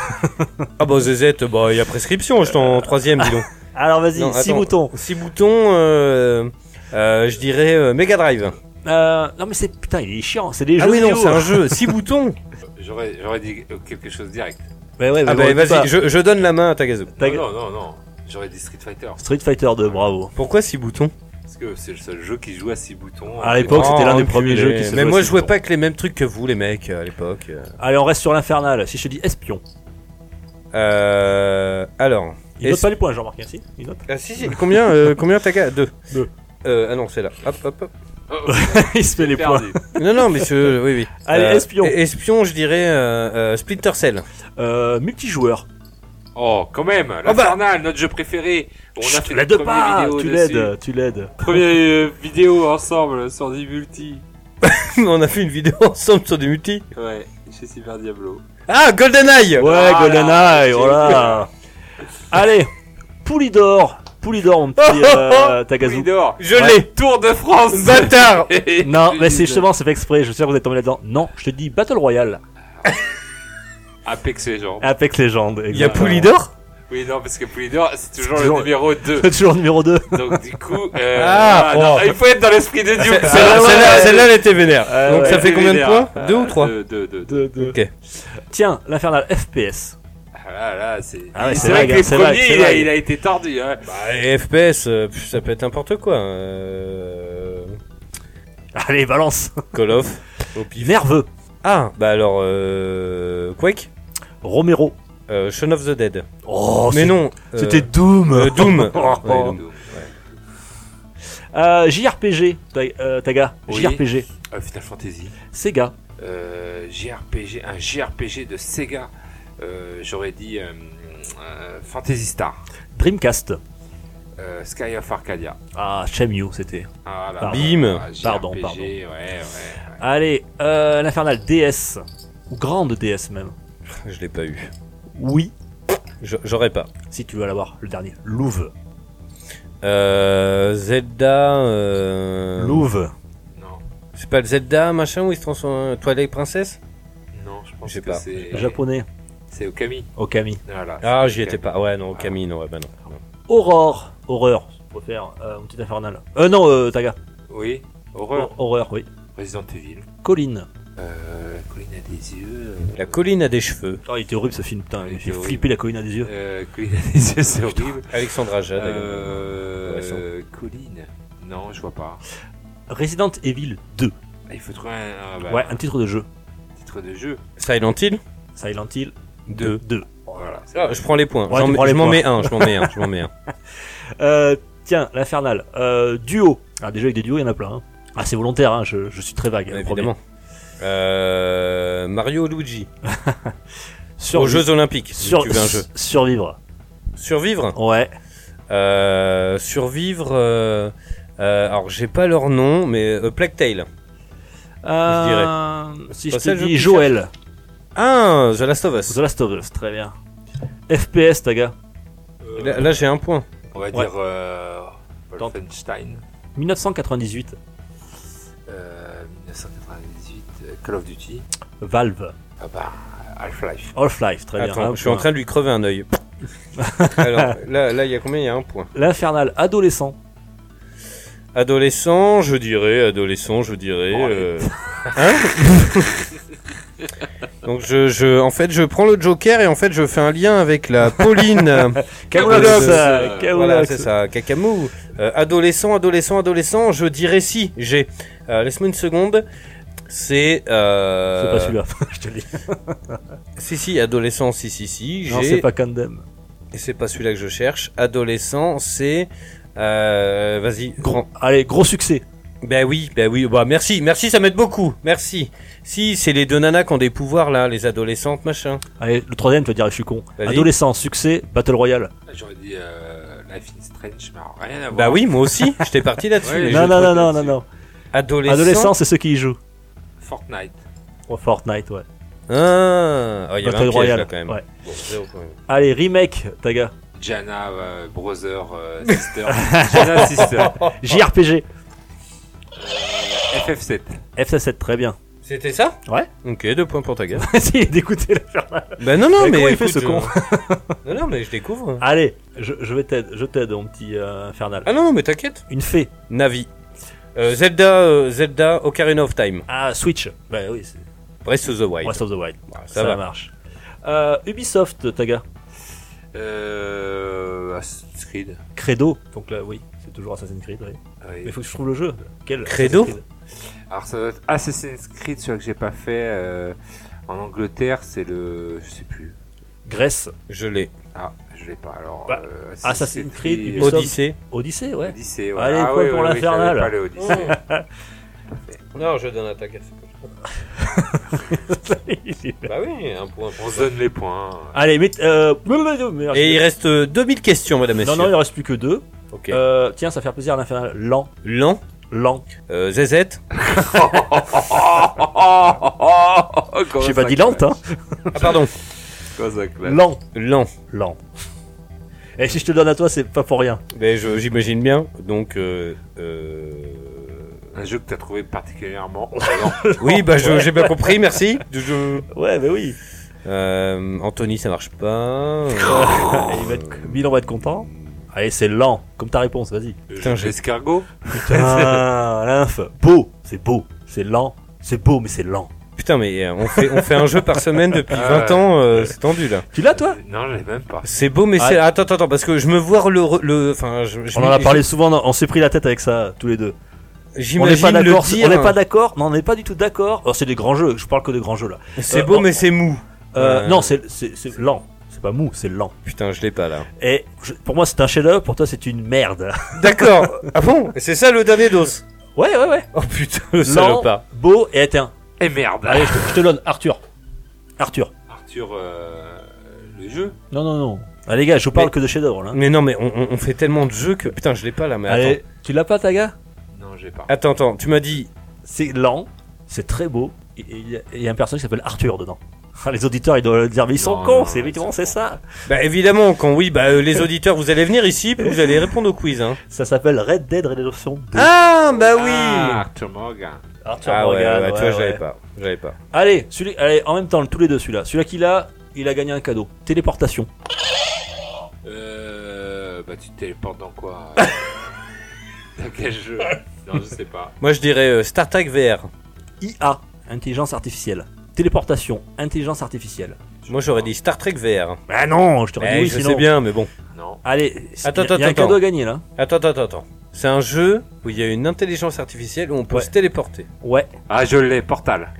Ah bah Zezette, bah il y a prescription, je suis en troisième, dis donc. Alors vas-y, Non, 6 attends. boutons. Six boutons, euh, euh, je dirais euh, Mega Drive. Euh, non mais c'est putain, il est chiant, c'est des hein. Ah jeux oui, non, vidéo. c'est un jeu. Six boutons. J'aurais, j'aurais dit quelque chose direct. Mais ouais, mais Ah bon, bah écoute pas. vas-y, je, je donne la main à Tagazu. Taga- Non, non, non, non. J'aurais dit Street Fighter. Street Fighter 2, bravo. Pourquoi six boutons Parce que c'est le seul jeu qui joue à 6 boutons. À l'époque, Oh, c'était l'un des enculé. premiers jeux qui se Mais moi, je jouais vois pas que les mêmes trucs que vous, les mecs, à l'époque. Allez, on reste sur l'infernal. Si je te dis espion, Euh. Alors. il Est-ce- note pas les points, Jean-Marc, ainsi Il note Ah, si, si. Combien, euh, combien t'as gagné Deux. Deux. Euh, ah non, c'est là. Hop, hop, hop. oh, Il se fait les points. Perdu. Non, non, mais c'est- oui, oui. Allez, Euh, espion. Espion, je dirais euh, euh, Splinter Cell. Euh, multijoueur. Oh, quand même, l'Infernal, notre jeu préféré. Ah On bah. Chut, a fait tu notre l'aides première pas vidéo Tu dessus. l'aides, tu l'aides. Première euh, vidéo ensemble sur Dimulti. On a fait une vidéo ensemble sur des multi. Ouais, chez Cyber Diablo. Ah, Ouais, GoldenEye oh Voilà, GoldenEye, j'ai voilà. Allez, Poulidor. Poulidor, mon petit euh, Tagazu. Poulidor. Je Ouais. l'ai Tour de France. Bâtard Non, mais c'est justement, c'est fait exprès, je sais que vous êtes tombé là-dedans. Non, je te dis Battle Royale, Ah, Apex Legends. Apex Legends. Il y a exactement. Poulidor Oui, non, parce que Poulidor, c'est toujours C'est le toujours- numéro 2. Toujours numéro 2. Donc, du coup, euh, Ah, ah, non, oh. il faut être dans l'esprit de Dieu. C'est- Celle-là, celle-là, celle-là, elle était vénère. Ah, Donc ouais, ça fait combien de points Deux ou trois Deux, deux, deux. De, de- Ok. Tiens, l'infernal FPS. Ah, là, là, c'est. Ah ouais, c'est c'est vrai vague, que hein, les c'est vague, premiers, c'est il a, vague. il a été tordu. Hein. Bah, les FPS, euh, pff, ça peut être n'importe quoi. hein. euh, Allez, balance. Call of, au pif. Nerveux. Ah, bah alors, euh, Quake, Romero. euh, Shaun of the Dead. Oh, Mais c'est- non, euh, C'était Doom. euh, Doom. Oh. Ouais, Doom. Euh, JRPG, Ta- euh, Taga. Oui. JRPG. Euh, Final Fantasy. Sega. Euh, JRPG, un JRPG de Sega. Euh, J'aurais dit euh, euh, Fantasy Star. Dreamcast. Euh, Sky of Arcadia. Ah, shame you, c'était. Ah, là, Pardon. Bim. Ah, JRPG, Pardon, pardon. Ouais, ouais. Allez, euh, l'infernal DS. Ou grande DS même. Je l'ai pas eu. Oui. Je- J'aurais pas. Si tu veux l'avoir, le dernier. Louvre. Euh, Zelda. Euh... Louvre. Non, C'est pas le Zelda machin où il se transforme en Twilight Princess non, je pense Je sais que pas. c'est. Japonais. C'est Okami. Okami. Voilà, Ah, c'est j'y étais Okami. pas. Ouais, non, Camille, non, ouais, bah non. Aurore. Horreur. Je préfère euh, un petit infernal. Euh, non, euh, Taga. Oui, horreur. Hor- Horreur, oui. Resident Evil. Colline. Euh, la colline a des yeux. La colline a des cheveux. Oh, il était horrible ce film, putain. Il Il était fait horrible. flipper la colline à des yeux. Euh, colline a des yeux, c'est horrible. Alexandra Jade. Euh, colline. Non, je vois pas. Resident Evil 2. Ah, Il faut trouver un, un- bah, Ouais, un un titre de jeu. titre de jeu. Silent Hill Silent Hill 2. 2. Voilà. c'est- Ah, je prends les points. Ouais, J'en tu mets- prends les je m'en points. mets un, je m'en mets un, je m'en mets un. Euh, tiens, l'infernal. Euh, duo. Alors déjà avec des duos, il y en a plein. hein. Ah, c'est volontaire, hein, je, je suis très vague. hein, Évidemment. Euh, Mario Luigi. promis. Survi- Aux Jeux Olympiques. si sur- tu veux un jeu. Survivre. Survivre. Ouais. Euh, survivre. euh, euh, alors, j'ai pas leur nom, mais euh, Plague Tale. Euh, Si je Pas te ça, le jeu dis qui Joël, Ah, The Last of Us. The Last of Us, très bien. FPS, Taga. Euh, Là, là, j'ai un point. on va Ouais. dire euh, Tente. Wolfenstein. 1998, Euh, 1998. euh, Call of Duty. Valve, Ah bah, Half-Life. Half-Life, très bien. Attends, un je suis en point. train de lui crever un œil. alors, là, là, il y a combien Il y a un point. L'infernal adolescent. Adolescent, je dirais. Adolescent, je dirais. Oh, allez. euh, Hein Donc, je, je, en fait, je prends le Joker et en fait, je fais un lien avec la Pauline. euh, Camoulox, Camoulox, euh, Voilà, Camoulox. c'est ça, Kakamou. Euh, adolescent, adolescent, adolescent, je dirais si, j'ai. Euh, Laisse-moi une seconde. C'est. C'est Euh... pas celui-là, je te le dis. Si, si, adolescent, si, si, si. Non, j'ai- c'est pas Condem. Et c'est pas celui-là que je cherche. Adolescent, c'est. Euh, Vas-y, grand. Allez, gros succès. Ben oui, ben oui, bah merci, merci, ça m'aide beaucoup, merci. Si, c'est les deux nanas qui ont des pouvoirs là, les adolescentes, machin. Allez, le troisième, tu vas dire, je suis con. Vas-y. Adolescent, succès, Battle Royale. J'aurais dit euh, Life is Strange, mais alors, rien à voir. Bah oui, moi aussi, j'étais parti là-dessus. Ouais, les Et Non, jeux. je non, non, crois non, que non, c'est- non. Adolescent. Adolescent, c'est ceux qui y jouent. Fortnite. Oh, Fortnite, ouais. Ah, oh, il y avait un Battle piège Royale. là quand même. Oh, ouais. Bon, zéro quand même. Allez, remake, Taga. Jana euh, Brother euh, Sister. Jana Sister. oh. JRPG. FF7. FC7, très bien. C'était ça Ouais. Ok, deux points pour ta gueule. Vas-y, d'écouter l'infernal. bah non, non, Mais mais. comment il fait, écoute, ce je- con Non, non, mais je découvre. Allez, je, je vais t'aider, je t'aide, mon petit euh, infernal. Ah non, non, mais t'inquiète. Une fée. Navi. Euh, Zelda, euh, Zelda Ocarina of Time. Ah, Switch. Bah oui, c'est Breath of the Wild. Breath of the Wild. Ouais, Ah, ça, Ça, va. marche. Euh, Ubisoft, Taga. Euh, Assassin's Creed. Ah Credo. Donc là, oui, c'est toujours Assassin's Creed, oui. Oui. Mais faut que je trouve le jeu. Quel Credo Assassin's Creed Alors ça doit être Assassin's Creed, celui que j'ai pas fait euh, en Angleterre, c'est le, je sais plus. Grèce. Je l'ai. Ah, je l'ai pas. Alors Bah, euh, Assassin's Creed, Ubisoft. Odyssey. Odyssée, ouais. Odyssey, ouais. Allez, ah, point oui, pour oui, oui, l'Infernal. j'avais pas le Odyssey. Non, je donne à ta gueule. Bah oui, un point On se donne les points. Allez, mais. Euh... merde. Et il reste euh, 2000 questions, madame, Non, messieurs. non, il en reste plus que deux. Ok. Euh, tiens, ça va faire plaisir à l'infernal. Lent, Lent, lent. euh, ZZ. Oh, J'ai pas dit lente, hein. Ah, pardon. Cosaque, là. Lent, Lent. lent. Et si je te le donne à toi, c'est pas pour rien. Mais Ben, je- j'imagine bien. Donc, euh, euh, Un jeu que t'as trouvé particulièrement. oui, bah je- j'ai bien compris, merci. Je- Ouais, mais oui. Euh, Anthony, ça marche pas. Euh, Et Ah, il va être- Milan va être content. Allez, c'est lent, comme ta réponse, vas-y. Putain, j'ai- escargot. Ah, Putain, l'inf. Beau, c'est beau, c'est lent, c'est beau, mais c'est lent. Putain, mais euh, on fait, on fait un jeu par semaine depuis 20 ans, euh, c'est tendu là. Tu l'as, toi Non, je l'ai même pas. C'est beau, mais Ouais. c'est. Attends, attends, attends, parce que je me vois le. re- le... Enfin, je, je- Ah, On en a parlé souvent, on s'est pris la tête avec ça, tous les deux. On n'est J'imagine pas d'accord, le on dire. n'est pas d'accord, non, on n'est pas du tout d'accord. Oh, c'est des grands jeux, je parle que des grands jeux là. C'est Euh, beau, on- mais c'est mou. Euh, Euh, Non, c'est c'est- c'est lent, c'est pas mou, c'est lent. Putain, je l'ai pas là. Et je- pour moi, c'est un chef-d'œuvre, pour toi, c'est une merde. D'accord. ah bon C'est ça le dernier dos. Ouais, ouais, ouais. Oh putain, le Lent, salopard. beau et éteint. Eh merde. Bah, Allez, je te, je te donne, Arthur. Arthur. Arthur, euh, le jeu. Non, non, non. Ah, les gars, je vous parle que de chef-d'œuvre là. Mais non, mais on, on- on fait tellement de jeux que. Putain, je l'ai pas là, mais attends. Allez, tu l'as pas, ta gars Non, j'ai pas. Attends, attends, tu m'as dit. C'est lent, c'est très beau. et Il y, a- il y a un personnage qui s'appelle Arthur dedans. Ah, Les auditeurs, ils doivent le dire, mais ils sont Non, cons, non, c'est non, évidemment, ils c'est sont ça. Bah évidemment, quand oui, bah euh, les auditeurs, vous allez venir ici, puis vous allez répondre au quiz. Hein. Ça s'appelle Red Dead Redemption 2. Ah bah oui. Ah, Arthur Morgan. Arthur Ah ouais, ouais, Morgan, ouais, tu vois, ouais, j'avais ouais. pas, j'avais pas. Allez, celui, allez, en même temps, tous les deux, celui-là. Celui-là qu'il a, il a gagné un cadeau. Téléportation. Euh, bah tu te téléportes dans quoi Dans quel jeu Non, je sais pas. Moi, je dirais euh, Star Trek VR. IA, intelligence artificielle. Téléportation, intelligence artificielle. Moi, j'aurais dit Star Trek VR. Bah non, je te Eh, redis oui, je sinon. sais bien, mais bon. Non. Allez, c'est- Attends, il y a- il y a un attends, cadeau attends. à gagner là. Attends, attends, attends. C'est un jeu où il y a une intelligence artificielle où on peut Ouais. se téléporter. Ouais. Ah, je l'ai, Portal.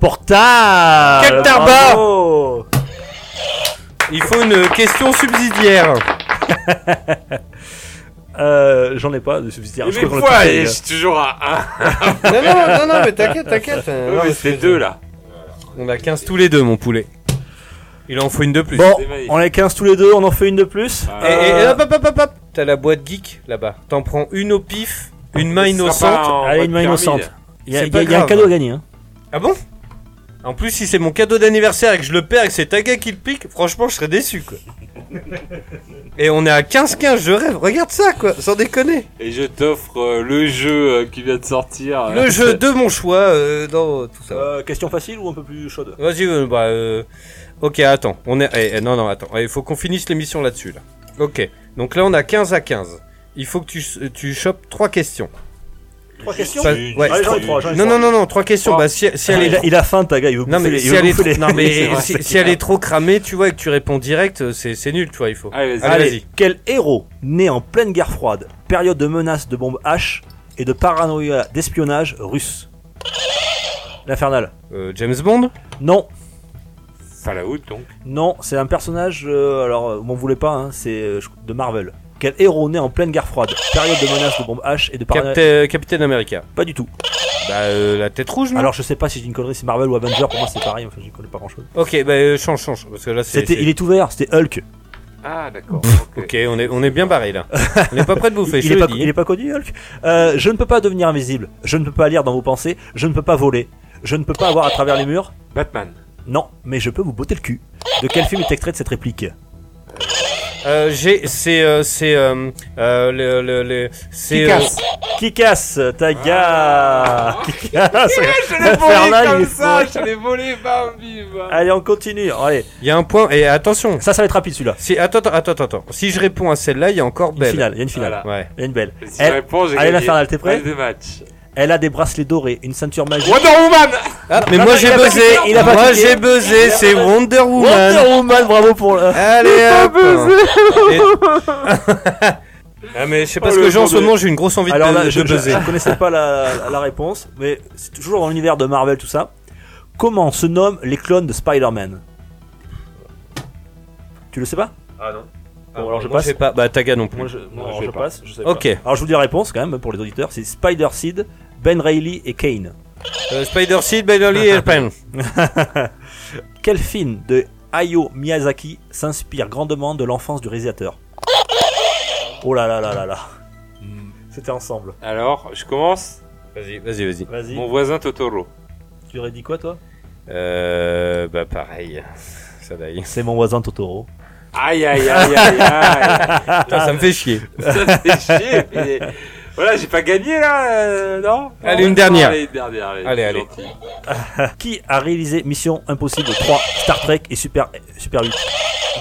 Portable Quel tarbat Bravo Il faut une euh, question subsidiaire. Euh, J'en ai pas de subsidiaire. Et je une crois qu'on fois, l'a tous et fait. Eh, je suis toujours à 1. non, non, non, non, mais t'inquiète, t'inquiète. Ah, Non, mais c'est deux là. On a 15 tous les deux, mon poulet. Il en faut une de plus. Bon, C'est magnifique. on est 15 tous les deux, on en fait une de plus. Et, et- et hop, hop, hop, hop, hop. T'as la boîte geek là-bas. T'en prends une au pif, une main innocente. Allez, une main innocente. Il y a, C'est il y pas a- il y a un grave. cadeau à gagner. hein. Ah bon En plus, si c'est mon cadeau d'anniversaire et que je le perds et que c'est ta gars qui le pique, franchement, je serais déçu quoi. et on est à 15-15, je rêve. Regarde ça quoi, sans déconner. Et je t'offre euh, le jeu euh, qui vient de sortir. Le jeu de mon choix euh, dans tout ça. Euh, question facile ou un peu plus chaude Vas-y, euh, bah. euh, Ok, attends. On est... eh, eh, non, non, attends. Il faut qu'on finisse l'émission là-dessus. Là. Ok. Donc là, on a 15 à 15. Il faut que tu, s- tu chopes 3 questions. Trois questions Pas- ouais. Allez, j'en ai trois, j'en ai Non, non, non, non, 3 questions. Trois. Bah, si, si elle Ah, Il, est. a, il a faim, ta gars. Il veut Non bouffer mais, les- il si veut elle, est bouffer les- non, mais C'est vrai, si- c'est si elle clair. est trop cramée, tu vois, et que tu réponds direct, euh, c'est c'est nul, tu vois, il Ah. faut. Ah. Allez, vas-y. Allez, Allez, vas-y. quel héros né en pleine guerre froide, période de menaces de bombes H et de paranoïa d'espionnage russe L'infernal. Euh, James Bond Non, Fallout donc. non, c'est un personnage, euh, alors euh, m'en voulez pas, hein, c'est euh, je- de Marvel. Quel héros né en pleine guerre froide, période de menaces de bombes H et de paranoïa Capitaine, Capitaine euh, America. Pas du tout. Bah, euh, la tête rouge, non Alors je sais pas si j'ai une connerie, c'est Marvel ou Avenger, pour moi c'est pareil, enfin je connais pas grand chose. Ok, bah, euh, change, change, parce que là, c'est. C'était, c'est- il est ouvert, c'était Hulk. Ah, d'accord. ok. Ok, on est, on est bien barré là. on est pas prêt de bouffer, il, je est te pas, le dis. il est pas connu, Hulk. Euh, je ne peux pas devenir invisible. Je ne peux pas lire dans vos pensées. Je ne peux pas voler. Je ne peux pas avoir à travers les murs. Batman. Non, mais je peux vous botter le cul. De quel film est extrait de cette réplique Euh, j'ai, c'est, euh, c'est, euh, euh, le, le, le- c'est. euh, Ah. Kick-Ass. Qui casse ta gars Qui casse Je l'ai Infernal, volé il est comme ça. fou. Je l'ai volé, bam, bim. bam. Allez, on continue. Allez, Il y a un point et attention. ça, ça va être rapide celui-là. Si, attends, attends, attends, attends. Si je réponds à celle-là, il y a encore Une belle. finale, il y a une finale. Voilà. Ouais. Il y a une belle. Si je Elle, réponds, j'ai Eh, allez, gagné. l'Infernal, t'es prêt Balle de match. elle a des bracelets dorés, une ceinture magique. Wonder Woman Ah, mais Non, moi non, il j'ai a pas buzzé. cliqué, il a pas Moi cliqué. j'ai buzzé. C'est Wonder Woman. Wonder Woman, bravo pour le... Allez hop. Et- Ah mais je sais pas Oh, ce que le j'ai en ce bordel. moment, j'ai une grosse envie de- Alors de, là, de je buzzer. ne connaissais pas la, la- la réponse, mais c'est toujours dans l'univers de Marvel, tout ça. Comment se nomment les clones de Spider-Man Tu le sais pas Ah non. Bon, alors je Moi, passe. je sais pas. Bah Taga non plus. Moi, je, non, Ah, je je sais pas. passe, je sais Ok. pas. Alors je vous dis la réponse quand même pour les auditeurs, c'est Spider Seed, Ben Reilly et Kane. Euh, Spider Seed, Benoli et Pen. Quel film de Hayao Miyazaki s'inspire grandement de l'enfance du réalisateur Oh là là là là là. Hmm. C'était ensemble. Alors, je commence. Vas-y, vas-y, vas-y. Vas-y. Mon voisin Totoro. Tu aurais dit quoi toi Euh, bah pareil. Ça daille. C'est mon voisin Totoro. Aïe, aïe, aïe, aïe, aïe. Putain, ça Ah. me fait chier. Ça fait chier. mais- Voilà, j'ai pas gagné là, euh, non Allez, une dernière. Allez, une dernière. Allez, c'est allez. gentil. Qui a réalisé Mission Impossible 3, Star Trek et Super, Super 8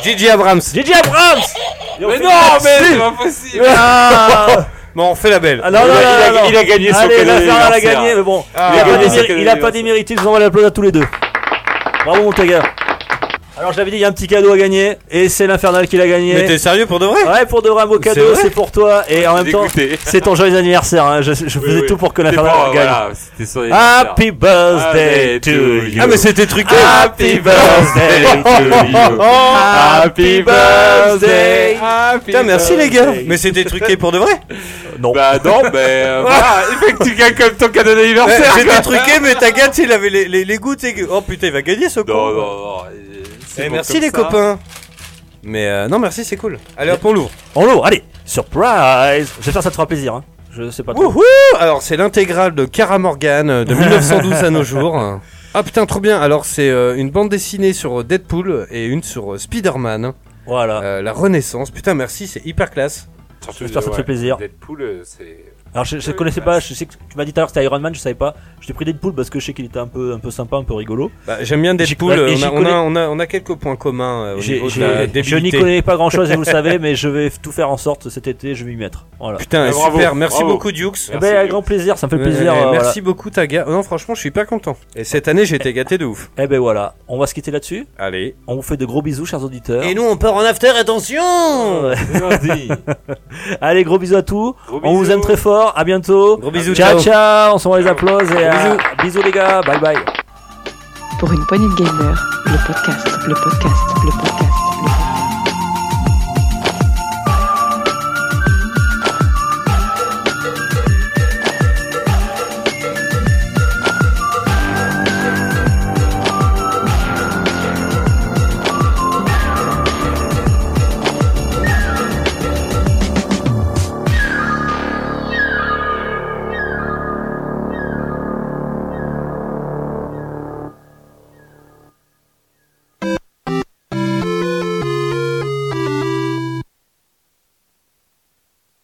Gigi Abrams. J.J. Abrams Et on Mais fait- non, mais c'est pas possible. Ah Ah, Bon, on fait la belle. Ah non, non, il, a, non, non, il a gagné son Allez, Lazara l'a anniversaire. gagné, mais bon, Ah. il a pas Ah. démérité, il a pas démérité, je vous envoie l'applaudissement à tous les deux. Bravo mon gars. Alors je l'avais dit, il y a un petit cadeau à gagner, et c'est l'Infernal qui l'a gagné. Mais t'es sérieux pour de vrai Ouais, pour de vrais beaux C'est cadeaux, vrai c'est pour toi, et en même temps, Dégoûté. c'est ton joyeux anniversaire, hein. je, je faisais oui. tout pour que C'est l'Infernal bon, gagne. voilà, c'était son anniversaire. Happy birthday Happy to to you. Ah, mais c'était truqué. Happy birthday to you. Happy birthday. Happy Putain, merci les gars. Birthday. Mais c'était truqué pour de vrai. Non. Bah non, mais euh, voilà, il fait que tu gagnes comme ton cadeau Ouais, d'anniversaire. quoi. C'était truqué, mais t'as gâté, il avait les, les, les goûts. t'es- Oh putain, il va gagner ce con. Non, non, non. euh, c'est Eh, bon merci comme les ça. copains. Mais euh, non, merci, c'est cool. Allez, hop, on l'ouvre. On l'ouvre, allez, surprise. J'espère que ça te fera plaisir, hein. Je sais pas trop. Wouhou Alors, c'est l'intégrale de Cara Morgan euh, de 1912 à nos jours. Ah putain, trop bien. Alors, c'est euh, une bande dessinée sur euh, Deadpool et une sur euh, Spider-Man. Voilà. Ah. Euh, la Renaissance. Putain, merci, c'est hyper classe. Surtout, J'espère que ça te ouais, fait plaisir. Deadpool, euh, c'est. Alors je, je Oui, connaissais bah, pas, c'est- je sais que tu m'as dit tout à l'heure que c'était Iron Man, je savais pas. Je t'ai pris Deadpool parce que je sais qu'il était un peu, un peu sympa, un peu rigolo. Bah, J'aime bien Deadpool. Et euh, On j'y a, on, connais- a, on, a, on a quelques points communs euh, au J'ai- niveau de j'ai- la je n'y débilité. connais pas grand chose et vous le savez, mais je vais tout faire en sorte cet été, je vais m'y mettre. Voilà. Putain, Ah, super. bravo, merci bravo. beaucoup, Dukes. Eh Merci, ben, avec Luc. grand plaisir, ça me fait plaisir. Ouais, euh, voilà. Merci beaucoup Taga. Non franchement je suis hyper content. Et cette année j'ai été gâté de ouf. Eh ben voilà, on va se quitter là-dessus. Allez. On vous fait de gros bisous, chers auditeurs. nous on part en after attention. Vas-y. Allez, gros bisous à tous. Gros On vous bisous. aime très fort. À bientôt. Gros bisous. Ciao, Ciao. ciao. On s'envoie les applauses et à- Bisous. bisous les gars. Bye bye. Pour une poignée de gamer, le podcast, le podcast, le podcast.